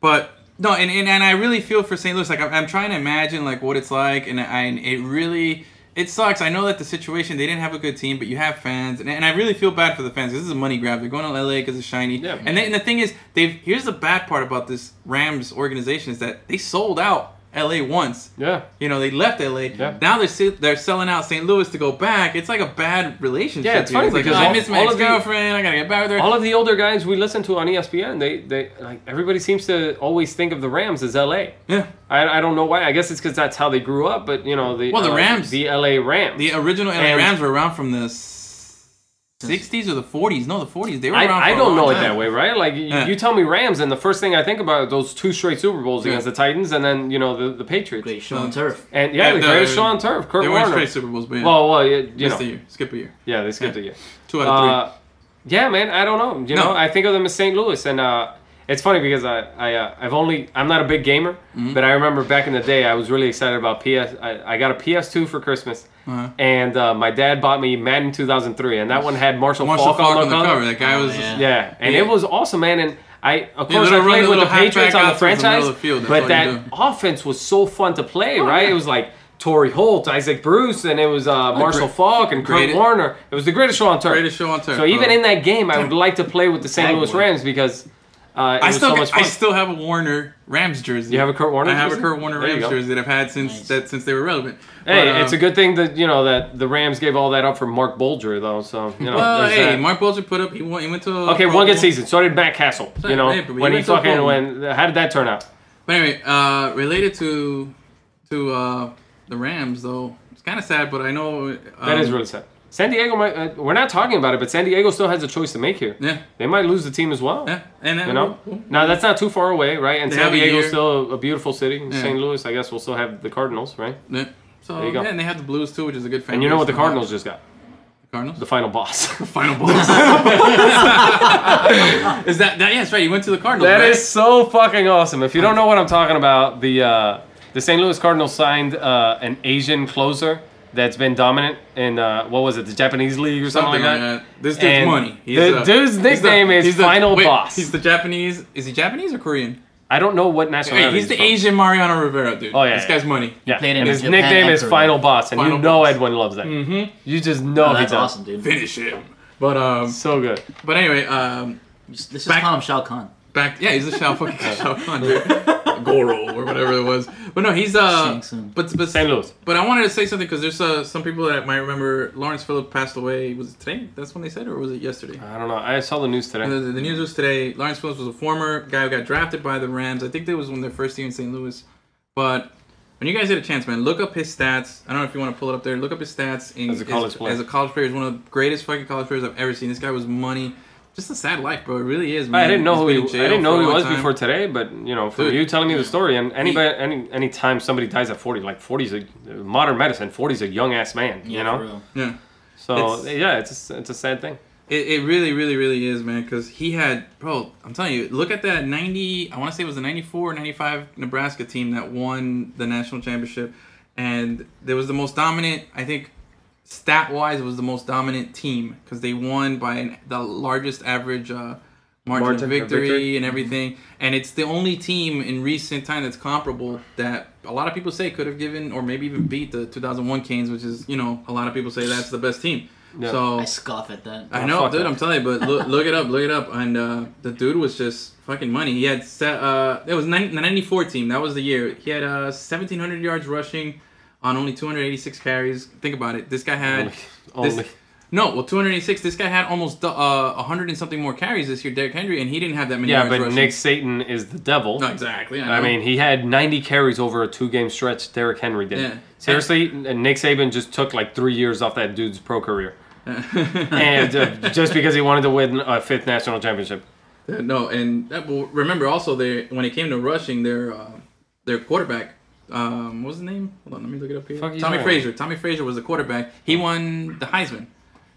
S3: but no, and, and and I really feel for St. Louis. Like I'm, I'm trying to imagine like what it's like, and I and it really. It sucks. I know that the situation they didn't have a good team, but you have fans, and, and I really feel bad for the fans. 'cause This is a money grab. They're going to LA because it's shiny,
S2: Yeah.
S3: and then, and the thing is, they've here's the bad part about this Rams organization is that they sold out LA once.
S2: Yeah.
S3: You know, they left LA.
S2: Yeah.
S3: Now they're se- they're selling out St. Louis to go back. It's like a bad relationship.
S2: Yeah, it's
S3: dude.
S2: funny
S3: like, "Oh,
S2: because
S3: I
S2: all-
S3: miss my
S2: all of
S3: ex
S2: the-
S3: girlfriend. I gotta get back with her.
S2: All of the older guys we listen to on E ESPN, they they like everybody seems to always think of the Rams as L.A.
S3: yeah.
S2: I, I don't know why. I guess it's because that's how they grew up. But you know the
S3: Well, the
S2: uh,
S3: Rams-
S2: the L.A. Rams.
S3: The original LA
S2: And-
S3: Rams were around from the s- 60s or the 40s. No, the 40s. They were around.
S2: I, I
S3: for a
S2: don't
S3: long
S2: know it
S3: time.
S2: that way, right? Like you,
S3: Yeah.
S2: you tell me Rams, and the first thing I think about are those two straight Super Bowls
S3: Yeah.
S2: against the Titans, and then you know the, the Patriots.
S4: Great show on
S3: No.
S4: turf. Oh,
S2: And yeah,
S3: Yeah,
S2: the
S3: no,
S2: greatest
S3: they-
S2: show on turf, Kurt
S3: uh, They weren't
S2: Warner.
S3: straight Super Bowls, but yeah.
S2: Well, well, you, you
S3: missed
S2: know,
S3: a year. Skip a year.
S2: yeah, they skipped a year.
S3: Two out of three.
S2: Uh, yeah, man, I don't know. You
S3: No.
S2: know, I think of them as St. Louis, and uh, It's funny because I, I uh, I've only I'm not a big gamer,
S3: Mm-hmm.
S2: but I remember back in the day I was really excited about PS. I, I got a PS2 for Christmas,
S3: Uh-huh.
S2: and uh, my dad bought me Madden 2003, and that one had Marshall,
S3: Marshall
S2: Falk,
S3: Falk on
S2: on Oh,
S3: the cover. That guy was.
S4: yeah.
S2: Yeah, and
S3: Yeah.
S2: it was awesome, man. And I, of
S3: Yeah,
S2: course,
S3: let
S2: I
S3: him run
S2: played
S3: the
S2: with the
S3: little halfback
S2: Patriots on the
S3: out through the middle
S2: franchise,
S3: of the field. That's all
S2: but
S3: you
S2: that
S3: do.
S2: offense was so fun to play, right? It was like Torrey Holt, Isaac Bruce, and it was uh, Marshall
S3: great-
S2: Falk and Kurt
S3: greatest-
S2: Warner. It was the greatest show on turf.
S3: Greatest show on turf, Oh.
S2: So even
S3: bro.
S2: in that game, I would like to play with the St.
S4: Tag
S2: Louis
S4: boy.
S2: Rams because uh, it
S3: I
S2: was
S3: still,
S2: so much fun.
S3: I still have a Warner Rams jersey.
S2: You have a Kurt Warner
S3: I have
S2: jersey?
S3: a Kurt Warner
S2: There you
S3: Rams
S2: go.
S3: jersey that I've had since
S4: Nice.
S3: that since they were relevant.
S2: hey,
S3: But, uh,
S2: it's a good thing that you know that the Rams gave all that up for Mark Bolger, though. So you know,
S3: Well,
S2: there's
S3: hey,
S2: that.
S3: Mark Bulger put up. He went, he went to a
S2: okay,
S3: Pro
S2: one good
S3: Bowl.
S2: season. So did Matt Castle. You know,
S3: Yeah, but we
S2: when he
S3: went to a Pro
S2: fucking
S3: Bowl.
S2: when how did that turn out?
S3: But anyway, uh, related to to uh, the Rams though, it's kind of sad, but I know um,
S2: That is really sad. San Diego might. Uh, we're not talking about it, but San Diego still has a choice to make here.
S3: Yeah.
S2: They might lose the team as well.
S3: Yeah, and uh,
S2: You know, now that's not too far away, right? And
S3: They
S2: San
S3: have a
S2: Diego's
S3: year.
S2: still a, a beautiful city. And
S3: Yeah.
S2: St. Louis, I guess, will still have the Cardinals, right?
S3: Yeah. So
S2: There you go.
S3: yeah, and they have the Blues too, which is a good fan.
S2: And you know
S3: base.
S2: what the Cardinals just got?
S3: The Cardinals.
S2: The final boss.
S3: final Bulls. is that that? Yeah, that's right. You went to the Cardinals.
S2: that
S3: right?
S2: is so fucking awesome. If you don't know what I'm talking about, the uh, the St. Louis Cardinals signed uh, an Asian closer that's been dominant in uh, what was it, the Japanese league or something,
S3: something
S2: like
S3: like
S2: that.
S3: that. This dude's
S2: And
S3: money.
S2: the dude's
S3: he's the-
S2: nickname is
S3: he's the-
S2: Final
S3: wait,
S2: Boss.
S3: He's the Japanese. Is he Japanese or Korean?
S2: I don't know what
S3: Hey,
S2: nationality.
S3: he's the
S2: from.
S3: Asian Mariano Rivera, dude.
S2: Oh, yeah,
S3: this
S2: yeah.
S3: guy's money.
S2: Yeah,
S4: played in
S2: and his
S4: Japan
S2: nickname
S4: and
S2: is
S4: Korea.
S2: Final Boss, and
S3: Final
S2: you know
S3: Boss.
S2: Edwin loves that. Mm-hmm. You just know
S4: Oh,
S2: he does.
S4: that's awesome, dude.
S3: Finish him. But um,
S2: So good.
S3: but anyway, um,
S4: This is
S3: Back-
S4: call him Shao Kahn.
S3: back yeah, he's a Shao fucking Shao Kahn, dude. Goro or whatever it was. But no, he's uh,
S4: Shang Tsung.
S3: but but
S2: St. Louis.
S3: But I wanted to say something because there's uh, some people that might remember Lawrence Phillip passed away. Was it today? That's when they said, or was it yesterday?
S2: I don't know. I saw the news
S3: The,
S2: today.
S3: the the news was today. Lawrence Phillips was a former guy who got drafted by the Rams. I think that was when their first year in St. Louis. But when you guys get a chance, man, look up his stats. I don't know if you want to pull it up there. Look up his stats in,
S2: As a college player.
S3: As a college player, he's one of the greatest fucking college players I've ever seen. This guy was money. Just a sad life, bro. It really is. Man.
S2: I didn't know who he.
S3: He's been in jail
S2: I didn't know
S3: for a
S2: who he
S3: long
S2: was
S3: time.
S2: before today, but you know, for
S3: Dude.
S2: you telling me the story, and anybody,
S3: He-
S2: any any time somebody dies at forty, like forty's a modern medicine. Forty's a young ass man. you
S4: for
S2: know.
S4: real.
S3: Yeah.
S2: So
S3: It's-
S2: yeah, it's a, it's a sad thing.
S3: It, it really, really, really is, man. Because he had, bro, I'm telling you, look at that 90, I want to say it was the 94 or 95 Nebraska team that won the national championship. And there was the most dominant, I think, stat wise, it was the most dominant team because they won by an, the largest average uh, margin,
S2: Margin for
S3: of victory,
S2: victory. Mm-hmm.
S3: and everything. And it's the only team in recent time that's comparable that a lot of people say could have given or maybe even beat the 2001 Canes, which is, you know, a lot of people say that's the best team.
S2: Yeah.
S3: So
S4: I scoff at that.
S3: I
S2: Oh,
S3: know,
S2: fuck
S3: dude.
S2: that.
S3: I'm telling you, but look, look it up, look it up. And uh, the dude was just fucking money. He had set. Uh, it was 90, the '94 team. That was the year. He had uh, 1,700 yards rushing on only 286 carries. Think about it. This guy had
S2: Only- only.
S3: This, no, well, 286. This guy had almost uh, 100 and something more carries this year, Derrick Henry, and he didn't have that many.
S2: Yeah,
S3: yards
S2: but
S3: rushing.
S2: Nick Satan is the devil.
S3: No, exactly.
S2: I
S3: I, know.
S2: mean, he had 90 carries over a two-game stretch. Derrick Henry did.
S3: Yeah.
S2: Seriously, and Nick Saban just took like three years off that dude's pro career, and uh, just because he wanted to win a fifth national championship.
S3: Uh, No, and that, well, remember also they when it came to rushing, their uh, their quarterback, um, what was his name? Hold on, let me look it up here.
S2: Fuck Oh. you
S3: Tommy
S2: talking
S3: Frazier. Tommy Frazier was the quarterback. He won the Heisman,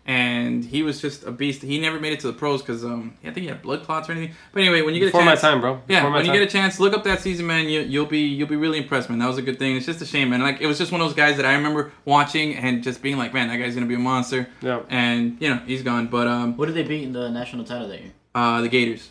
S3: and he was just a beast. He never made it to the pros because um, I think he had blood clots or anything. But anyway, when you get
S2: Before
S3: a
S2: my
S3: chance,
S2: time, bro.
S3: Yeah,
S2: Before my
S3: when you
S2: time.
S3: get a chance, look up that season, man. You, you'll be you'll be really impressed, man. That was a good thing. It's just a shame, man. Like it was just one of those guys that I remember watching and just being like, man, that guy's gonna be a monster.
S2: Yeah.
S3: And you know he's gone, but um,
S4: What did they beat in the national title that year?
S3: uh, the Gators.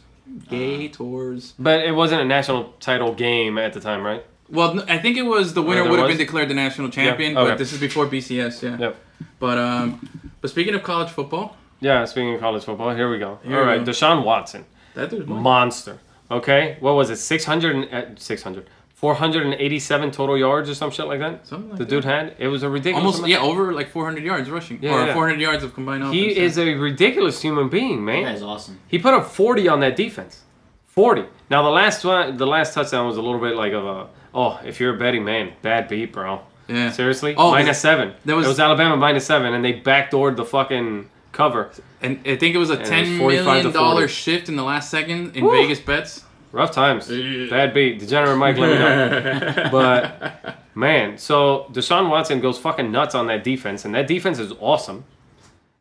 S3: Gators.
S2: But it wasn't a national title game at the time, right?
S3: Well, n- I think it was the winner
S2: there
S3: would have
S2: was?
S3: been declared the national champion,
S2: okay.
S3: but this is before BCS, yeah.
S2: Yep.
S3: But um, but speaking of college football,
S2: Yeah. Speaking of college football, here we go.
S3: Here
S2: All
S3: we
S2: right,
S3: go.
S2: Deshaun Watson,
S3: that dude's money.
S2: monster. Okay, what was it? 600, and, uh, 600, 487 total yards or some shit like that.
S3: Something like
S2: the
S3: that.
S2: dude had it was a ridiculous.
S3: almost
S2: amount.
S3: yeah over like 400 yards rushing
S2: Yeah,
S3: or
S2: yeah.
S3: 400 yards of combined offense.
S2: He
S3: yeah.
S2: is a ridiculous human being, man.
S4: That guy's awesome.
S2: He put up 40 on that defense. 40. Now the last one, the last touchdown was a little bit like of a oh, if you're a betting man, bad beat, bro.
S3: yeah.
S2: Seriously?
S3: Oh,
S2: minus seven.
S3: that
S2: That
S3: was-
S2: was, it was Alabama minus seven, and they backdoored the fucking cover.
S3: and I think it was a
S2: it was
S3: 10
S2: 45
S3: million
S2: to
S3: dollar
S2: 40.
S3: shift in the last second in
S2: Woo.
S3: Vegas bets.
S2: Rough times.
S3: Yeah.
S2: Bad beat. Degenerate Mike, let me know. But man, so Deshaun Watson goes fucking nuts on that defense, and that defense is awesome.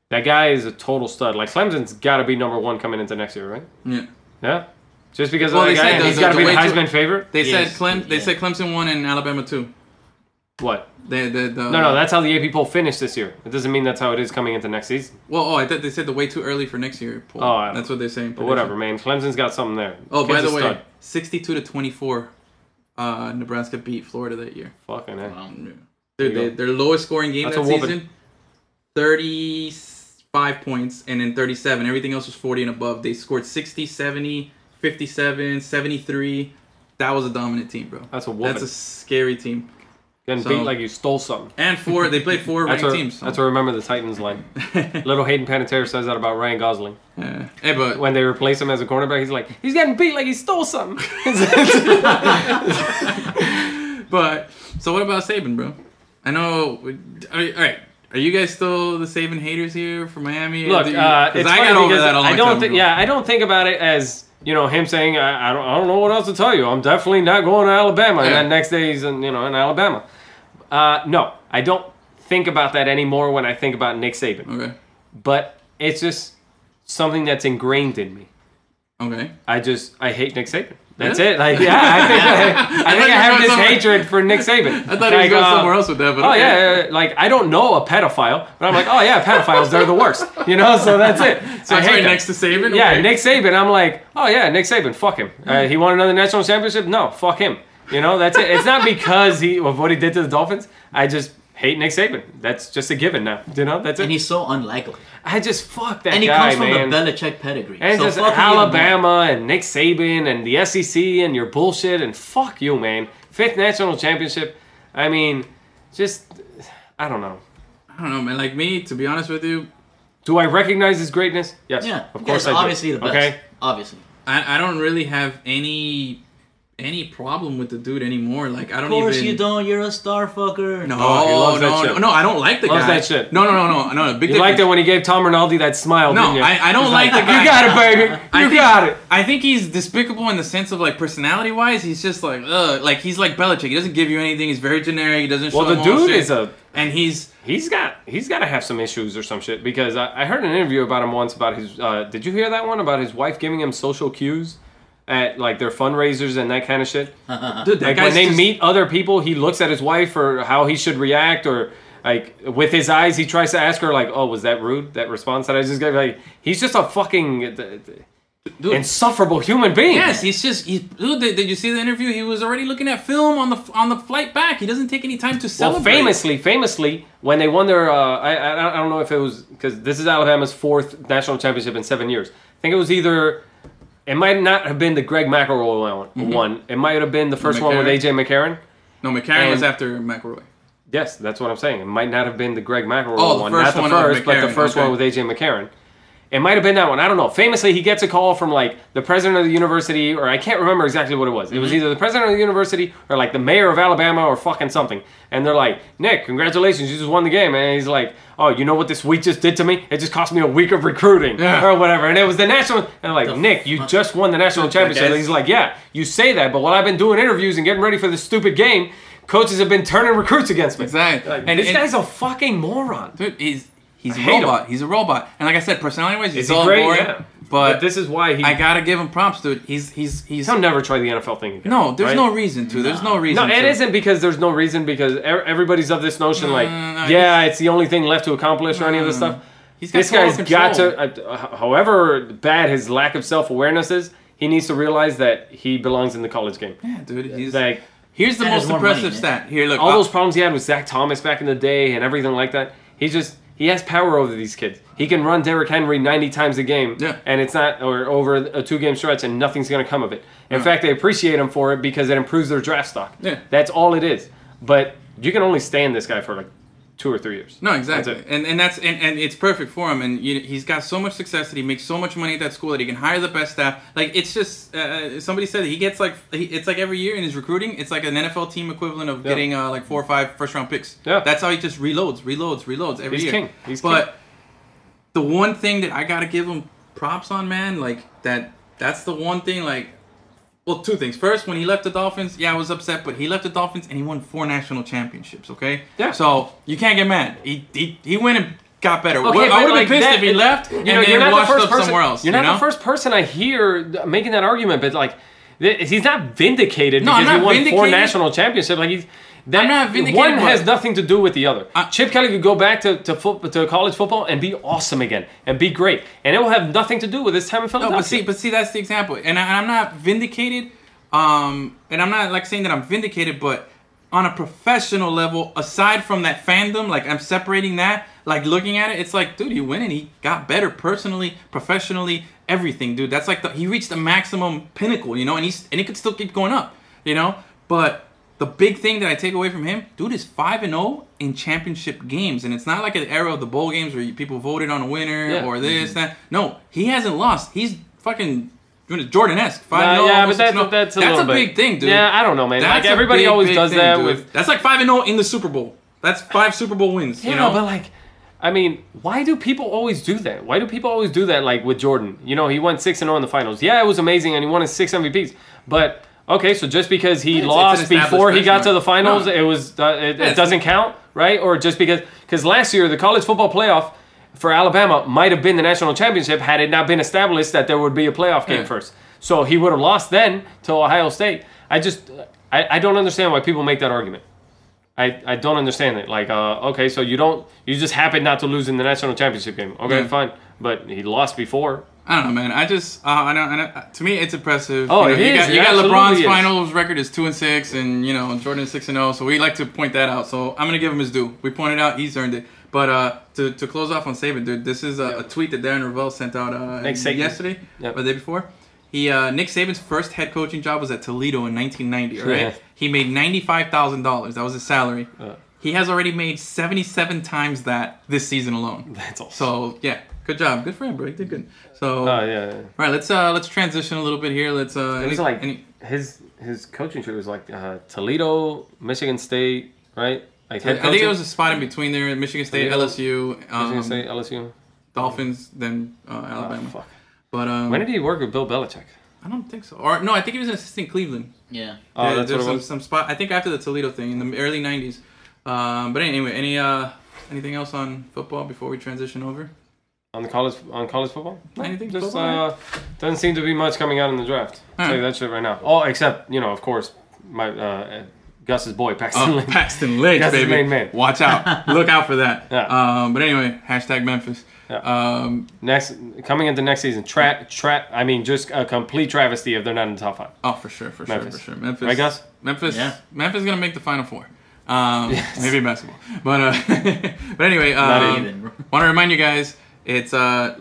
S2: That guy is a total stud. Like Clemson's got to be number one coming into next year, right?
S3: Yeah.
S2: Yeah. Just because
S3: Well,
S2: of
S3: they
S2: that guy,
S3: said the-
S2: he's
S3: the-
S2: got to
S3: the
S2: be the
S3: way to-
S2: Heisman favorite.
S3: They
S4: Yes.
S3: said Clem. They
S4: Yeah.
S3: said Clemson won and Alabama too.
S2: What?
S3: They, the, the,
S2: No, no, that's how the AP poll finished this year. It doesn't mean that's how it is coming into next season.
S3: Well, oh, I thought they said the way too early for next year. Poll.
S2: Oh, I-
S3: that's what they're saying.
S2: But whatever, man. Clemson's got something there.
S3: Oh, by
S2: Kid's
S3: the
S2: a
S3: way,
S2: stud.
S3: sixty-two to twenty-four, uh, Nebraska beat Florida that year.
S2: fucking hell.
S3: Dude,
S2: you
S3: they,
S2: go.
S3: their lowest scoring game
S2: That's
S3: that
S2: a whooping.
S3: season, thirty-five points, and then thirty-seven. Everything else was forty and above. They scored 60, 70, 57, 73. That was a dominant team, bro.
S2: That's a whooping.
S3: That's a scary team.
S2: Getting
S3: So-
S2: beat like you stole something.
S3: And four, they played four
S2: That's
S3: ranked
S2: what,
S3: teams. so-
S2: that's what remember the Titans line. Little Hayden Panettiere says that about Ryan Gosling.
S3: Yeah. Hey, but
S2: When they replace him as a cornerback, he's like, he's getting beat like he stole something.
S3: But so what about Saban, bro? I know. All right, all right. are you guys still the Saban haters here for Miami?
S2: Look,
S3: Do you-
S2: uh, it's
S3: I
S2: funny
S3: got over
S2: because
S3: that a long
S2: I don't
S3: time
S2: think.
S3: ago.
S2: Yeah, I don't think about it as you know him saying, I, I don't, I don't know what else to tell you. I'm definitely not going to Alabama. And
S3: Yeah.
S2: then next day he's in, you know in Alabama. Uh, no, I don't think about that anymore when I think about Nick Saban.
S3: Okay.
S2: But it's just something that's ingrained in me.
S3: Okay.
S2: I just I hate Nick Saban. That's
S3: Really?
S2: it. Like yeah, I think I, I think
S3: thought you
S2: I
S3: were
S2: have
S3: going
S2: this
S3: somewhere-
S2: hatred for Nick Saban.
S3: I thought he was going somewhere else with that, but
S2: Oh
S3: okay.
S2: yeah, yeah, yeah. like I don't know a pedophile, but I'm like, oh yeah, pedophiles they're the worst, you know. So that's it.
S3: So
S2: I
S3: it's
S2: hate
S3: right
S2: them.
S3: next to Saban.
S2: Yeah,
S3: Okay.
S2: Nick Saban. I'm like, oh yeah, Nick Saban. Fuck him. Uh, he won another national championship. No, fuck him. You know, that's it. It's not because he of what he did to the Dolphins. I just hate Nick Saban. That's just a given now. You know, that's it.
S4: And he's so unlikely.
S2: I just fuck that
S4: And he
S2: guy,
S4: comes from
S2: man.
S4: the Belichick pedigree.
S2: And
S4: so
S2: just
S4: fuck him even more.
S2: Alabama and Nick Saban and the SEC and your bullshit and fuck you, man. Fifth national championship. I mean, just I don't know.
S3: I don't know, man. Like me, to be honest with you,
S2: Do I recognize his greatness? Yes.
S4: Yeah,
S2: of course.
S4: yes,
S2: I do.
S4: obviously the best.
S2: Okay.
S4: Obviously.
S3: I, I don't really have any any problem with the dude anymore. Like I don't
S4: Of course
S3: even.
S4: you don't. You're a star fucker.
S3: No,
S2: Oh, he loves that
S3: no,
S2: shit.
S3: no, no, I don't like the
S2: Loves
S3: guy.
S2: that shit.
S3: No, no, no, no, no. the Big
S2: You liked
S3: difference-
S2: it when he gave Tom Rinaldi that smile.
S3: No,
S2: didn't you?
S3: I, I don't like the guy.
S2: you got it, baby. You
S3: I think-
S2: got it.
S3: I think he's despicable in the sense of like personality wise. He's just like ugh, like he's like Belichick. He doesn't give you anything. He's very generic. He doesn't.
S2: Well,
S3: show
S2: the
S3: emotion.
S2: dude is a
S3: and he's
S2: he's got he's got to have some issues or some shit because I, I heard an interview about him once about his. Uh, did you hear that one about his wife giving him social cues at like their fundraisers and that kind of shit?
S3: dude. That
S2: like
S3: guy's
S2: when they
S3: just-
S2: meet other people, he looks at his wife or how he should react or. Like with his eyes, he tries to ask her, like, "Oh, was that rude? That response that I just gave?" Like, he's just a fucking uh,
S3: Dude.
S2: insufferable human being.
S3: Yes, he's just he's, dude. Did, did you see the interview? He was already looking at film on the on the flight back. He doesn't take any time to
S2: Well,
S3: celebrate.
S2: famously, famously, when they won their, uh, I, I, don't- I don't know if it was because this is Alabama's fourth national championship in seven years. I think it was either. It might not have been the Greg McElroy one. one. It might have been the first one with
S3: Mm-hmm. McCarron.
S2: AJ McCarron.
S3: No, McCarron was
S2: And-
S3: after McElroy.
S2: Yes, that's what I'm saying. It might not have been the Greg McElroy
S3: Oh, the
S2: one,
S3: first
S2: not the
S3: one of
S2: first, but the
S3: McCarron,
S2: first
S3: okay.
S2: one with AJ McCarron. It might have been that one. I don't know. Famously, he gets a call from like the president of the university, or I can't remember exactly what it was. It
S3: Mm-hmm.
S2: was either the president of the university or like the mayor of Alabama or fucking something. And they're like, Nick, congratulations, you just won the game. And he's like, Oh, you know what this week just did to me? It just cost me a week of recruiting
S3: Yeah.
S2: or whatever. And it was the national. And they're like,
S4: The
S2: Nick, you
S4: fuck?
S2: just won the national championship.
S3: guys-
S2: And he's like, Yeah, you say that, but while I've been doing interviews and getting ready for this stupid game, coaches have been turning recruits against me.
S3: Exactly.
S2: Like,
S3: And-
S2: this
S3: and-
S2: guy's a fucking moron.
S3: Dude, he's he's a
S2: hate him.
S3: robot. He's a robot. And like I said, personality wise, he's
S2: Is he
S3: all
S2: great?
S3: boring.
S2: Yeah.
S3: But,
S2: But this is why he.
S3: I gotta give him props, dude. He's he's he's.
S2: he'll never try the NFL thing again.
S3: no, there's
S2: right?
S3: no reason to. There's no reason.
S2: No, it
S3: to.
S2: isn't because there's no reason because e- everybody's of this notion like,
S3: Mm, no, no,
S2: yeah, it's the only thing left to accomplish or any of this stuff.
S3: He's got
S2: This
S3: total
S2: guy's got
S3: control.
S2: to, uh, however bad his lack of self awareness is, he needs to realize that he belongs in the college game.
S3: Yeah, dude. He's
S2: Like
S3: Here's the
S4: And there's
S3: most
S4: more money
S3: impressive
S4: in it.
S3: stat. Here, look. uh,
S2: all
S3: I'll-
S2: those problems he had with Zach Thomas back in the day and everything like that. He just he has power over these kids. He can run Derrick Henry ninety times a game,
S3: Yeah.
S2: and it's not or over a two game stretch, and nothing's going to come of it. In fact, they appreciate him for it because it improves their draft stock.
S3: Yeah.
S2: that's all it is. But you can only stand this guy for like two or three years.
S3: No, exactly,
S2: That's it.
S3: and and that's and, and it's perfect for him. And you, he's got so much success that he makes so much money at that school that he can hire the best staff. Like it's just uh, somebody said he gets like he, it's like every year in his recruiting, it's like an NFL team equivalent of
S2: Yeah.
S3: getting uh, like four or five first round picks.
S2: Yeah.
S3: that's how he just reloads, reloads, reloads every
S2: He's
S3: year.
S2: king. He's
S3: but
S2: king.
S3: the one thing that I gotta give him props on, man, like that that's the one thing like. Well, two things. First, when he left the Dolphins, yeah, I was upset, but he left the Dolphins and he won four national championships. Okay,
S2: Yeah.
S3: So you can't get mad. He he, he went and got better.
S2: Okay,
S3: Well,
S2: but
S3: I would have
S2: like
S3: been pissed
S2: that-
S3: if he left and
S2: You know,
S3: then
S2: you're not the
S3: washed
S2: first
S3: up
S2: person.
S3: somewhere else.
S2: You're
S3: you
S2: not
S3: know?
S2: the first person I hear th- making that argument, but like, th- he's not vindicated
S3: No, I'm
S2: because he
S3: not
S2: won four
S3: vindicated.
S2: national championships. Like he's. That,
S3: I'm not vindicated,
S2: One
S3: but-
S2: has nothing to do with the other.
S3: I-
S2: Chip Kelly could go back to to, foot, to college football and be awesome again and be great, and it will have nothing to do with his time in
S3: No,
S2: Philadelphia.
S3: but see, but see, that's the example, and, I, I'm not vindicated. Um, and I'm not like saying that I'm vindicated, but on a professional level, aside from that fandom, like I'm separating that. Like looking at it, it's like, dude, he went and he got better personally, professionally, everything, dude. That's like the, he reached the maximum pinnacle, you know, and he's and he could still keep going up, you know. But the big thing that I take away from him, dude, is five and zero in championship games, and it's not like an era of the bowl games where you, people voted on a winner
S2: Yeah.
S3: or this that. No, he hasn't lost. He's fucking Jordan esque. Five
S2: Uh,
S3: and
S2: yeah,
S3: zero.
S2: but that's that's a, little bit-
S3: big thing, dude.
S2: Yeah, I don't know, man.
S3: That's
S2: like
S3: a
S2: everybody
S3: big,
S2: always
S3: big
S2: does
S3: thing,
S2: that
S3: dude.
S2: with
S3: That's like five and zero in the Super Bowl. That's five Super Bowl wins.
S2: Yeah,
S3: you know,
S2: but like, I mean, why do people always do that? Why do people always do that? Like with Jordan, you know, he won six and zero in the finals. Yeah, it was amazing, and he won his six MVPs. But okay, so just because he
S3: It's- it's an
S2: lost
S3: established
S2: before he got to
S3: benchmark.
S2: the finals,
S3: No.
S2: it was uh, it,
S3: it's-
S2: it doesn't count, right? Or just because because last year the college football playoff for Alabama might have been the national championship had it not been established that there would be a playoff game
S3: Yeah.
S2: first. So he would have lost then to Ohio State. I just I, I don't understand why people make that argument. I, I don't understand it. Like, uh, okay, so you don't, you just happen not to lose in the national championship game. Okay,
S3: Yeah.
S2: fine. But he lost before.
S3: I don't know, man. I just, uh, I don't, I don't, to me, it's impressive.
S2: Oh,
S3: you
S2: it
S3: know, you
S2: is.
S3: Got, you
S2: It
S3: got
S2: absolutely
S3: LeBron's
S2: is.
S3: finals record is two and six, and you know Jordan is six and zero. So we like to point that out. So I'm gonna give him his due. We pointed out he's earned it. But uh, to, to close off on Saban, dude, this is a, a tweet that Darren Ravel sent out uh,
S2: Nick Saban.
S3: yesterday
S2: Yep.
S3: or the day before. He uh, Nick Saban's first head coaching job was at Toledo in 1990. All right,
S2: Yeah.
S3: he made ninety five thousand dollars. That was his salary.
S2: Uh.
S3: He has already made seventy seven times that this season alone.
S2: That's awesome.
S3: So yeah, good job, good for him, bro. He did good. So
S2: Oh, yeah. yeah.
S3: all right, let's uh let's transition a little bit here. Let's uh
S2: It
S3: any-
S2: was like,
S3: any-
S2: his his coaching tree was like uh, Toledo, Michigan State, right? Like
S3: I
S2: head
S3: think it
S2: coaching,
S3: was a spot in between there: Michigan State,
S2: Toledo,
S3: LSU, um,
S2: Michigan State, LSU.
S3: Dolphins, then uh,
S2: Oh,
S3: Alabama.
S2: fuck.
S3: but um,
S2: When did he work with Bill Belichick?
S3: I don't think so. Or no, I think he was an assistant in Cleveland.
S4: Yeah.
S2: Oh,
S3: There-
S2: that's
S3: there's
S2: what it
S3: some,
S2: was.
S3: some spot. I think after the Toledo thing in the early '90s. Um, but anyway, any uh anything else on football before we transition over?
S2: On the college on college football?
S3: Anything
S2: Just
S3: football,
S2: uh, doesn't seem to be much coming out in the draft. I'll
S3: All
S2: tell
S3: right.
S2: you that shit right now. Oh, except you know, of course, my uh, Gus's boy Paxton.
S3: Oh,
S2: Lynch.
S3: Paxton Lynch,
S2: That's his
S3: baby.
S2: main man.
S3: Watch out. Look out for that.
S2: Yeah.
S3: Um, but anyway, hashtag Memphis.
S2: Yeah.
S3: Um,
S2: Next, coming into next season, tra- tra- I mean, just a complete travesty if they're not in the top five.
S3: Oh, for sure, for
S2: Memphis.
S3: sure, for sure. Memphis,
S2: Right, Gus?
S3: Memphis,
S4: Yeah.
S3: Memphis is gonna make the final four. Um, Maybe in basketball, but uh, but anyway,
S2: Not
S3: um,
S4: even.
S3: want to remind you guys. It's uh,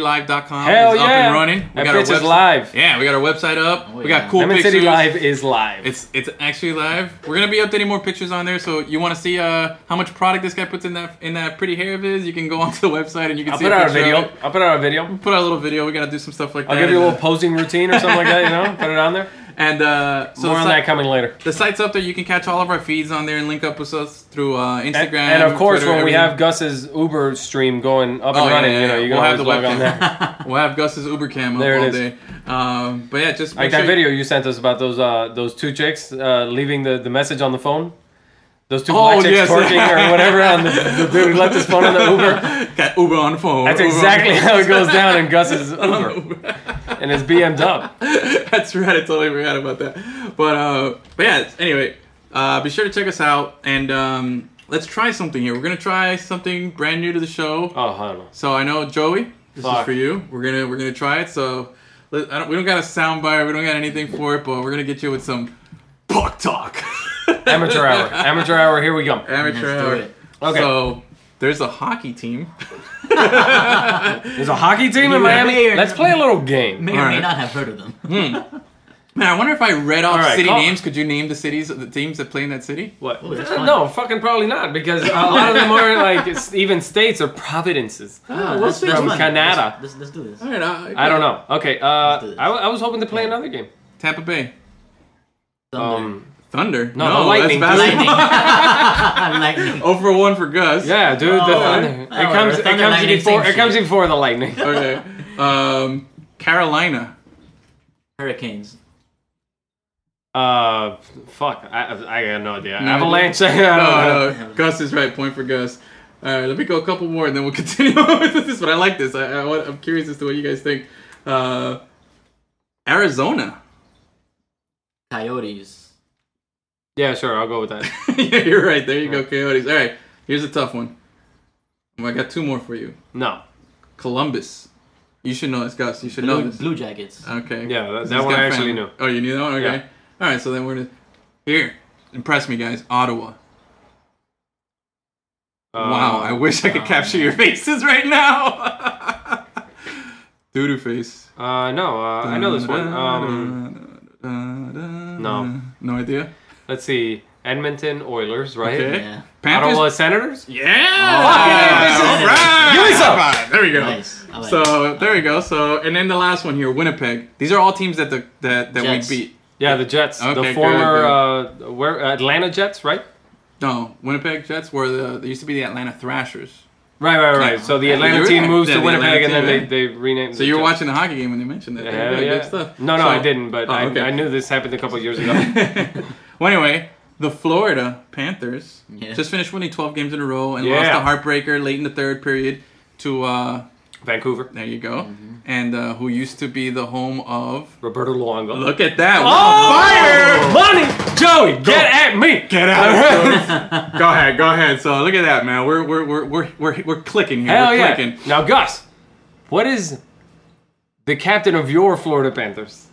S3: lemoncitylive.com
S2: Hell
S3: is up
S2: yeah.
S3: and running.
S2: That bitch
S3: our
S2: is live.
S3: Yeah, we got our website up.
S4: Oh,
S3: we got
S4: yeah.
S3: cool
S2: Lemon
S3: pictures.
S2: City Live is live.
S3: It's it's actually live. We're gonna be updating more pictures on there. So you want to see uh, how much product this guy puts in that in that pretty hair of his? You can go onto the website and you can
S2: I'll
S3: see
S2: put
S3: a
S2: out a
S3: picture of
S2: video.
S3: it.
S2: I'll put out a video.
S3: Put out a little video. We gotta do some stuff like
S2: I'll
S3: that.
S2: give you a
S3: and,
S2: little posing routine or something like that. You know, put it on there.
S3: uh, and uh, so
S2: More on
S3: the site-
S2: that coming later.
S3: the site's up there. You can catch all of our feeds on there and link up with us through uh, Instagram.
S2: And, and of course,
S3: Twitter,
S2: when we
S3: everything.
S2: have Gus's Uber stream going up and
S3: Oh, yeah,
S2: running,
S3: yeah,
S2: you know,
S3: yeah.
S2: you can
S3: We'll have
S2: always
S3: the
S2: log on there.
S3: we'll have Gus's Uber cam up
S2: There it
S3: all
S2: is.
S3: day. Um, but yeah, just make
S2: Like that
S3: sure-
S2: video you sent us about those uh, those two chicks uh, leaving the, the message on the phone. Those two
S3: Oh,
S2: black chicks
S3: yes.
S2: twerking or whatever on the, the dude who left his phone on the Uber.
S3: Got Uber on the phone.
S2: That's
S3: Uber on the
S2: exactly
S3: phone.
S2: how it goes down in Gus's Uber. and his BM dub.
S3: That's right. I totally forgot about that. But uh, but yeah. Anyway, uh, be sure to check us out and um, let's try something here. We're gonna try something brand new to the show.
S2: Oh, I don't know.
S3: So I know Joey, this is
S2: Fuck.
S3: for you. We're gonna we're gonna try it. So let, I don't, we don't got a soundbite, we don't got anything for it, but we're gonna get you with some puck talk.
S2: Amateur hour. Amateur hour, here we go.
S3: Amateur
S4: Let's do
S3: hour.
S4: it.
S2: Okay.
S3: So there's a hockey team.
S2: There's a hockey team in
S4: You
S2: Miami.
S4: may or-
S2: Let's play a little game.
S4: May or may
S3: Alright.
S4: not have heard of them. Ah,
S3: Man, I wonder if I read off
S2: All right,
S3: city
S2: call-
S3: names. Could you name the cities, the teams that play in that city?
S2: What?
S4: Ooh, that's fun.
S2: no, fucking probably not because a lot of them are like it's- even states or providences.
S4: Ah, that's, that's
S2: from
S4: fun.
S2: Canada.
S4: Let's, let's, let's do this.
S3: All right,
S2: I don't know. Okay, uh,
S4: do this.
S2: I, I was hoping to play another game.
S3: Tampa Bay
S2: Um,
S3: Thunder.
S2: No, the Lightning.
S3: That's
S4: Lightning.
S3: basketball.
S4: Lightning.
S3: Over one for Gus.
S2: yeah, dude, the
S4: Oh.
S2: thunder. It
S4: Oh,
S2: comes,
S4: the
S2: it
S4: Thunder
S2: comes
S4: Lightning,
S2: before,
S4: same
S2: it comes
S4: shit.
S2: before the lightning.
S3: Okay. Um, Carolina.
S4: Hurricanes.
S2: Uh, fuck, I, I got no idea.
S3: No
S2: Avalanche. I don't know.
S3: Oh, no. Gus is right. Point for Gus. All right, let me go a couple more, and then we'll continue with this. But I like this. I, I want, I'm curious as to what you guys think. Uh, Arizona.
S4: Coyotes.
S2: Yeah, sure, I'll go with that.
S3: yeah, you're right. There you go, Coyotes. All right, here's a tough one. Well, I got two more for you.
S2: No.
S3: Columbus. You should know this, Gus. You should know
S4: Blue,
S3: this.
S4: Blue Jackets.
S3: Okay.
S2: Yeah, that-
S3: This
S2: that
S3: has
S2: one
S3: got
S2: I actually
S3: family.
S2: knew.
S3: Oh, you knew that one? Okay.
S2: Yeah.
S3: All right, so then we're gonna here. Impress me, guys. Ottawa.
S2: Uh,
S3: wow, I wish I could capture your faces right now. Doodoo face.
S2: Uh, no, uh, I know this one. Um,
S3: no. No idea.
S2: let's see. Edmonton Oilers, right?
S3: Okay.
S4: Yeah.
S3: Panthers.
S2: Ottawa Senators?
S3: Yeah.
S4: Oh,
S3: All
S4: yeah.
S3: right.
S2: Give me some.
S3: High five. There we go.
S4: Nice. I like it.
S3: So there we go. So and then the last one here, Winnipeg. These are all teams that the that, that we
S4: Jets.
S3: beat.
S2: Yeah, the Jets.
S3: Okay,
S2: the former
S3: good,
S2: Uh, where Atlanta Jets, right?
S3: No, Winnipeg Jets were the they used to be the Atlanta Thrashers.
S2: Right, right, right.
S3: Yeah.
S2: So the
S3: Yeah,
S2: Atlanta
S3: you're
S2: team
S3: right.
S2: moves
S3: Yeah,
S2: to
S3: the
S2: Winnipeg,
S3: Atlanta
S2: and then
S3: team,
S2: they,
S3: right.
S2: they renamed.
S3: So you were
S2: the Jets.
S3: watching the hockey game when they mentioned that. There you
S2: Yeah,
S3: go,
S2: yeah.
S3: Good stuff.
S2: No, no,
S3: So-
S2: I didn't. But
S3: Oh,
S2: I,
S3: okay.
S2: I knew this happened a couple years ago.
S3: well, anyway, the Florida Panthers
S4: Yeah.
S3: just finished winning 12 games in a row and
S2: Yeah.
S3: lost a heartbreaker late in the third period to uh,
S2: Vancouver.
S3: there you go, and uh, who used to be the home of.
S2: Roberto Luongo.
S3: Look at that!
S2: Oh, money, Joey, get at me.
S3: Get out! go ahead, go ahead. So look at that, man. We're we're we're we're we're, we're clicking here.
S2: Hell
S3: we're
S2: yeah.
S3: clicking.
S2: Now, Gus, what is the captain of your Florida Panthers?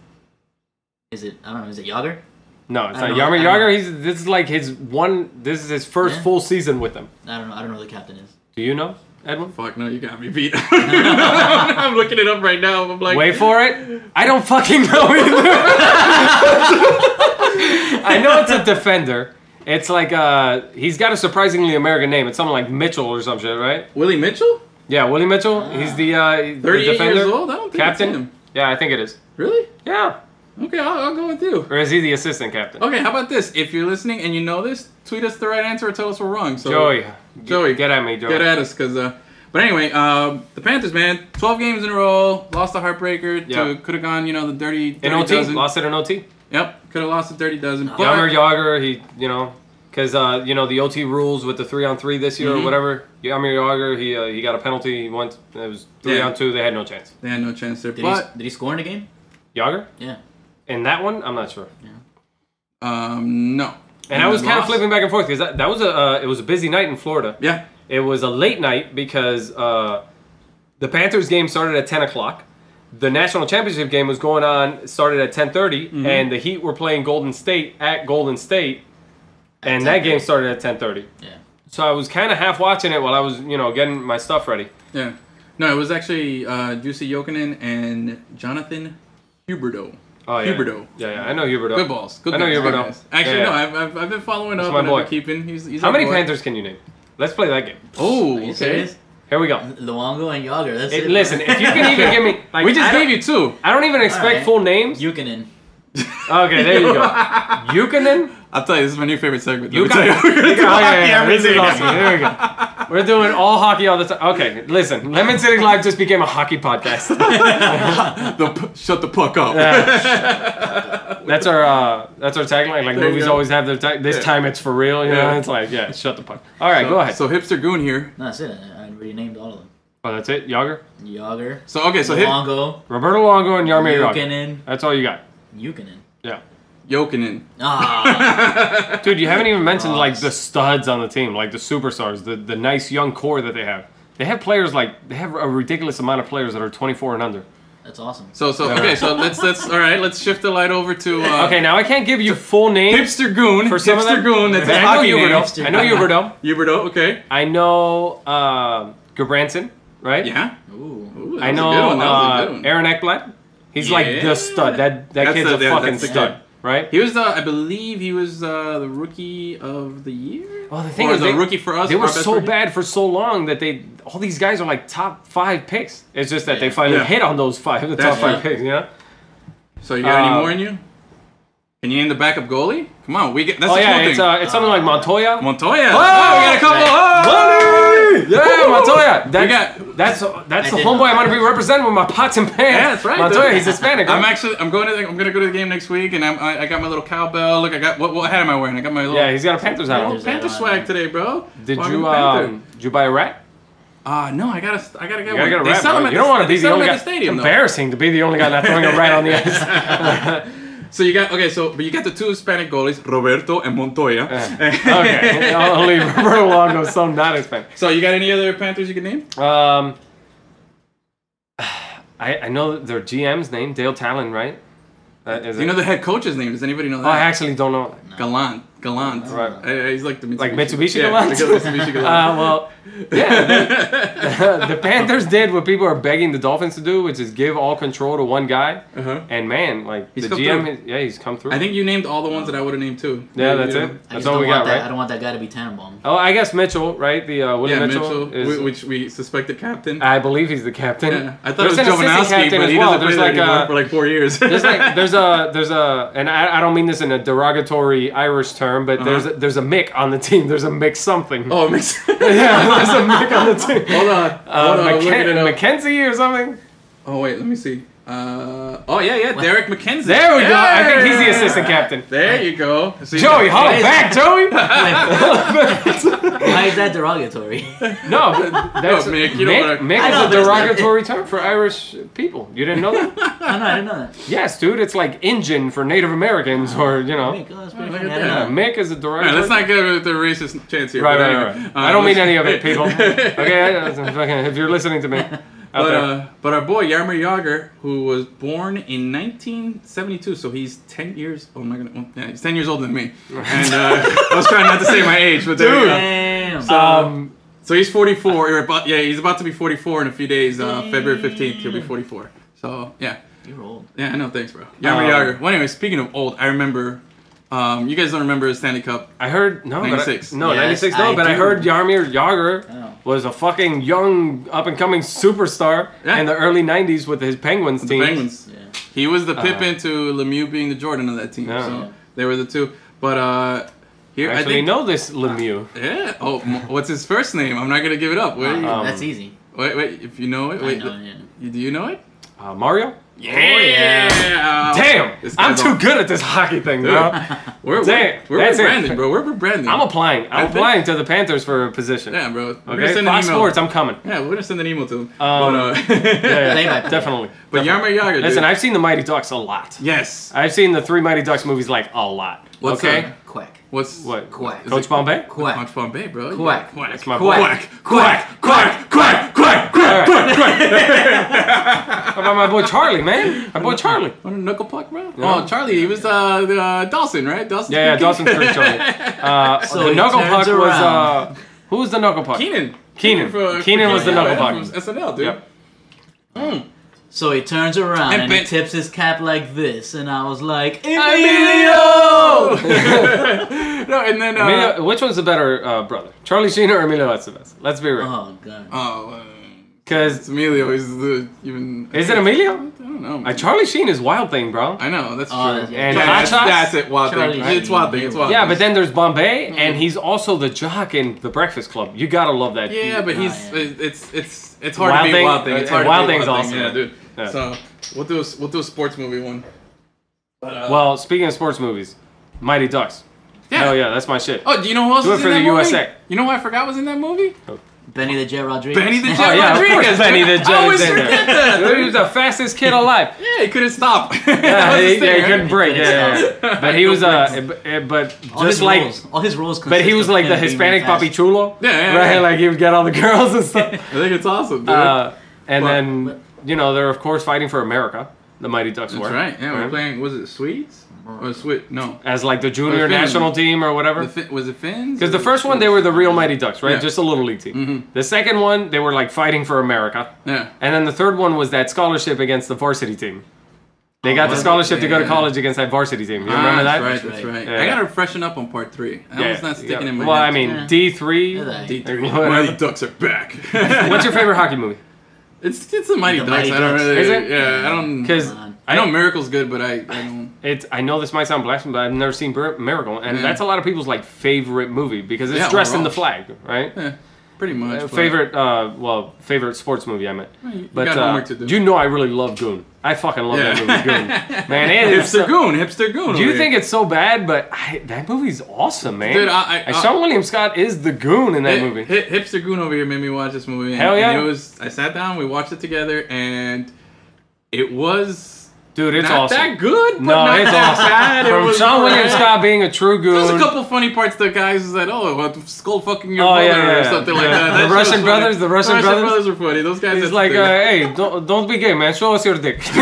S4: Is it? I don't know. Is it Yager?
S2: No, it's not
S4: I don't know.
S2: Yarmir
S4: I
S2: Yager.
S4: don't
S2: He's this is like his one. This is his first
S4: Yeah.
S2: full season with them.
S4: I don't know. I don't know who the captain is.
S2: Do you know, Edwin?
S3: Fuck no, you got me beat. I'm looking it up right now. I'm like,
S2: Wait for it. I don't fucking know either. I know it's a defender. It's like uh, he's got a surprisingly American name. It's something like Mitchell or some shit, right?
S3: Willie Mitchell,
S2: Yeah, Willie Mitchell. He's the, uh, the
S3: 38
S2: defender.
S3: Ah. years old. I don't think I've seen
S2: Captain.
S3: him.
S2: Yeah, I think it is.
S3: Really?
S2: Yeah,
S3: Okay, I'll, I'll go with you.
S2: or is he the assistant captain?
S3: Okay, how about this? If you're listening and you know this, tweet us the right answer or tell us we're wrong. So
S2: Joey,
S3: Joey,
S2: get at me, Joey.
S3: get at us, cause. Uh, but anyway, um, the Panthers, man, 12 games in a row, lost a heartbreaker.
S2: Yeah.
S3: To could have gone, you know, the dirty, dirty
S2: In OT,
S3: dozen.
S2: lost it in OT.
S3: Yep, could have lost the dirty dozen. But-
S2: Yammer Yager, he, you know, because uh, you know the OT rules with the three on three this year
S3: Mm-hmm.
S2: or whatever. Yammer Yager, he uh, he got a penalty. He went. It was three
S3: Yeah.
S2: on two. They had no chance.
S3: They had no chance there.
S4: Did,
S3: but
S4: he, did he score in the game?
S2: Yager
S4: Yeah.
S2: in that one, I'm not sure.
S3: um, no.
S2: And I was
S3: they
S2: kind of
S3: lost.
S2: flipping back and forth because that, that was a uh, it was a busy night in Florida.
S3: Yeah.
S2: It was a late night because uh, the Panthers game started at 10 o'clock. The national championship game was going on, started at 10:30,
S3: Mm-hmm.
S2: and the Heat were playing Golden State at Golden State, and that
S4: 10:30.
S2: game started at 10:30.
S4: Yeah.
S2: So I was kind of half watching it while I was, you know, getting my stuff ready.
S3: Yeah. No, it was actually uh, Jussi Jokinen and Jonathan Huberto.
S2: Oh yeah,
S3: Huberto.
S2: Yeah, yeah, I know Huberto.
S3: Good balls. Good
S2: I know
S3: guys, good
S2: Huberto.
S3: guys. Actually,
S2: Yeah, yeah.
S3: no, I've, I've, I've been following up
S2: my
S3: and I've been
S2: boy.
S3: keeping. He's, he's
S2: How
S3: our
S2: many
S3: boy.
S2: Panthers can you name? Let's play that game.
S3: Oh,
S4: Are you
S3: okay.
S4: serious?
S2: Here we go.
S4: Luongo and Yager. That's
S2: It-
S4: it.
S2: listen, if you can even give me, like,
S3: we just
S2: I don't-
S3: gave you two.
S2: I don't even expect
S4: right.
S2: full names.
S4: Jukinen.
S2: okay, there you go. Yukinen.
S3: I'll tell you, this is my new favorite segment.
S2: You
S3: Let me
S2: got-
S3: tell you. We're gonna do
S2: Oh, yeah,
S3: hockey
S2: yeah,
S3: every
S2: this is
S3: day.
S2: awesome. There we go. We're doing all hockey all the time. Okay, listen, Lemon City Live just became a hockey podcast.
S3: The p- shut the fuck up.
S2: That's our uh, that's our tagline. Like
S3: There you
S2: movies
S3: go.
S2: always have their tag. This time it's for real. You
S3: Yeah.
S2: know, it's like yeah, shut the fuck. All right, go ahead.
S3: So hipster goon here.
S4: No, that's it. I I already named all of them.
S2: oh, that's it. Yager,
S4: Yager.
S3: So okay, so hip
S4: Luongo.
S2: Roberto Longo, and Yarmir Yager.
S4: Jukinen.
S2: That's all you got.
S4: Jukinen.
S2: Yeah,
S3: Jokinen.
S4: Ah.
S2: dude, you haven't even mentioned like
S4: Ross.
S2: the studs on the team, like the superstars, the the nice young core that they have. They have players like they have a ridiculous amount of players that are 24 and under.
S4: That's awesome.
S3: So so okay, so let's let's all right, let's shift the light over to uh,
S2: Okay, now I can't give you full names.
S3: hipster goon.
S2: For some of
S3: hipster
S2: them-
S3: goon. That's a
S2: I know
S3: hockey name.
S2: Huberto. I know Huberto.
S3: Huberto. Okay.
S2: I know uh, Gabranson, right?
S3: Yeah.
S4: Ooh.
S3: Ooh, that
S2: I
S3: was a
S2: know
S3: good one, that was a
S2: uh,
S3: good one.
S2: Aaron Eckblad. He's like
S3: Yeah.
S2: the stud. That that
S3: That's
S2: kid's
S3: the-
S2: a
S3: that-
S2: fucking
S3: that's the
S2: stud,
S3: kid.
S2: right?
S3: He was, uh, I believe, he was uh, the rookie of the year.
S2: Well, the thing
S3: or
S2: is,
S3: the
S2: they-
S3: rookie for us.
S2: They
S3: our
S2: were
S3: best
S2: so
S3: rookie.
S2: bad for so long that they all these guys are like top five picks. It's just that they finally
S3: Yeah.
S2: hit on those five, Oh, the
S3: That's
S2: top five
S3: right.
S2: picks. Yeah.
S3: So you got any
S2: Uh,
S3: more in you? Can you name the backup goalie? Come on, we get. That's
S2: Oh
S3: the cool
S2: yeah,
S3: thing.
S2: it's, uh, it's something like Montoya.
S3: Montoya. Oh, we
S2: Ah,
S3: got a couple.
S2: Money! Yeah, Montoya. That's,
S3: got-
S2: that's that's
S4: I
S2: the
S4: did
S2: homeboy
S4: not-
S2: I'm gonna be representing with my pots and pans.
S3: Yeah, that's right.
S2: Montoya,
S3: dude.
S2: he's Hispanic.
S3: I'm
S2: right?
S3: actually. I'm going to. The, I'm going to go to the game next week, and I'm, I, I got my little cowbell. Look, I got what, what hat am I wearing? I got my little
S2: yeah, he's got a Panthers hat.
S3: oh,
S2: on.
S4: Panthers.
S3: Panther
S4: hat on,
S3: swag
S4: yeah.
S3: today, bro.
S2: Did
S3: Walking
S2: you
S3: the Panther.
S2: um, did you buy a rat?
S3: Ah, no, I gotta. I gotta get
S2: You gotta
S3: one.
S2: get a
S3: they
S2: rat.
S3: sell
S2: bro.
S3: them at
S2: You don't
S3: the,
S2: want to be the
S3: they sell them
S2: only
S3: at
S2: guy.
S3: the stadium. though.
S2: embarrassing to be the only guy not throwing a rat on the ice.
S3: So you got okay. So but you got the two Hispanic goalies, Roberto and Montoya.
S2: okay, only Roberto Longo, so not Hispanic.
S3: So you got any other Panthers you can name?
S2: Um, I, I know their GM's name, Dale Talon, right? That is
S3: You
S2: it.
S3: know the head coach's name. Does anybody know
S2: oh, I
S3: that?
S2: actually don't know.
S3: Gallant. Gallant.
S2: Right.
S3: Uh, he's like the Mitsubishi.
S2: Like Mitsubishi
S3: yeah,
S2: Gallant?
S3: because Mitsubishi Gallant.
S2: Uh, well, yeah. The, the Panthers did what people are begging the Dolphins to do, which is give all control to one guy.
S3: Uh-huh.
S2: And man, like
S3: He's
S2: the
S3: come
S2: GM,
S3: through.
S2: is, yeah, he's come through.
S3: I think you named all the ones that I would have named too.
S2: yeah, that's
S3: You-
S2: it.
S4: I just
S2: That's all
S4: don't
S2: we
S4: want
S2: got,
S4: that. I
S2: right?
S4: don't want that guy to be Tannenbaum.
S2: Oh, I guess Mitchell, right? The uh, William
S3: Yeah,
S2: Mitchell,
S3: Mitchell,
S2: is.
S3: whi- which we suspect the captain.
S2: I believe he's the captain.
S3: yeah. I thought
S2: There's
S3: it
S2: an assistant
S3: was Jovanowski,
S2: captain
S3: but
S2: as
S3: he
S2: well.
S3: doesn't play
S2: There's
S3: there
S2: like uh,
S3: anymore
S2: a,
S3: for like four years.
S2: there's like there's a there's a and I, I don't mean this in a derogatory Irish term, but there's a, there's a Mick on the team. There's a Mick something.
S3: Uh-huh. oh, it makes hold on.
S2: yeah, there's a Mick on the team.
S3: Hold on,
S2: Uh,
S3: I'm looking
S2: McKen-
S3: it up.
S2: McKenzie or something.
S3: oh wait, let me see. Uh, oh yeah, yeah, Derek McKenzie.
S2: There we go. I think he's the
S3: Yeah.
S2: assistant captain.
S3: There you go. See,
S2: Joey,
S3: that-
S2: hold back,
S4: Yes.
S2: Joey.
S4: Why is that derogatory?
S2: No, but that's
S3: No, Mick,
S2: Mick.
S3: you don't wanna-
S2: Mick,
S4: I
S2: Mick
S4: know,
S2: is a
S4: there's no-
S2: derogatory term for Irish people. You didn't know that?
S4: oh, no, I didn't know that.
S2: yes, dude. It's like Injun for Native Americans, or you know,
S4: Mick, oh, that's pretty
S3: Look
S4: funny.
S3: at
S4: I don't
S2: Yeah,
S3: that.
S4: know.
S2: Mick is a
S3: All right,
S2: derogatory.
S3: let's not give it the racist chance here.
S2: Right,
S3: but
S2: right,
S3: anyway.
S2: right.
S3: Uh,
S2: I don't mean
S3: let's-
S2: any of it, people. okay, that's- fucking- if you're listening to me, out
S3: But,
S2: there.
S3: uh, but our boy Yarmer Yager, who was born in 1972, so he's 10 years. Oh my god, well, yeah, he's 10 years older than me. And uh, I was trying not to say my age, but there we go.
S4: Damn.
S3: uh,
S4: Oh,
S2: um,
S3: So he's 44. or about, yeah, he's about to be 44 in a few days. Uh, February 15th, he'll be 44. So yeah,
S4: You're old.
S3: yeah, I know. Thanks, bro. Yarmer
S2: Um,
S3: Yager. Well, anyway, speaking of old, I remember. Um, you guys don't remember the Stanley Cup?
S2: I heard no, but I-
S3: 96.
S2: no,
S4: Yes,
S2: ninety six. No,
S4: I
S2: but I
S4: do.
S2: heard Yarmir Yager
S4: Oh.
S2: was a fucking young, up and coming superstar
S3: Yeah.
S2: in the early '90s with his Penguins team.
S3: Penguins.
S4: Yeah.
S3: He was the Pippin to Lemieux being the Jordan of that team.
S2: Uh-huh. Yeah.
S3: So they were the two. But uh, here
S2: I actually
S3: I think
S2: know this Lemieux.
S3: Yeah. Oh, m- what's his first name? I'm not gonna give it up. Wait,
S2: Um,
S4: that's easy.
S3: wait, wait. If you know it,
S4: I
S3: wait.
S4: know, yeah.
S3: you- Do you know it?
S2: Uh, Mario?
S4: Oh, yeah.
S2: Damn!
S3: This
S2: I'm
S3: guy's
S2: too
S3: on-
S2: good at this hockey thing,
S3: Dude,
S2: bro.
S3: We're, we're,
S2: Damn,
S3: we're
S2: that's it.
S3: branding, bro. We're branding.
S2: I'm applying.
S3: I
S2: I'm
S3: think-
S2: applying to the Panthers for a position.
S3: Yeah, bro. We're gonna
S2: Okay,
S3: send
S2: Fox
S3: an email.
S2: Sports, I'm coming.
S3: Yeah, we're gonna send an email to him.
S2: Um,
S3: but uh,
S2: Yeah,
S4: Play by
S2: yeah,
S4: play.
S2: definitely.
S3: but Yarmer Yager, dude.
S2: Listen, I've seen the Mighty Ducks a lot.
S3: yes.
S2: I've seen the three Mighty Ducks movies like a lot.
S3: What's
S2: okay,
S3: up?
S4: Quack.
S3: What's
S2: what?
S4: Quack.
S2: Coach Bombay?
S4: Quack.
S3: Quack. Bombay, bro.
S4: Quack.
S3: Quack.
S2: That's my boy.
S3: Quack. Quack. Quack. Quack. Quack.
S2: All right.
S3: Quack. Quack. Quack.
S2: How about my boy Charlie, man? My boy Charlie.
S3: Want a knuckle puck, bro?
S2: Yeah.
S3: Oh, Charlie, he was uh, the, uh, Dawson, right? Dawson.
S2: Yeah, yeah, Dawson's Creek Charlie. Uh,
S4: So
S2: the
S4: he
S2: Knuckle
S4: turns
S2: Puck was. Uh,
S4: around.
S2: who was the Knuckle Puck?
S3: Keenan.
S2: Keenan.
S3: for-
S2: Keenan
S3: for
S2: was the
S3: Keenan,
S2: knuckle
S3: yeah,
S2: puck.
S3: From SNL, dude.
S2: Yep.
S4: So he turns around
S3: And
S4: and, he
S3: bent-
S4: tips his cap like this, and I was like,
S3: Emilio. no, and then. Uh,
S2: Emilio- which one's the better uh, brother, Charlie Sheen or Emilio Estevez? Let's be real.
S4: Oh god.
S3: Oh, uh,
S2: Because
S3: it's Emilio is the even.
S2: is it Emilio?
S3: I don't know.
S2: Uh, Charlie Sheen is Wild Thing, bro.
S3: I know that's
S4: Oh,
S3: true.
S4: that's-
S2: And
S3: yeah,
S2: Hot
S3: that's,
S2: Shots?
S3: that's it. Wild
S4: Charlie
S3: thing. It's wild thing. It's wild.
S2: Yeah,
S3: thing.
S2: but then there's Bombay,
S3: Mm-hmm.
S2: and he's also the jock in The Breakfast Club. You gotta love that.
S3: Yeah, but he's
S4: yeah.
S3: it's it's it's hard
S2: Wild
S3: to be
S2: Thing-
S3: wild thing. It's
S2: uh,
S3: hard
S2: Wild
S3: to be
S2: Thing's
S3: wild thing.
S2: awesome.
S3: Yeah, dude.
S2: Yeah.
S3: So we'll do a, we'll do a sports movie one. But, uh,
S2: Well, speaking of sports movies, Mighty Ducks.
S3: yeah.
S2: Hell yeah, that's my shit.
S3: Oh, do you know who else
S2: Do it
S3: was
S2: for
S3: in
S2: the
S3: that movie?
S2: USA.
S3: You know who I forgot was in that movie?
S4: Benny the Jet Rodriguez.
S3: Benny the Jet
S2: Oh yeah, of
S3: Rodriguez.
S2: course, Benny the
S3: dude. I always
S2: Jet's in
S3: forget
S2: there. He was the fastest kid alive.
S3: Yeah, he couldn't stop.
S2: Yeah,
S3: That was
S2: he,
S3: his thing,
S2: yeah, he
S3: right?
S2: couldn't break.
S4: Couldn't
S2: Yeah, yeah,
S4: stop.
S2: yeah. but he was uh, eh, but
S4: All
S2: just
S4: his
S2: like,
S4: roles, all his roles.
S2: but he
S4: consist
S2: was
S4: of
S2: like the
S4: him being
S2: Hispanic
S4: really
S2: Papi
S4: fast.
S2: Chulo,
S3: Yeah, yeah,
S2: right?
S3: yeah.
S2: Like he would get all the girls and
S3: I
S2: stuff.
S3: think it's awesome, dude.
S2: Uh, and
S3: But-
S2: then you know they're of course fighting for America, the Mighty Ducks
S3: That's
S2: were.
S3: right. Yeah, we
S2: right?
S3: we're playing. Was it Swedes or Swedes? No,
S2: as like the junior
S3: Finland.
S2: national team or whatever.
S3: the fin- was it Finns?
S2: Because the first one they were the real Mighty Ducks, right?
S3: Yeah. Mm-hmm.
S2: Just a little league team. The second one they were like fighting for America,
S3: Yeah.
S2: and then the third one was that scholarship against the varsity team. They got the
S3: Oh, was it?
S2: scholarship to go to
S3: Yeah.
S2: college against that varsity team. You
S3: Ah,
S2: remember that?
S3: That's right. That's right.
S2: Yeah.
S3: I gotta freshen up on part three. That one's not sticking
S2: yeah.
S3: in my
S2: Well,
S3: head.
S2: I mean,
S4: Yeah.
S2: D three.
S4: Look at that.
S3: D three.
S2: Whatever.
S3: Mighty Ducks are back.
S2: What's your favorite hockey movie?
S3: it's it's the Mighty
S4: The
S3: Ducks.
S4: Mighty
S3: I don't
S4: Ducks.
S3: really.
S2: Is it?
S3: Yeah, I don't.
S2: Because
S4: Come on.
S3: I know Miracle's good, but I, I don't.
S2: It's I know this might sound blasphemous, but I've never seen Bir- Miracle, and
S3: Yeah.
S2: that's a lot of people's like favorite movie because it's
S3: Yeah,
S2: dressed in the
S3: overall.
S2: flag, right?
S3: Eh, pretty much.
S2: Uh,
S3: but-
S2: favorite, uh, well, favorite sports movie I meant.
S3: you
S2: But
S3: got
S2: uh,
S3: homework to do.
S2: you know, I really love Goon. I fucking love
S3: Yeah.
S2: that movie, Goon. Man, it is.
S3: Hipster
S2: So,
S3: goon, hipster goon.
S2: do you think it's so bad? But I, that movie's awesome, man.
S3: Dude, I- I-
S2: And Sean William Scott is the Goon in that movie.
S3: Hip, hipster goon over here made me watch this movie. and-
S2: Hell yeah.
S3: And it was. I sat down, we watched it together, and it was
S2: Dude, it's
S3: not
S2: awesome.
S3: that good. But
S2: No,
S3: not
S2: it's
S3: that
S2: awesome.
S3: Bad. it
S2: From
S3: was
S2: Sean
S3: alright.
S2: William Scott being a true Goon.
S3: There's a couple funny parts. The guys said, "Oh, well, skull fucking your
S2: Oh,
S3: brother"
S2: yeah, yeah,
S3: or
S2: yeah.
S3: something like
S2: Yeah.
S3: that.
S2: The
S3: That shit was
S2: Russian
S3: funny.
S2: brothers- the Russian brothers?
S3: were funny. Those guys.
S2: He's
S3: had
S2: like,
S3: to-
S2: uh, hey, don't, don't be gay, man. Show us your dick.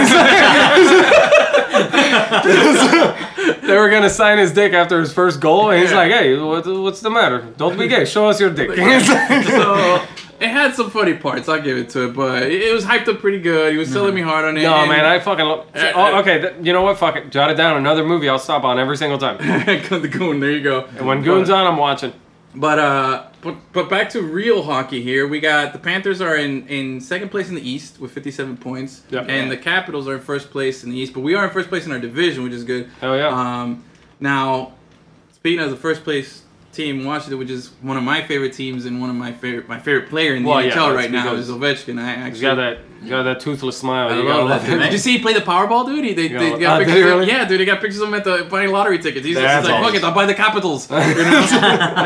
S2: they were gonna sign his dick after his first goal, and he's
S3: Yeah.
S2: like, hey, what, what's the matter? Don't be gay. Show us your dick. uh,
S3: so it had some funny parts. I'll give it to it, but it, it was hyped up pretty good. He was selling me hard on it.
S2: no,
S3: and-
S2: man, I fucking. Lo-
S3: Uh,
S2: oh,
S3: uh,
S2: okay, th- you know what? Fuck it. Jot it down. Another movie I'll stop on every single time.
S3: the goon. There you go.
S2: And when Goon's on, I'm watching.
S3: But uh, but, but back to real hockey here. We got the Panthers are in, in second place in the East with 57 points,
S2: Yep.
S3: and the Capitals are in first place in the East. But we are in first place in our division, which is good.
S2: Hell yeah.
S3: Um, now, speaking of the first place team, Washington, which is one of my favorite teams and one of my favorite my favorite player in the
S2: Well, yeah,
S3: NHL
S2: that's
S3: right now
S2: because
S3: is Ovechkin. I actually
S2: You got that. You got that toothless smile.
S3: I
S2: you
S3: love
S2: gotta
S3: that.
S2: love
S3: dude.
S2: it.
S3: Did you see he play the Powerball, dude? He, they, they
S2: Yeah.
S3: got
S2: Oh, did
S3: pictures
S2: he
S3: of him-
S2: really?
S3: Yeah, dude, they got pictures of him at the buying lottery tickets. He's just
S2: That's
S3: like, fuck
S2: awesome.
S3: it, I'll buy the Capitals. You know? And,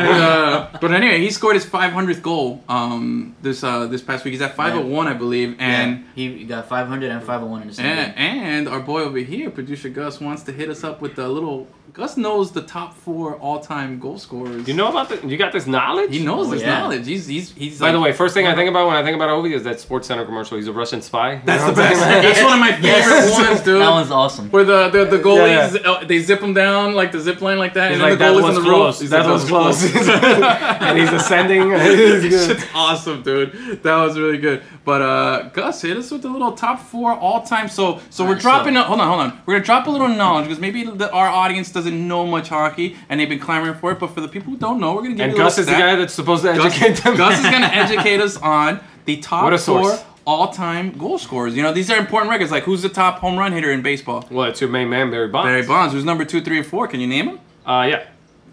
S3: uh, but anyway, he scored his 500th goal um, this uh, this past week. He's at 501, I believe. And
S4: he got 500 and 501 in the same
S3: and,
S4: game.
S3: and our boy over here, producer Gus, wants to hit us up with a little. Gus knows the top four all time goal scorers.
S2: You know about the, You got this knowledge.
S3: He knows
S4: Oh,
S3: this
S4: yeah.
S3: knowledge. He's he's he's.
S2: By
S3: like-
S2: the way, first thing I think about when I think about Ovi is that Sports Center commercial. He's a Russian spy. You
S3: that's
S2: know
S3: the
S2: what I'm
S3: best.
S2: saying?
S3: That's one of my favorite ones, dude.
S4: That one's awesome.
S3: Where the the, the
S2: Yeah,
S3: goalies
S2: yeah.
S3: uh, they zip them down like the zip line like that,
S2: He's
S3: and
S2: like,
S3: then
S2: that
S3: the
S2: was
S3: goalie's on the
S2: close.
S3: ropes. He's like,
S2: That was close. and he's ascending.
S3: This shit's awesome, dude. That was really good. But uh, Gus hit us with a little top four all time. So so we're
S4: Alright,
S3: dropping.
S4: so-
S3: a, hold on, hold on. We're gonna drop a little knowledge because maybe the, our audience doesn't know much hockey and they've been clamoring for it. But for the people who don't know, we're gonna give
S2: And
S3: you a
S2: Gus
S3: little
S2: is the
S3: stat.
S2: guy that's supposed to
S3: Gus,
S2: educate them.
S3: Gus is going to educate us on the
S2: What
S3: top
S2: a
S3: four
S2: source.
S3: all-time goal scorers. You know, these are important records. Like, who's the top home run hitter in baseball?
S2: well, it's your main man, Barry Bonds.
S3: Barry Bonds. Who's number two, three, and four? Can you name them?
S2: Uh, yeah.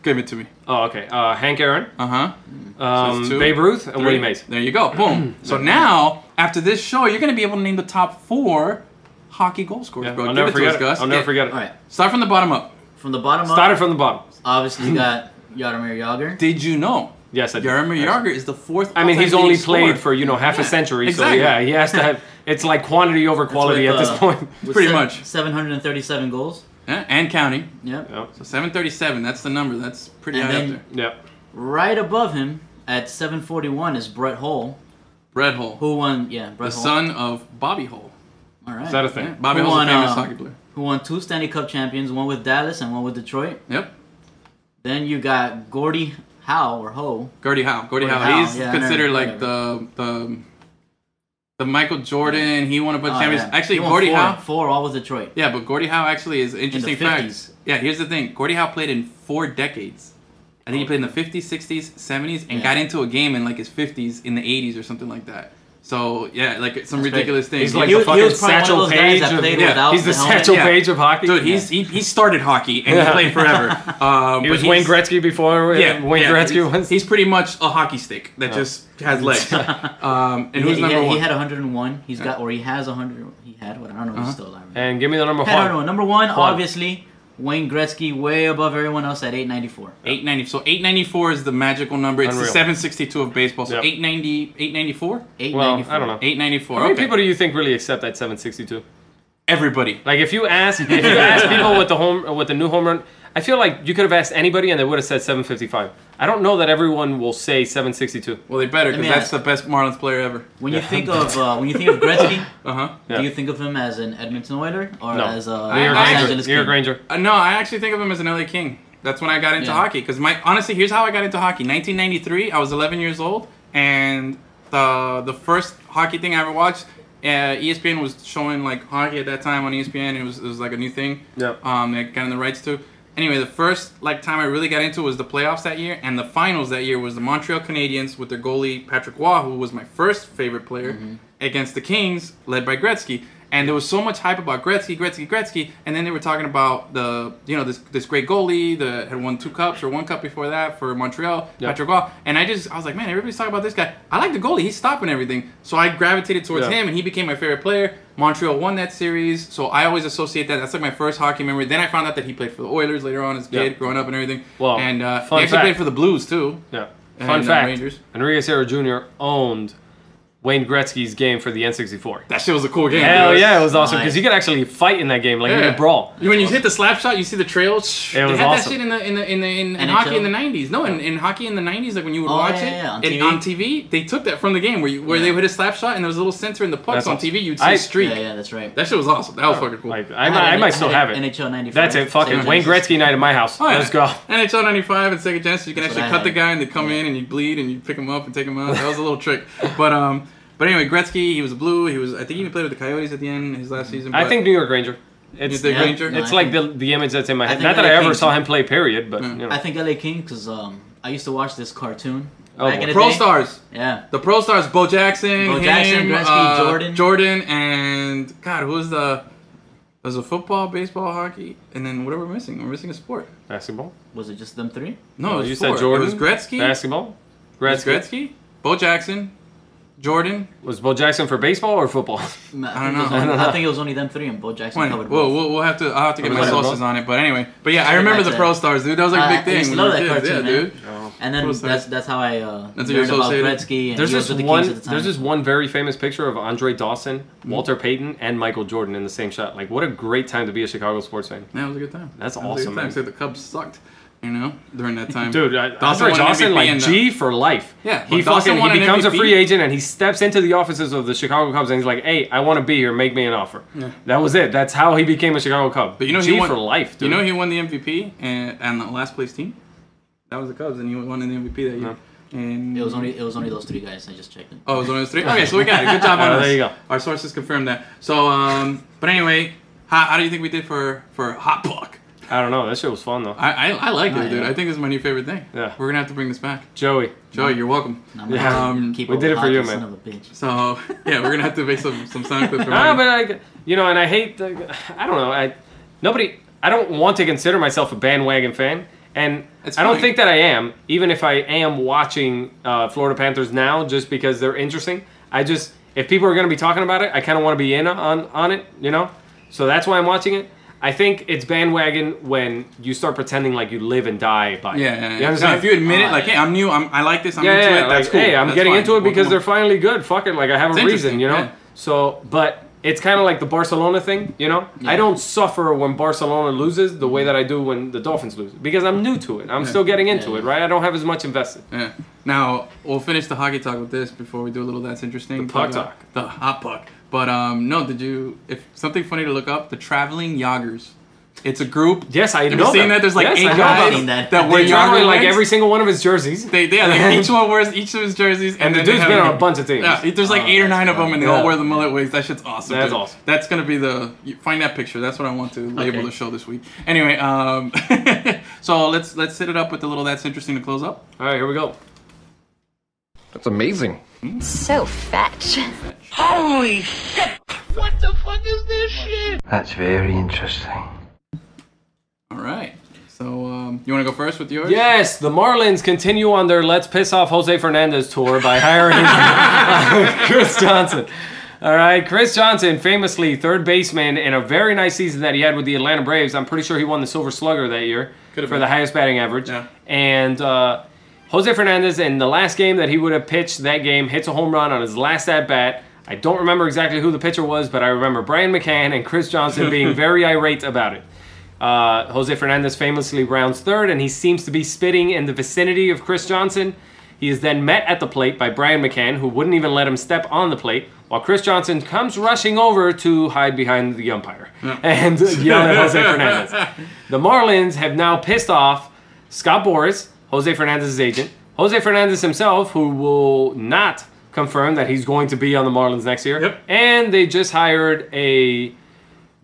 S3: Give it to me.
S2: Oh, okay. Uh, Hank Aaron,
S3: Uh huh.
S2: um,
S3: it's two,
S2: Babe Ruth, and Willie
S3: Three.
S2: Mays.
S3: There you go.
S2: Mm.
S3: Boom. so now, after this show, you're going to be able to name the top four hockey goal scorers,
S2: Yeah,
S3: bro.
S2: I'll
S3: Give
S2: never
S3: it to
S2: forget
S3: us,
S2: it.
S3: Gus.
S2: I'll never
S3: Yeah.
S2: forget it.
S4: All right,
S3: Start from the bottom up.
S4: from the bottom up,
S2: Started from the bottom.
S4: obviously you got Yadomir Yager.
S3: Did you know
S2: Yes, I did.
S3: Jaromir Jagr is the fourth?
S2: I mean,
S3: all-time
S2: he's only
S3: leading scorer?
S2: played for you know half
S3: Yeah,
S2: a century,
S3: exactly.
S2: so yeah, he has to have. It's like quantity over quality
S4: with,
S2: at this
S4: uh,
S2: point.
S4: with
S3: Pretty
S4: se-
S3: much.
S4: 737 goals.
S3: Yeah, and counting.
S4: Yep.
S2: Yeah.
S3: So 737. That's the number. That's pretty
S4: And
S3: high
S4: then-
S3: up there.
S2: yeah.
S4: Right above him at 741 is Brett Hull,
S3: Brett Hull.
S4: who won. Yeah, Brett
S3: the
S4: Hull.
S3: son of Bobby Hull.
S4: All right.
S2: Is that a
S3: Yeah,
S2: thing?
S3: Bobby
S4: Who
S3: Hull's
S4: won,
S3: a famous
S4: uh,
S3: hockey player.
S4: who won two Stanley Cup champions, one with Dallas and one with Detroit.
S3: Yep.
S4: Then you got Gordie Howe or Ho.
S3: Gordie Howe. Gordie
S4: Gordie
S3: Howe.
S4: Howe,
S3: He's
S4: yeah, I know,
S3: considered like the the the Michael Jordan. He won a bunch
S4: Oh,
S3: of champions.
S4: yeah.
S3: Actually,
S4: He won
S3: Gordie
S4: four,
S3: Howe.
S4: Four, all with Detroit.
S3: Yeah, but Gordie Howe actually is an interesting fact.
S4: 50s.
S3: Yeah, here's the thing. Gordie Howe played in four decades. I think he played in the 50s, 60s, 70s, and
S4: Yeah.
S3: got into a game in like his 50s in the 80s or something like that. So yeah, like some
S4: That's
S3: ridiculous thing.
S2: He's like
S4: He
S2: the
S4: was- he
S2: fucking
S4: was probably one of
S2: satchel
S4: those guys
S2: page.
S4: that
S2: Of,
S4: played
S2: yeah,
S4: without
S2: he's the
S4: the helmet.
S2: satchel
S3: Yeah.
S2: page of hockey.
S3: dude, he's he, he started hockey and he
S2: Yeah.
S3: played forever. Um,
S2: He was Wayne Gretzky before. Yeah, Wayne Gretzky
S3: he's,
S2: was.
S3: he's pretty much a hockey stick that
S2: Yeah.
S3: just has legs. um, and
S4: He,
S3: who's
S4: he
S3: number
S4: had,
S3: one?
S4: he had 101. He's got, or he has 100. He had, what? I don't know. if He's still alive.
S2: and give me the number
S4: I don't know.
S2: one.
S4: Number one,
S2: Juan.
S4: obviously, Wayne Gretzky, way above everyone else at 894.
S3: 890. So 894 is the magical number. It's the
S2: Unreal.
S3: 762 of baseball. So
S2: Yep.
S3: 890, 894,
S2: Well,
S4: 894.
S2: I don't know.
S3: 894.
S2: How many
S3: okay.
S2: people do you think really accept that 762?
S3: Everybody.
S2: Like, if you ask, if you ask people with the home, with the new home run, I feel like you could have asked anybody and they would have said 755. I don't know that everyone will say 762.
S3: Well, they better
S4: Let
S3: because
S4: me
S3: that's
S4: ask.
S3: the best Marlins player ever.
S4: When you think of uh, when you think of Gretzky,
S3: Uh huh.
S2: Yeah.
S4: do you think of him as an Edmonton Oiler or
S2: No,
S4: as a Los
S2: New York
S3: I- I-
S2: Ranger.
S4: Angeles
S2: New York
S4: King?
S2: Ranger.
S3: Uh, no, I actually think of him as an LA King. That's when I got into
S4: Yeah.
S3: hockey. Because my honestly, here's how I got into hockey. 1993, I was 11 years old, and the the first hockey thing I ever watched, uh, ESPN was showing like hockey at that time on E ESPN. It was it was like a new thing.
S2: Yeah.
S3: Um, they got in the rights to. Anyway, the first like time I really got into was the playoffs that year, and the finals that year was the Montreal Canadiens with their goalie Patrick Waugh, who was my first favorite player, against the Kings, led by Gretzky. And there was so much hype about Gretzky, Gretzky, Gretzky, and then they were talking about the you know this this great goalie that had won two cups or one cup before that for Montreal,
S2: Yeah.
S3: Patrick Roy. And I just I was like, man, everybody's talking about this guy. I like the goalie. He's stopping everything. So I gravitated towards
S2: Yeah.
S3: him, and he became my favorite player. Montreal won that series, so I always associate that. That's like my first hockey memory. Then I found out that he played for the Oilers later on as a
S2: Yeah.
S3: kid, growing up and everything.
S2: Well,
S3: and uh,
S2: fun
S3: he actually
S2: fact.
S3: played for the Blues too.
S2: Yeah.
S3: And,
S2: Fun
S3: uh,
S2: fact:
S3: Rangers.
S2: Enrique Serra Jr. owned Wayne Gretzky's game for the N64.
S3: That shit was a cool game.
S2: Hell
S3: dude.
S2: yeah, it was awesome because
S4: Nice.
S2: you could actually fight in that game, like you
S3: Yeah.
S2: could brawl.
S3: When you hit the slap shot, you see the trail. Shh,
S2: It
S3: they
S2: was
S3: had
S2: awesome.
S3: that shit in the in the in the in, in
S4: NHL?
S3: hockey in the nineties. No, in, in hockey in the nineties, like when you would
S4: Oh,
S3: watch
S4: yeah,
S3: it
S4: yeah, on
S3: and-
S4: TV.
S3: on TV, they took that from the game where you where they would hit a slap shot and there was a little sensor in the pucks
S2: That's
S3: on
S2: awesome.
S3: TV. You'd see
S2: I-
S3: a streak.
S4: Yeah, yeah, that's right.
S3: That shit was awesome. That was fucking cool.
S2: Like I,
S4: had
S2: might, I
S4: an-
S2: might still
S4: had
S2: have
S4: an
S2: it.
S4: NHL 95.
S2: That's it. Fucking
S4: Same
S2: Wayne
S4: Genesis.
S2: Gretzky night at my house.
S3: Oh, yeah.
S2: Let's go.
S3: NHL 95 and second chances. You can
S4: That's
S3: actually
S4: what I
S3: cut the
S4: had.
S3: guy and they come in and you bleed and you pick him up and take him out. That was a little trick. But um, but anyway, Gretzky, he was blue. He was I think he even played with the Coyotes at the end his last season.
S2: I
S3: but-
S2: think New York Ranger. It's
S3: think
S2: yeah,
S3: Ranger? No,
S2: It's
S4: I
S2: like the the image that's in my head.
S4: think
S2: Not that
S4: LA
S2: I ever
S4: Kings.
S2: saw him play, period. But you know.
S4: I think LA King because um, I used to watch this cartoon.
S2: Oh,
S4: back in the
S3: Pro
S4: day.
S3: Stars.
S4: Yeah.
S3: The Pro Stars: Bo Jackson,
S4: Bo Jackson,
S3: him,
S4: Gretzky,
S3: uh,
S4: Jordan.
S3: Jordan, and God, who was the? There's a football, baseball, hockey, and then what are we missing? We're missing a sport.
S2: basketball.
S4: Was it just them three?
S3: No, it was
S2: you
S3: four.
S2: said Jordan.
S3: It was Gretzky.
S2: Basketball.
S3: It
S2: Gretzky.
S3: was Gretzky. Bo Jackson. Jordan.
S2: Was Bo Jackson for baseball or football?
S4: I,
S3: don't
S4: think it was
S3: know. I
S4: Only,
S2: don't know.
S4: I think it was only them three, and Bo Jackson
S3: Wait,
S4: covered
S3: Whoa,
S4: both.
S3: we'll, we'll have to. I'll have to get
S2: Oh,
S3: my
S2: was that
S3: sources
S2: Bo-
S3: on it. But anyway, but yeah, I remember
S4: That's
S3: the
S4: it.
S3: Pro Stars, dude. That was like a
S4: I-
S3: big
S4: I
S3: thing.
S4: used to
S3: when we
S4: love
S3: were
S4: that
S3: kids.
S4: cartoon,
S3: yeah,
S4: man.
S3: dude.
S4: And then
S3: Pro Stars.
S4: that's that's how I uh,
S3: That's what you
S4: learned about
S3: associated.
S4: Gretzky and
S2: There's
S4: he was
S2: this
S4: with the
S2: one.
S4: Kings at the time.
S2: There's this one very famous picture of Andre Dawson, Walter Payton, and Michael Jordan in the same shot. Like, what a great time to be a Chicago sports fan.
S3: That was a good time.
S2: That's
S3: That was a
S2: awesome,
S3: good time,
S2: man.
S3: Except the Cubs sucked, you know, during that time.
S2: Dude, I,
S3: Dawson
S2: Andre
S3: won
S2: Johnson,
S3: MVP
S2: like
S3: and, uh,
S2: G for life.
S3: Yeah,
S2: he
S3: but Dawson
S2: fucking
S3: won
S2: he
S3: an
S2: becomes a
S3: MVP.
S2: free agent and he steps into the offices of the Chicago Cubs and he's like, "Hey, I want to be here. Make me an offer." That was it. That's how he became a Chicago Cub.
S3: But you know
S2: G
S3: he won
S2: for life, dude.
S3: You know he won the MVP and, and the last place team. That was the Cubs, and he won the MVP that year. And
S4: It was only it was only those three guys. I just checked it.
S3: oh, it was only those three. Okay, so we got it. Good job on
S2: Uh,
S3: us.
S2: there you go.
S3: Our sources confirmed that. So, um, but anyway, how, how do you think we did for for hot puck?
S2: I don't know. That shit was fun though.
S3: I I, I like
S4: Oh,
S3: it, dude.
S4: yeah.
S3: I think this is my new favorite thing.
S2: Yeah.
S3: we're gonna have to bring this back.
S2: Joey,
S3: Joey, you're welcome.
S4: And I'm like,
S2: Yeah.
S3: Um,
S4: keep
S2: we
S4: up
S2: did
S4: with
S2: it for you,
S4: hockey,
S2: man.
S4: Son of a bitch.
S3: So yeah, we're gonna have to make some some sound clips. from
S2: ah,
S3: it.
S2: but I, you know, and I hate. The, I don't know. I nobody. I don't want to consider myself a bandwagon fan, and
S3: It's
S2: I don't
S3: fine.
S2: think that I am. Even if I am watching uh, Florida Panthers now, just because they're interesting, I just if people are going to be talking about it, I kind of want to be in on on it. You know, so that's why I'm watching it. I think it's bandwagon when you start pretending like you live and die by it.
S3: Yeah, yeah,
S2: You
S3: yeah.
S2: understand?
S3: No, if you admit it,
S4: Ah,
S3: like,
S4: yeah.
S3: hey, I'm new, I'm, I like this, I'm
S2: yeah,
S3: into
S2: yeah,
S3: it, that's
S2: like,
S3: cool.
S2: Hey, I'm
S3: That's
S2: getting
S3: fine.
S2: into it because
S3: Welcome.
S2: they're finally good. Fuck it, like I have
S3: It's
S2: a reason,
S3: interesting,
S2: you know.
S3: yeah.
S2: So, but it's kind of like the Barcelona thing, you know. I don't suffer when Barcelona loses the way that I do when the Dolphins lose because I'm new to it. I'm still getting into
S4: Yeah,
S2: it, right? I don't have as much invested.
S3: Yeah. Now we'll finish the hockey talk with this before we do a little that's interesting.
S2: The puck
S3: about
S2: talk.
S3: The hot puck. But um, no, did you? If something funny to look up, the traveling Yoggers. It's a group.
S2: Yes, I
S3: Have
S2: know
S3: you seen
S2: them.
S3: that? There's like
S2: Yes, I
S3: eight
S2: know
S3: guys
S2: them.
S3: that,
S4: that.
S3: wear
S2: They travel
S3: Yager
S2: in, like
S3: legs.
S2: every single one of his jerseys.
S3: They, they, yeah, like, each one wears each of his jerseys, and,
S2: And the
S3: then they
S2: dude's
S3: have,
S2: been
S3: like,
S2: on a bunch of teams.
S3: Yeah, there's like
S4: Oh,
S3: eight or
S4: that's
S3: nine of them,
S4: funny.
S3: and they
S2: Yeah.
S3: all wear the mullet wigs. That shit's awesome.
S2: That's
S3: dude.
S2: awesome.
S3: That's gonna be the you- find that picture. That's what I want to label
S4: Okay.
S3: the show this week. Anyway, um, so let's let's set it up with the little that's interesting to close up.
S2: All right, here we go.
S5: That's amazing.
S6: So fetch.
S7: That's very interesting.
S3: All right. So um, you want to go first with yours?
S2: Yes, the Marlins continue on their "Let's Piss Off Jose Fernandez" tour by hiring uh, Chris Johnson. All right, Chris Johnson, famously third baseman in a very nice season that he had with the Atlanta Braves. I'm pretty sure he won the Silver Slugger that year
S3: Could've
S2: for
S3: been.
S2: the highest batting average.
S3: Yeah.
S2: And uh, Jose Fernandez, in the last game that he would have pitched that game, hits a home run on his last at bat. I don't remember exactly who the pitcher was, but I remember Brian McCann and Chris Johnson being very irate about it. Uh, Jose Fernandez famously rounds third, and he seems to be spitting in the vicinity of Chris Johnson. He is then met at the plate by Brian McCann, who wouldn't even let him step on the plate, while Chris Johnson comes rushing over to hide behind the umpire and yell at Jose Fernandez. The Marlins have now pissed off Scott Boris, Jose Fernandez's agent, Jose Fernandez himself, who will not confirm that he's going to be on the Marlins next year,
S3: Yep.
S2: and they just hired a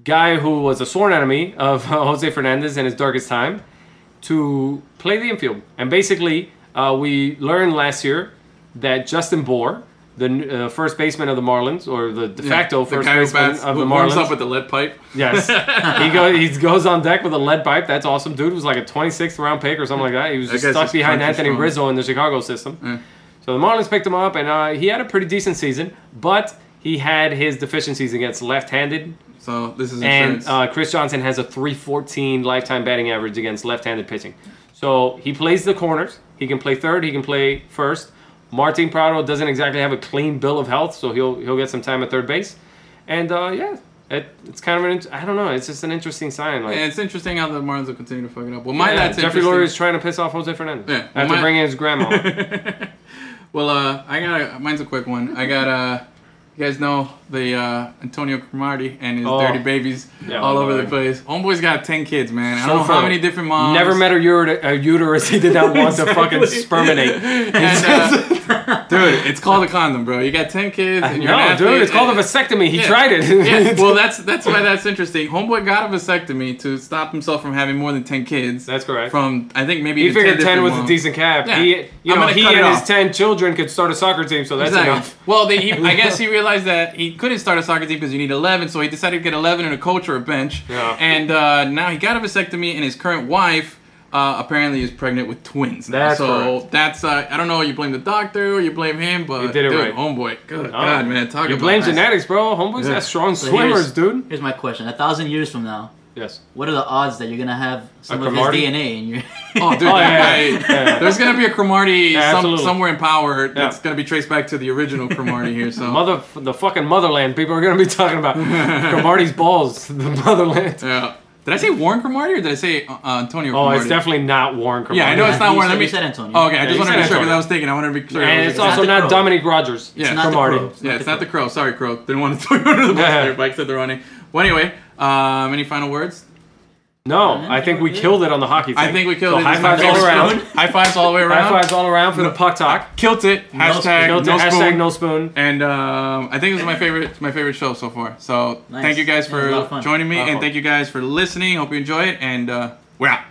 S2: guy who was a sworn enemy of Jose Fernandez in his darkest time to play the infield. And basically, uh, we learned last year that Justin Bohr, the n- uh, first baseman of the Marlins, or the de facto
S3: the
S2: first
S3: guy who
S2: baseman
S3: bats,
S2: of the
S3: who warms
S2: Marlins.
S3: up with the lead pipe.
S2: Yes, he goes. He goes on deck with a lead pipe. That's awesome, dude. Was like a 26th round pick or something like that. He was
S3: That
S2: just
S3: guy's
S2: stuck
S3: just
S2: behind
S3: punch
S2: Anthony
S3: strong.
S2: Rizzo in the Chicago system. So the Marlins picked him up, and uh, he had a pretty decent season, but he had his deficiencies against left-handed,
S3: So this is
S2: and
S3: insurance.
S2: uh, Chris Johnson has a 314 lifetime batting average against left-handed pitching. So he plays the corners. He can play third. He can play first. Martin Prado doesn't exactly have a clean bill of health, so he'll he'll get some time at third base. And uh, yeah, it, it's kind of an int- I don't know. It's just an interesting sign. Like
S3: and it's interesting how the Marlins will continue to fuck it up. Well, my
S2: yeah,
S3: that's
S2: Jeffrey
S3: interesting.
S2: Lurie is trying to piss off Jose Fernandez
S3: Yeah, well,
S2: after
S3: my-
S2: bringing his grandma.
S3: Well, uh, I got a, mine's a quick one. I got uh, you guys know the uh, Antonio Cromartie and his
S2: Oh.
S3: dirty babies
S2: Yeah,
S3: all over
S2: man.
S3: the place. Homeboy's got ten kids, man. I
S2: So
S3: don't know how
S2: fertile.
S3: many different moms.
S2: Never met a, uter- a uterus he did not want to fucking sperminate.
S3: And, uh, dude, it's called a condom, bro. You got ten kids, and you're an
S2: No,
S3: athlete,
S2: dude, it's called
S3: and-
S2: a vasectomy. He
S3: Yeah.
S2: tried it.
S3: yeah, well, that's that's why that's interesting. Homeboy got a vasectomy to stop himself from having more than ten kids.
S2: That's correct.
S3: From I think maybe
S2: He
S3: to
S2: figured 10
S3: different
S2: was a
S3: moms.
S2: decent cap.
S3: Yeah.
S2: He, you know,
S3: I'm gonna
S2: he
S3: cut it
S2: and his
S3: off.
S2: 10 children could start a soccer team, so that's
S3: Exactly.
S2: enough.
S3: Well, they, he, I guess he realized that he couldn't start a soccer team because you need 11, so he decided to get 11 and a coach or a bench.
S2: Yeah.
S3: And uh, now he got a vasectomy, and his current wife uh, apparently is pregnant with twins.
S2: That's
S3: so
S2: correct.
S3: that's uh, I don't know. You blame the doctor, or you blame him, but
S2: He did it
S3: dude,
S2: right.
S3: homeboy. Good
S2: Oh.
S3: God, man, talk
S2: You
S3: about
S2: blame
S3: that.
S2: genetics, bro. Homeboys got strong
S4: So
S2: swimmers,
S4: here's-
S2: dude.
S4: Here's my question: A thousand years from now,
S2: Yes.
S4: what are the odds that you're gonna have some
S2: A
S4: of his
S2: Cromartie?
S4: DNA in your?
S3: Oh, dude,
S2: Oh, yeah,
S3: that
S2: yeah,
S3: guy-
S2: yeah.
S3: there's gonna be a Cromartie
S2: Yeah,
S3: some,
S2: absolutely.
S3: somewhere in power that's gonna be traced back to the original Cromartie here. So
S2: Mother, the fucking motherland. People are going to be talking about Cromartie's balls, the motherland.
S3: yeah. Did I say Warren Cromartie or did I say uh,
S2: Oh,
S3: Antonio? Cromartie?
S2: it's definitely not Warren Cromartie.
S3: Yeah, I know Oh, it's not
S4: You
S3: Warren.
S4: said-
S3: Let me.
S4: you said Antonio.
S3: Oh, okay, I
S2: you
S3: just wanted
S2: said
S3: to be sure because
S2: Antonio.
S3: I was thinking. I wanted to be sure. I
S2: And
S3: was
S2: it's
S3: thinking-
S2: also
S4: the
S2: not
S4: Crow.
S2: Dominic Rogers.
S3: Yeah.
S2: It's
S3: It's
S4: not the
S2: Cromartie.
S4: Crow. It's
S3: yeah,
S4: not
S3: it's
S4: the
S3: not the crow. Sorry, crow. Didn't want to throw you under the bus there, but I said the wrong name. Well, anyway, um, any final words?
S2: No, I think we killed it on the hockey thing.
S3: I think we killed
S2: so
S3: it.
S2: High
S3: This
S2: fives
S3: is my
S2: all
S3: favorite
S2: around.
S3: spoon. High fives all the way around.
S2: High fives all around for the puck talk.
S3: Kilt it. Hashtag no,
S2: Killed it.
S3: spoon.
S2: Hashtag no spoon.
S3: And um, I think this is my favorite it's my favorite show so far. So
S4: Nice.
S3: thank you guys
S4: That was a lot
S3: for
S4: of fun.
S3: joining me,
S2: Lot of
S3: and
S2: fun.
S3: thank you guys for listening. Hope you enjoy it, and uh, we're out.